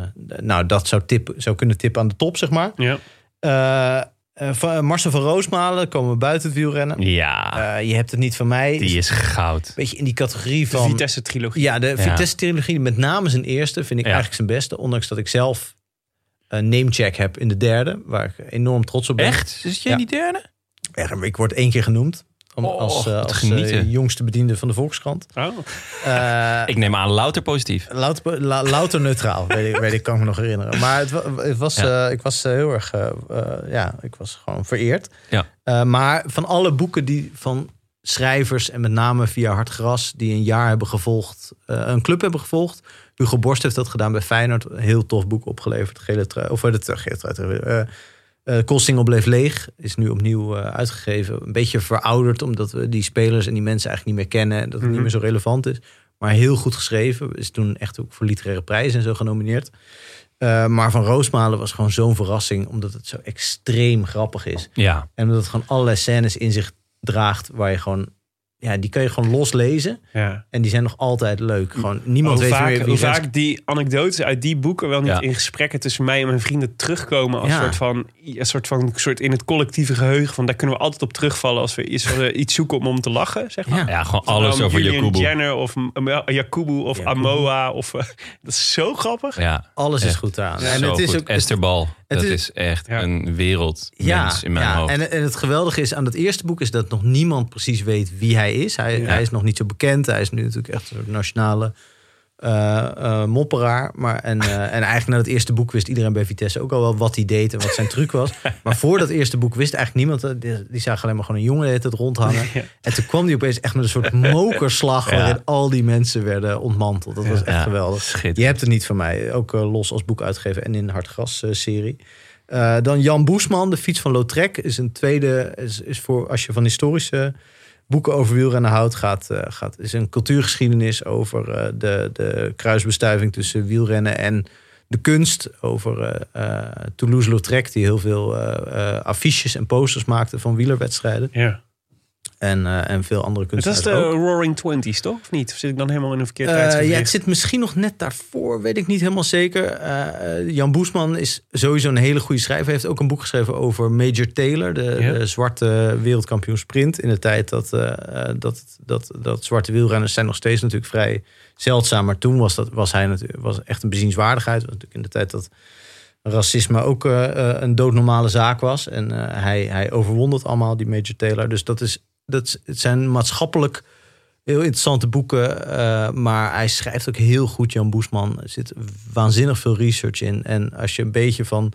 S4: nou, dat zou, tip, zou kunnen tippen aan de top, zeg maar.
S8: Ja.
S4: Eh, eh, van- Marcel van Roosmalen, komen we buiten het wielrennen.
S3: Ja.
S4: Eh, je hebt het niet van mij.
S3: die is goud.
S4: Beetje in die categorie
S8: De
S4: van...
S8: Vitesse-trilogie.
S4: Ja, de
S3: Ja.
S4: Vitesse-trilogie, met name zijn eerste, vind ik
S3: Ja.
S4: eigenlijk zijn beste. Ondanks dat ik zelf een namecheck heb in de derde, waar ik enorm trots op ben.
S3: Echt? Zit jij
S4: Ja.
S3: in die derde?
S4: Ja, maar ik word één keer genoemd. Om,
S3: Oh,
S4: als eh,
S3: wat
S4: als
S3: genieten.
S4: eh, jongste bediende van de Volkskrant.
S8: Oh.
S4: Eh,
S3: Ik neem aan louter positief.
S4: Louter, la- louter neutraal, weet ik, weet ik, kan ik me nog herinneren. Maar het, wa- het was, eh, ik was eh, heel erg, eh, eh, ja, ik was gewoon vereerd.
S3: Ja.
S4: Eh, maar van alle boeken die van schrijvers en met name via Hard Gras... die een jaar hebben gevolgd, eh, een club hebben gevolgd. Hugo Borst heeft dat gedaan bij Feyenoord. Een heel tof boek opgeleverd. Gele trui, of eh, de trui- gele trui, trui, eh, eh Koolsingel bleef leeg. Is nu opnieuw eh, uitgegeven. Een beetje verouderd, omdat we die spelers en die mensen eigenlijk niet meer kennen. En dat het
S8: Mhm.
S4: niet meer zo relevant is. Maar heel goed geschreven. Is toen echt ook voor literaire prijzen en zo genomineerd. Eh, maar Van Roosmalen was gewoon zo'n verrassing. Omdat het zo extreem grappig is.
S3: Ja.
S4: En omdat het gewoon allerlei scènes in zich draagt waar je gewoon ja, die kun je gewoon loslezen.
S8: Ja.
S4: En die zijn nog altijd leuk. Gewoon, niemand
S8: hoe
S4: weet
S8: vaak,
S4: meer wie
S8: hoe
S4: Vince-
S8: vaak die anekdotes uit die boeken wel niet
S3: Ja.
S8: in gesprekken tussen mij en mijn vrienden terugkomen als
S4: Ja.
S8: soort van, een soort van soort in het collectieve geheugen van daar kunnen we altijd op terugvallen als we iets, als we iets zoeken om om te lachen, zeg maar.
S4: Ja.
S3: Ja, gewoon alles
S8: Van, um,
S3: over
S8: Julian
S3: Jacobo.
S8: Jenner of M- M- Jacobo of
S4: Jacobo.
S8: Amoa of eh, [laughs] dat is zo grappig.
S3: Ja,
S4: Alles is
S3: Echt.
S4: goed aan.
S3: en het is ook, Esther Bal. dat
S4: is-
S3: is, echt
S8: Ja.
S3: een wereldmens in mijn
S4: ja.
S3: hoofd.
S4: En, en het geweldige is aan dat eerste boek is dat nog niemand precies weet wie hij is. Hij, hij is nog niet zo bekend. Hij is nu natuurlijk echt een soort nationale eh, eh, mopperaar. Maar, en,
S3: [laughs]
S4: eh, en eigenlijk na het eerste boek wist iedereen bij Vitesse ook al wel wat hij deed en wat zijn
S3: [laughs]
S4: truc was. Maar voor dat eerste boek wist eigenlijk niemand. eh, Die, die zagen alleen maar gewoon een jongen de hele tijd rondhangen. En toen kwam hij opeens echt met een
S3: [laughs]
S4: soort mokerslag
S3: Ja.
S4: waarin al die mensen werden ontmanteld. Dat was echt
S3: Ja,
S4: geweldig.
S3: schitterend.
S4: Je hebt het niet van mij. Ook eh, los als boek uitgegeven en in Hartgras eh, serie. Eh, dan Jan Boesman, De Fiets van Lautrec. Is een tweede, is, is voor als je van historische boeken over wielrennen houdt. Gaat, eh, gaat, is een cultuurgeschiedenis over eh, de, de kruisbestuiving tussen wielrennen en de kunst. Over eh, eh, Toulouse-Lautrec, die heel veel eh, eh, affiches en posters maakte van wielerwedstrijden.
S8: Ja.
S4: En, eh, en veel andere kunst.
S8: Dat is de Roaring Twenties, toch? Of niet? Of zit ik dan helemaal in een verkeerd
S4: Eh, ja, het
S8: tijdsgevricht?
S4: zit misschien nog net daarvoor, weet ik niet helemaal zeker. Eh, eh, Jan Boesman is sowieso een hele goede schrijver. Hij heeft ook een boek geschreven over Major Taylor, de,
S8: Ja.
S4: de zwarte wereldkampioen sprint. In de tijd dat, eh, eh, dat, dat, dat zwarte wielrenners zijn nog steeds natuurlijk vrij zeldzaam. Maar toen was, dat, was hij natuurlijk was echt een bezienswaardigheid. Was natuurlijk in de tijd dat racisme ook eh, eh, een doodnormale zaak was. En eh, hij, hij overwon dat allemaal, die Major Taylor. Dus dat, is, dat is- het zijn maatschappelijk heel interessante boeken. eh, maar hij schrijft ook heel goed, Jan Boesman. Er zit waanzinnig veel research in. En als je een beetje van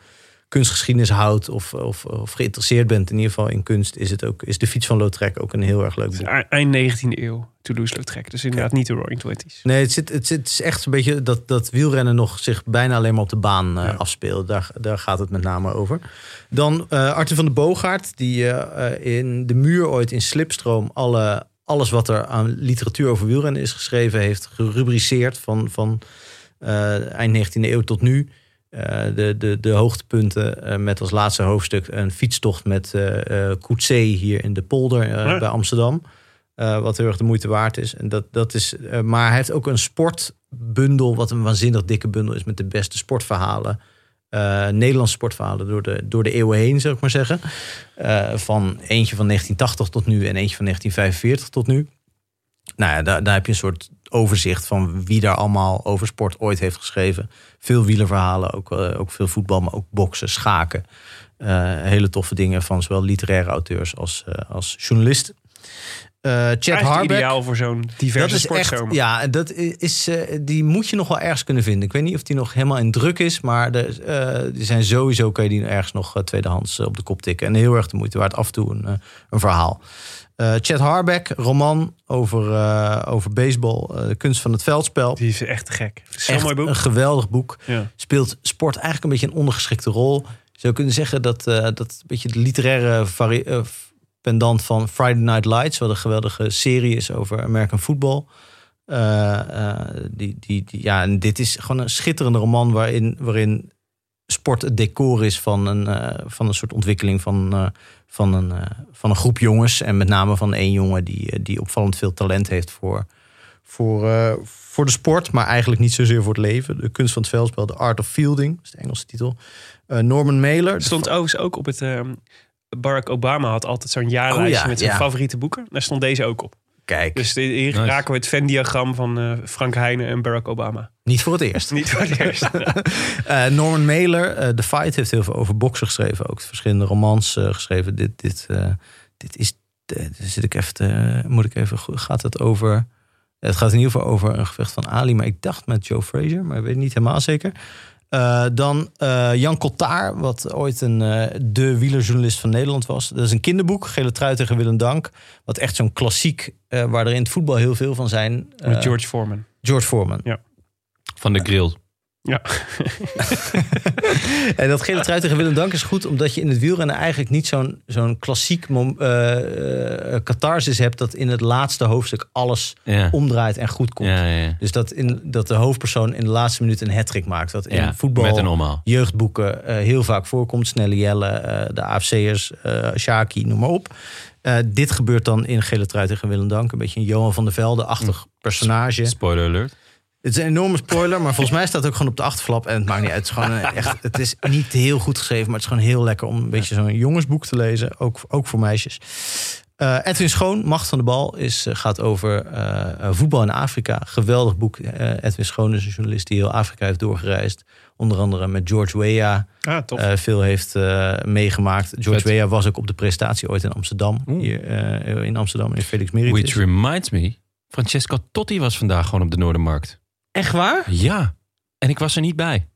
S4: kunstgeschiedenis houdt of, of, of geïnteresseerd bent, in ieder geval in kunst, is, het ook, is De Fiets van Lautrec ook een heel erg leuk boek.
S8: Eind 19e eeuw, Toulouse-Lautrec. Dus inderdaad niet de Roaring Twenties.
S4: Nee, het, zit, het, zit, het is echt een beetje dat, dat wielrennen nog zich bijna alleen maar op de baan eh, afspeelt. Daar, daar gaat het met name over. Dan eh Arthur van de Boogaard, die eh, eh, in de muur ooit in Slipstroom alle, alles wat er aan literatuur over wielrennen is geschreven heeft gerubriceerd van, van eh, eind 19e eeuw tot nu. Eh, de, de, de hoogtepunten eh, met als laatste hoofdstuk een fietstocht met eh eh, Coetzee hier in de polder eh,
S8: Ja.
S4: bij Amsterdam. Eh, wat heel erg de moeite waard is. En dat, dat is eh, maar hij heeft ook een sportbundel, wat een waanzinnig dikke bundel is met de beste sportverhalen. eh Nederlandse sportverhalen door de, door de eeuwen heen, zou ik maar zeggen. Eh, van eentje van 1980 tot nu en eentje van 1945 tot nu. Nou ja, daar, daar heb je een soort overzicht van wie daar allemaal over sport ooit heeft geschreven. Veel wielerverhalen, ook, eh, ook veel voetbal, maar ook boksen, schaken. Eh, hele toffe dingen van zowel literaire auteurs als, eh, als journalisten. Eh Chad
S8: Eigenlijk
S4: Harbeck.
S8: ideaal voor zo'n diverse
S4: dat is
S8: sportzomer.
S4: echt, ja, en dat i- is, eh, die moet je nog wel ergens kunnen vinden. Ik weet niet of die nog helemaal in druk is, maar er, eh, die zijn sowieso kan je die ergens nog eh, tweedehands eh, op de kop tikken. En heel erg de moeite waard af en toe een, eh, een verhaal. Eh, Chad Harbeck, roman over, eh, over baseball, eh, de kunst van het veldspel.
S8: Die is echt te gek. Zo'n
S4: Echt
S8: mooi boek.
S4: Een geweldig boek.
S8: Ja.
S4: Speelt sport eigenlijk een beetje een ondergeschikte rol. Je Zou kunnen zeggen dat eh, dat een beetje de literaire vari- eh, pendant van Friday Night Lights, wat een geweldige serie is over American football. Eh, eh, die, die, die, ja, en dit is gewoon een schitterende roman waarin, waarin sport het decor is van een, eh, van een soort ontwikkeling van, eh, van, een, eh, van een groep jongens. En met name van één jongen die, eh, die opvallend veel talent heeft voor, voor, eh, voor de sport, maar eigenlijk niet zozeer voor het leven. De kunst van het veldspel, The Art of Fielding, is de Engelse titel. Eh, Norman Mailer.
S8: Er stond overigens ook op het... ehm, Barack Obama had altijd zo'n jaarlijstje
S4: Oh ja,
S8: met zijn
S4: ja.
S8: favoriete boeken. Daar stond deze ook op.
S4: Kijk,
S8: Dus de- hier
S3: Nice.
S8: raken we het Venn-diagram van eh, Frank Heijnen en Barack Obama.
S4: niet voor het eerst.
S8: Niet voor
S4: [laughs]
S8: het eerst.
S4: Eh, Norman Mailer, eh, The Fight, heeft heel veel over boksen geschreven. Ook verschillende romans eh, geschreven. Dit, dit, eh, dit is. eh, daar zit ik even. te- moet ik even. goed- Gaat het over. eh, Het gaat in ieder geval over een gevecht van Ali. Maar ik dacht met Joe Frazier. Maar ik weet het niet helemaal zeker. Eh, dan eh, Jan Kottaar, wat ooit een, eh, de wielerjournalist van Nederland was. Dat is een kinderboek, Gele Trui tegen Willem Dank. Wat echt zo'n klassiek, eh, waar er in het voetbal heel veel van zijn. Eh,
S8: Met George Foreman.
S4: George Foreman.
S3: Van de grill.
S8: Ja.
S4: en dat gele trui tegen Willem Dank is goed, omdat je in het wielrennen eigenlijk niet zo'n zo'n klassiek mom- eh, eh, catharsis hebt dat in het laatste hoofdstuk alles
S3: Ja.
S4: omdraait en goed komt.
S3: Ja, ja, ja.
S4: Dus dat, in, dat de hoofdpersoon in de laatste minuut een hattrick maakt. Dat in
S3: Ja,
S4: voetbal,
S3: met een omhaal.
S4: jeugdboeken eh, heel vaak voorkomt. Snelle Jelle, eh, de AFC'ers, eh Shaki, noem maar op. Eh, dit gebeurt dan in Gele Trui tegen Willem Dank. Een beetje een Johan van der
S3: Mm.
S4: Velde-achtig personage.
S3: Spoiler alert.
S4: Het is een enorme spoiler, maar volgens mij staat het ook gewoon op de achterflap. En het maakt niet uit. Het is, gewoon een echt, het is niet heel goed geschreven, maar het is gewoon heel lekker om een beetje zo'n jongensboek te lezen. Ook, ook voor meisjes. Eh, Edwin Schoon, Macht van de Bal, is, eh, gaat over eh, eh, voetbal in Afrika. Geweldig boek. Eh, Edwin Schoon is een journalist die heel Afrika heeft doorgereisd. Onder andere met George Weah
S8: Ah, tof.
S4: eh, veel heeft eh, meegemaakt. George
S3: Vet.
S4: Weah was ook op de presentatie ooit in Amsterdam. Hier, eh, in Amsterdam, in Felix
S3: Which
S4: Meritis.
S3: reminds me, Francesca Totti was vandaag gewoon op de Noordermarkt.
S4: Echt waar?
S3: Ja, en ik was er niet bij.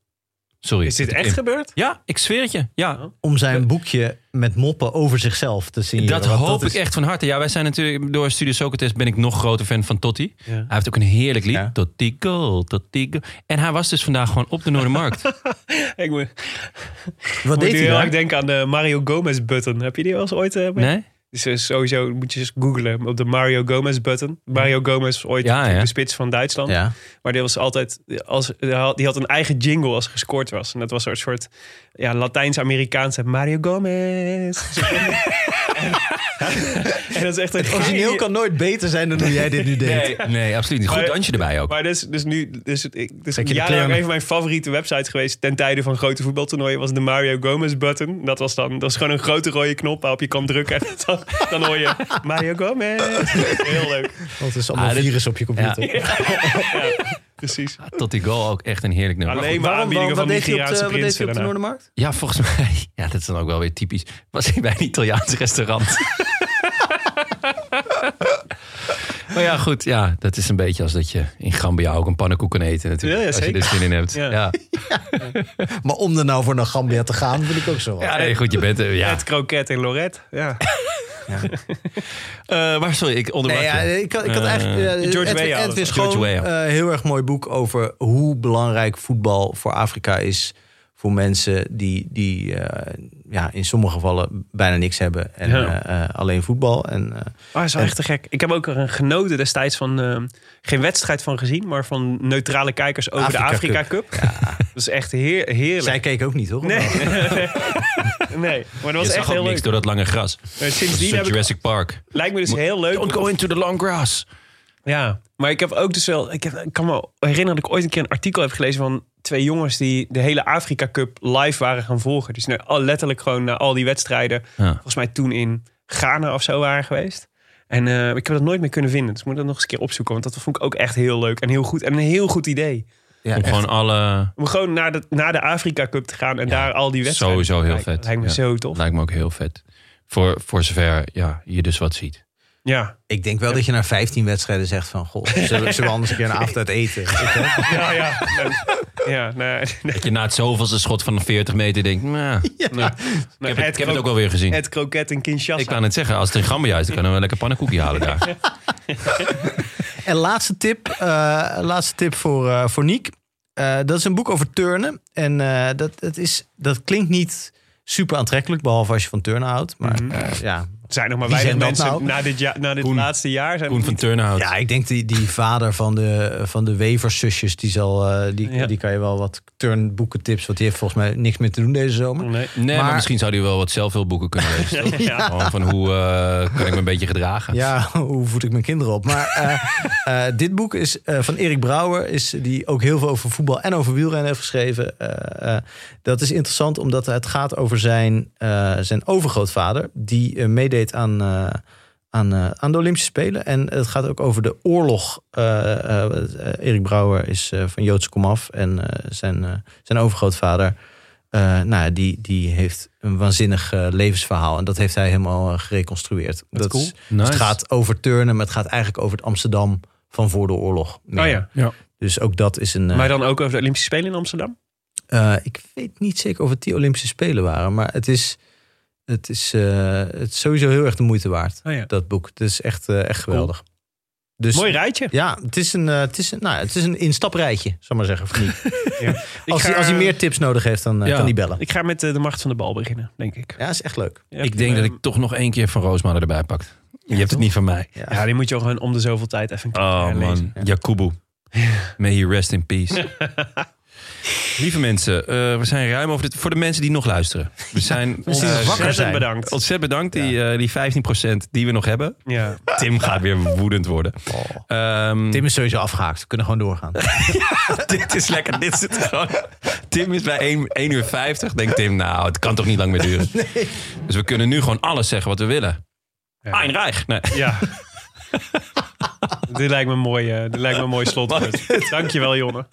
S3: Sorry.
S8: Is dit
S3: Het-
S8: echt gebeurd?
S3: Ja, ik zweer het je. Ja,
S4: om zijn boekje met moppen over zichzelf te zien.
S3: dat hoop ik echt van harte. Ja, wij zijn natuurlijk door Studio Socrates ben ik nog groter fan van Totti. Hij heeft ook een heerlijk lied.
S4: Ja.
S3: Totti goal, Totti goal. En hij was dus vandaag gewoon op de Noordermarkt.
S8: [laughs]
S3: [laughs]
S8: Ik moet,
S4: Wat
S8: moet
S4: deed
S8: nu
S4: hij
S8: heel
S4: daar?
S8: erg denken aan de Mario Gomez button. Heb je die wel eens ooit? eh, bij-
S3: nee?
S8: Dus eh, sowieso moet je eens googlen op de Mario Gomez button. Mario Gomez was ooit
S3: Ja, ja.
S8: de spits van Duitsland.
S4: Ja.
S8: Maar die was altijd, als, die had die had een eigen jingle als er gescoord was. En dat was een soort ja, Latijns-Amerikaanse Mario
S4: [laughs]
S8: Gomez. en, en dat is echt een
S4: Het origineel kan nooit beter zijn dan hoe jij dit nu
S3: Nee,
S4: deed.
S3: nee, absoluut niet. Goed
S8: Maar-
S3: dansje erbij ook.
S8: Maar dus, dus nu, dus, ik, dus
S4: Trek je de
S8: jarenlang
S4: kleren.
S8: een van mijn favoriete websites geweest ten tijde van grote voetbaltoernooien was de Mario Gomez button. Dat was dan, dat was gewoon een grote rode knop waarop je kan drukken en dan, dan hoor je Mario Gomez. Heel leuk,
S4: Want het is allemaal
S3: Ah, dit-
S4: virus op je computer.
S3: Ja.
S8: [laughs] precies.
S3: Totti Ah, goal ook echt een heerlijk nummer.
S8: Alleen maar
S4: Waarom, waarom,
S8: aanbiedingen
S4: wat
S8: van
S4: deed hij op de, wat
S8: Nigeriaanse
S4: deed hij
S8: prinsen
S4: op de
S8: daarna.
S4: Noordermarkt?
S3: Ja, volgens mij. [laughs] Ja, dat is dan ook wel weer typisch. Was hij bij een Italiaans restaurant? [laughs] maar ja, goed. Ja, dat is een beetje als dat je in Gambia ook een pannenkoek kan eten. Natuurlijk,
S8: Ja, ja,
S3: als je er
S8: zeker.
S3: zin in hebt. Ja,
S8: Ja.
S3: ja.
S4: Maar om er nou voor naar Gambia te gaan, vind ik ook zo wat.
S3: nee, goed. Je bent er. Ja.
S8: Het kroket in Lorette. Ja.
S3: Eh, maar sorry, ik onderbrak
S4: Nee, ja,
S3: je.
S4: ik, had- ik had
S3: Eh,
S4: eigenlijk... ja,
S8: George
S4: Edwin-
S8: Weah
S4: Edwin
S8: was
S3: het.
S4: Schoon,
S3: George
S4: eh, heel erg mooi boek over hoe belangrijk voetbal voor Afrika is. Voor mensen die, die eh, ja, in sommige gevallen bijna niks hebben. En
S8: Ja.
S4: eh, eh, alleen voetbal. En, eh,
S8: Ah, is wel echt te gek. Ik heb ook er een genoten destijds van, eh, geen wedstrijd van gezien, maar van neutrale kijkers over de
S4: Afrika
S8: Afrika Cup. Dat is echt heer, heerlijk.
S4: zij keken ook niet, hoor.
S8: Nee. [laughs] nee, maar dat
S3: je
S8: was
S3: zag
S8: echt
S3: ook
S8: heel
S3: niks
S8: leuk.
S3: door dat lange gras.
S8: Maar
S3: Dat is
S8: Sindsdien
S3: een
S8: heb ik,
S3: Jurassic Park.
S8: lijkt me dus heel leuk.
S3: Don't go into the long grass.
S8: Ja, maar ik heb ook dus wel. Ik, heb, ik kan me herinneren dat ik ooit een keer een artikel heb gelezen van twee jongens die de hele Afrika Cup live waren gaan volgen. Dus nou, al- letterlijk gewoon naar al die wedstrijden.
S3: Ja.
S8: Volgens mij toen in Ghana of zo waren geweest. En eh, ik heb dat nooit meer kunnen vinden. Dus ik moet dat nog eens een keer opzoeken. Want dat vond ik ook echt heel leuk en heel goed. En een heel goed idee.
S4: Ja,
S3: Om
S4: echt.
S3: gewoon alle...
S8: Om gewoon naar de, naar de Afrika Cup te gaan en
S3: Ja,
S8: daar al die wedstrijden.
S3: sowieso heel
S8: Lijkt-
S3: vet.
S8: Lijkt me
S3: Ja. Nou.
S8: zo tof.
S3: Lijkt me ook heel vet. Voor, voor zover ja, je dus wat ziet.
S8: Ja.
S4: Ik denk wel dat je na 15 wedstrijden zegt van... Goh, zullen, [laughs] zullen we anders een keer een avond uit [laughs] eten?
S8: Ja, ja. ja, nee, nee.
S3: Dat je na het zoveelste schot van 40 meter denkt... "Nou, ik heb, het, ik heb het ook alweer gezien.
S8: Het kroket in Kinshasa.
S3: Ik kan het zeggen, als het in Gambia is, dan kunnen we lekker pannenkoekje halen daar.
S4: En laatste tip, eh, laatste tip voor, eh voor Niek. Eh, dat is een boek over turnen. En eh, dat, dat, is, dat klinkt niet super aantrekkelijk, behalve als je van turnen houdt. Maar eh, ja.
S8: Er zijn nog maar
S4: Wie
S8: weinig
S4: zijn dat
S8: mensen
S4: nou?
S8: na dit, ja, na dit
S3: Koen.
S8: laatste jaar. Zijn
S3: Koen van Turnhout.
S4: ja, ik denk die, die vader van de, van de weverszusjes, die, zal, eh, die,
S8: Ja.
S4: die kan je wel wat turnboeken tips. Want die heeft volgens mij niks meer te doen deze zomer.
S8: Nee.
S3: Nee, maar,
S4: Maar-
S3: misschien zou hij wel wat zelf veel boeken kunnen lezen. toch?
S8: Ja.
S3: Gewoon van hoe eh, kan ik me een beetje gedragen.
S4: Ja, [laughs] hoe voed ik mijn kinderen op? Maar eh, eh, dit boek is eh, van Erik Brouwer, is, die ook heel veel over voetbal en over wielrennen heeft geschreven. Eh, eh, dat is interessant omdat het gaat over zijn, eh, zijn overgrootvader, die eh, meedeed aan, eh, aan, eh, aan de Olympische Spelen. En het gaat ook over de oorlog. Eh, eh, Erik Brouwer is eh, van Joods komaf en eh, zijn, eh, zijn overgrootvader. eh, nou, die, die heeft een waanzinnig eh, levensverhaal. En dat heeft hij helemaal eh, gereconstrueerd. Dat,
S8: cool.
S4: is-
S3: Nice.
S4: het gaat over turnen, maar het gaat eigenlijk over het Amsterdam van voor de oorlog.
S8: Oh
S4: meer.
S8: ja.
S4: Dus ook dat is een. eh,
S8: Maar dan ook over de Olympische Spelen in Amsterdam?
S4: eh, ik weet niet zeker of het die Olympische Spelen waren, maar het is, het is, eh, het is sowieso heel erg de moeite waard.
S8: Oh ja.
S4: Dat boek. Het is echt, eh, echt geweldig. Dus,
S8: Mooi rijtje.
S4: Ja, het is een, eh, het is een, nou, ja, het is een instaprijtje, zal ik maar zeggen. Of niet?
S8: Ik
S4: als,
S8: ga-
S4: hij, als hij meer tips nodig heeft, dan eh,
S3: Ja.
S4: kan hij bellen.
S8: Ik ga met eh, de macht van de bal beginnen, denk ik.
S4: Ja, is echt leuk.
S8: Ja,
S3: ik denk dat
S8: ehm,
S3: ik toch nog één keer van Roosmalen erbij pak. je hebt het niet van mij.
S8: Ja, die moet je gewoon om de zoveel tijd even een keer
S3: Oh
S8: herlezen.
S3: man, Jakubu. May he rest in peace. [laughs] Lieve mensen, eh, we zijn ruim over dit. Voor de mensen die nog luisteren. We zijn
S4: nog wakker
S8: Ontzettend
S4: zijn.
S8: bedankt.
S3: ontzettend bedankt, die, eh, die 15% die we nog hebben.
S8: Ja.
S3: Tim gaat weer woedend worden. Ehm,
S4: Tim is sowieso afgehaakt. We kunnen gewoon [laughs] doorgaan.
S3: [laughs] dit is lekker. Dit zit gewoon. Tim is bij 1, uur 50. Denkt Tim, nou, het kan toch niet lang meer [laughs] duren. Dus we kunnen nu gewoon alles zeggen wat we willen. Ja. Einreich. Nee.
S8: Ja. dit, lijkt me een mooi, eh, dit lijkt me een mooi
S3: [laughs]
S8: slotwoord. Dankjewel, Jonne.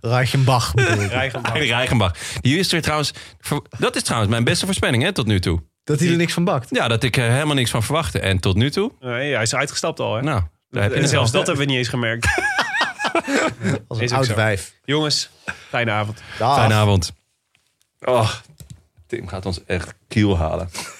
S4: Reichenbach bedoel ik.
S8: Reichenbach.
S3: Heinrich Reichenbach. Die is er trouwens. voor- Dat is trouwens mijn beste voorspelling hè, tot nu toe.
S4: Dat hij er niks van bakt.
S3: Ja, dat ik er helemaal niks van verwachtte. En tot nu toe,
S8: Nee, hij is uitgestapt al, hè?
S3: nou, daar heb je
S8: en
S3: het
S8: zelfs
S3: al.
S8: dat hebben we niet eens gemerkt.
S4: Als een
S8: Is ook
S4: oud
S8: zo.
S4: wijf.
S8: Jongens, fijne avond.
S3: Ah.
S4: Dag.
S3: Fijne avond. Oh, Tim gaat ons echt kiel halen.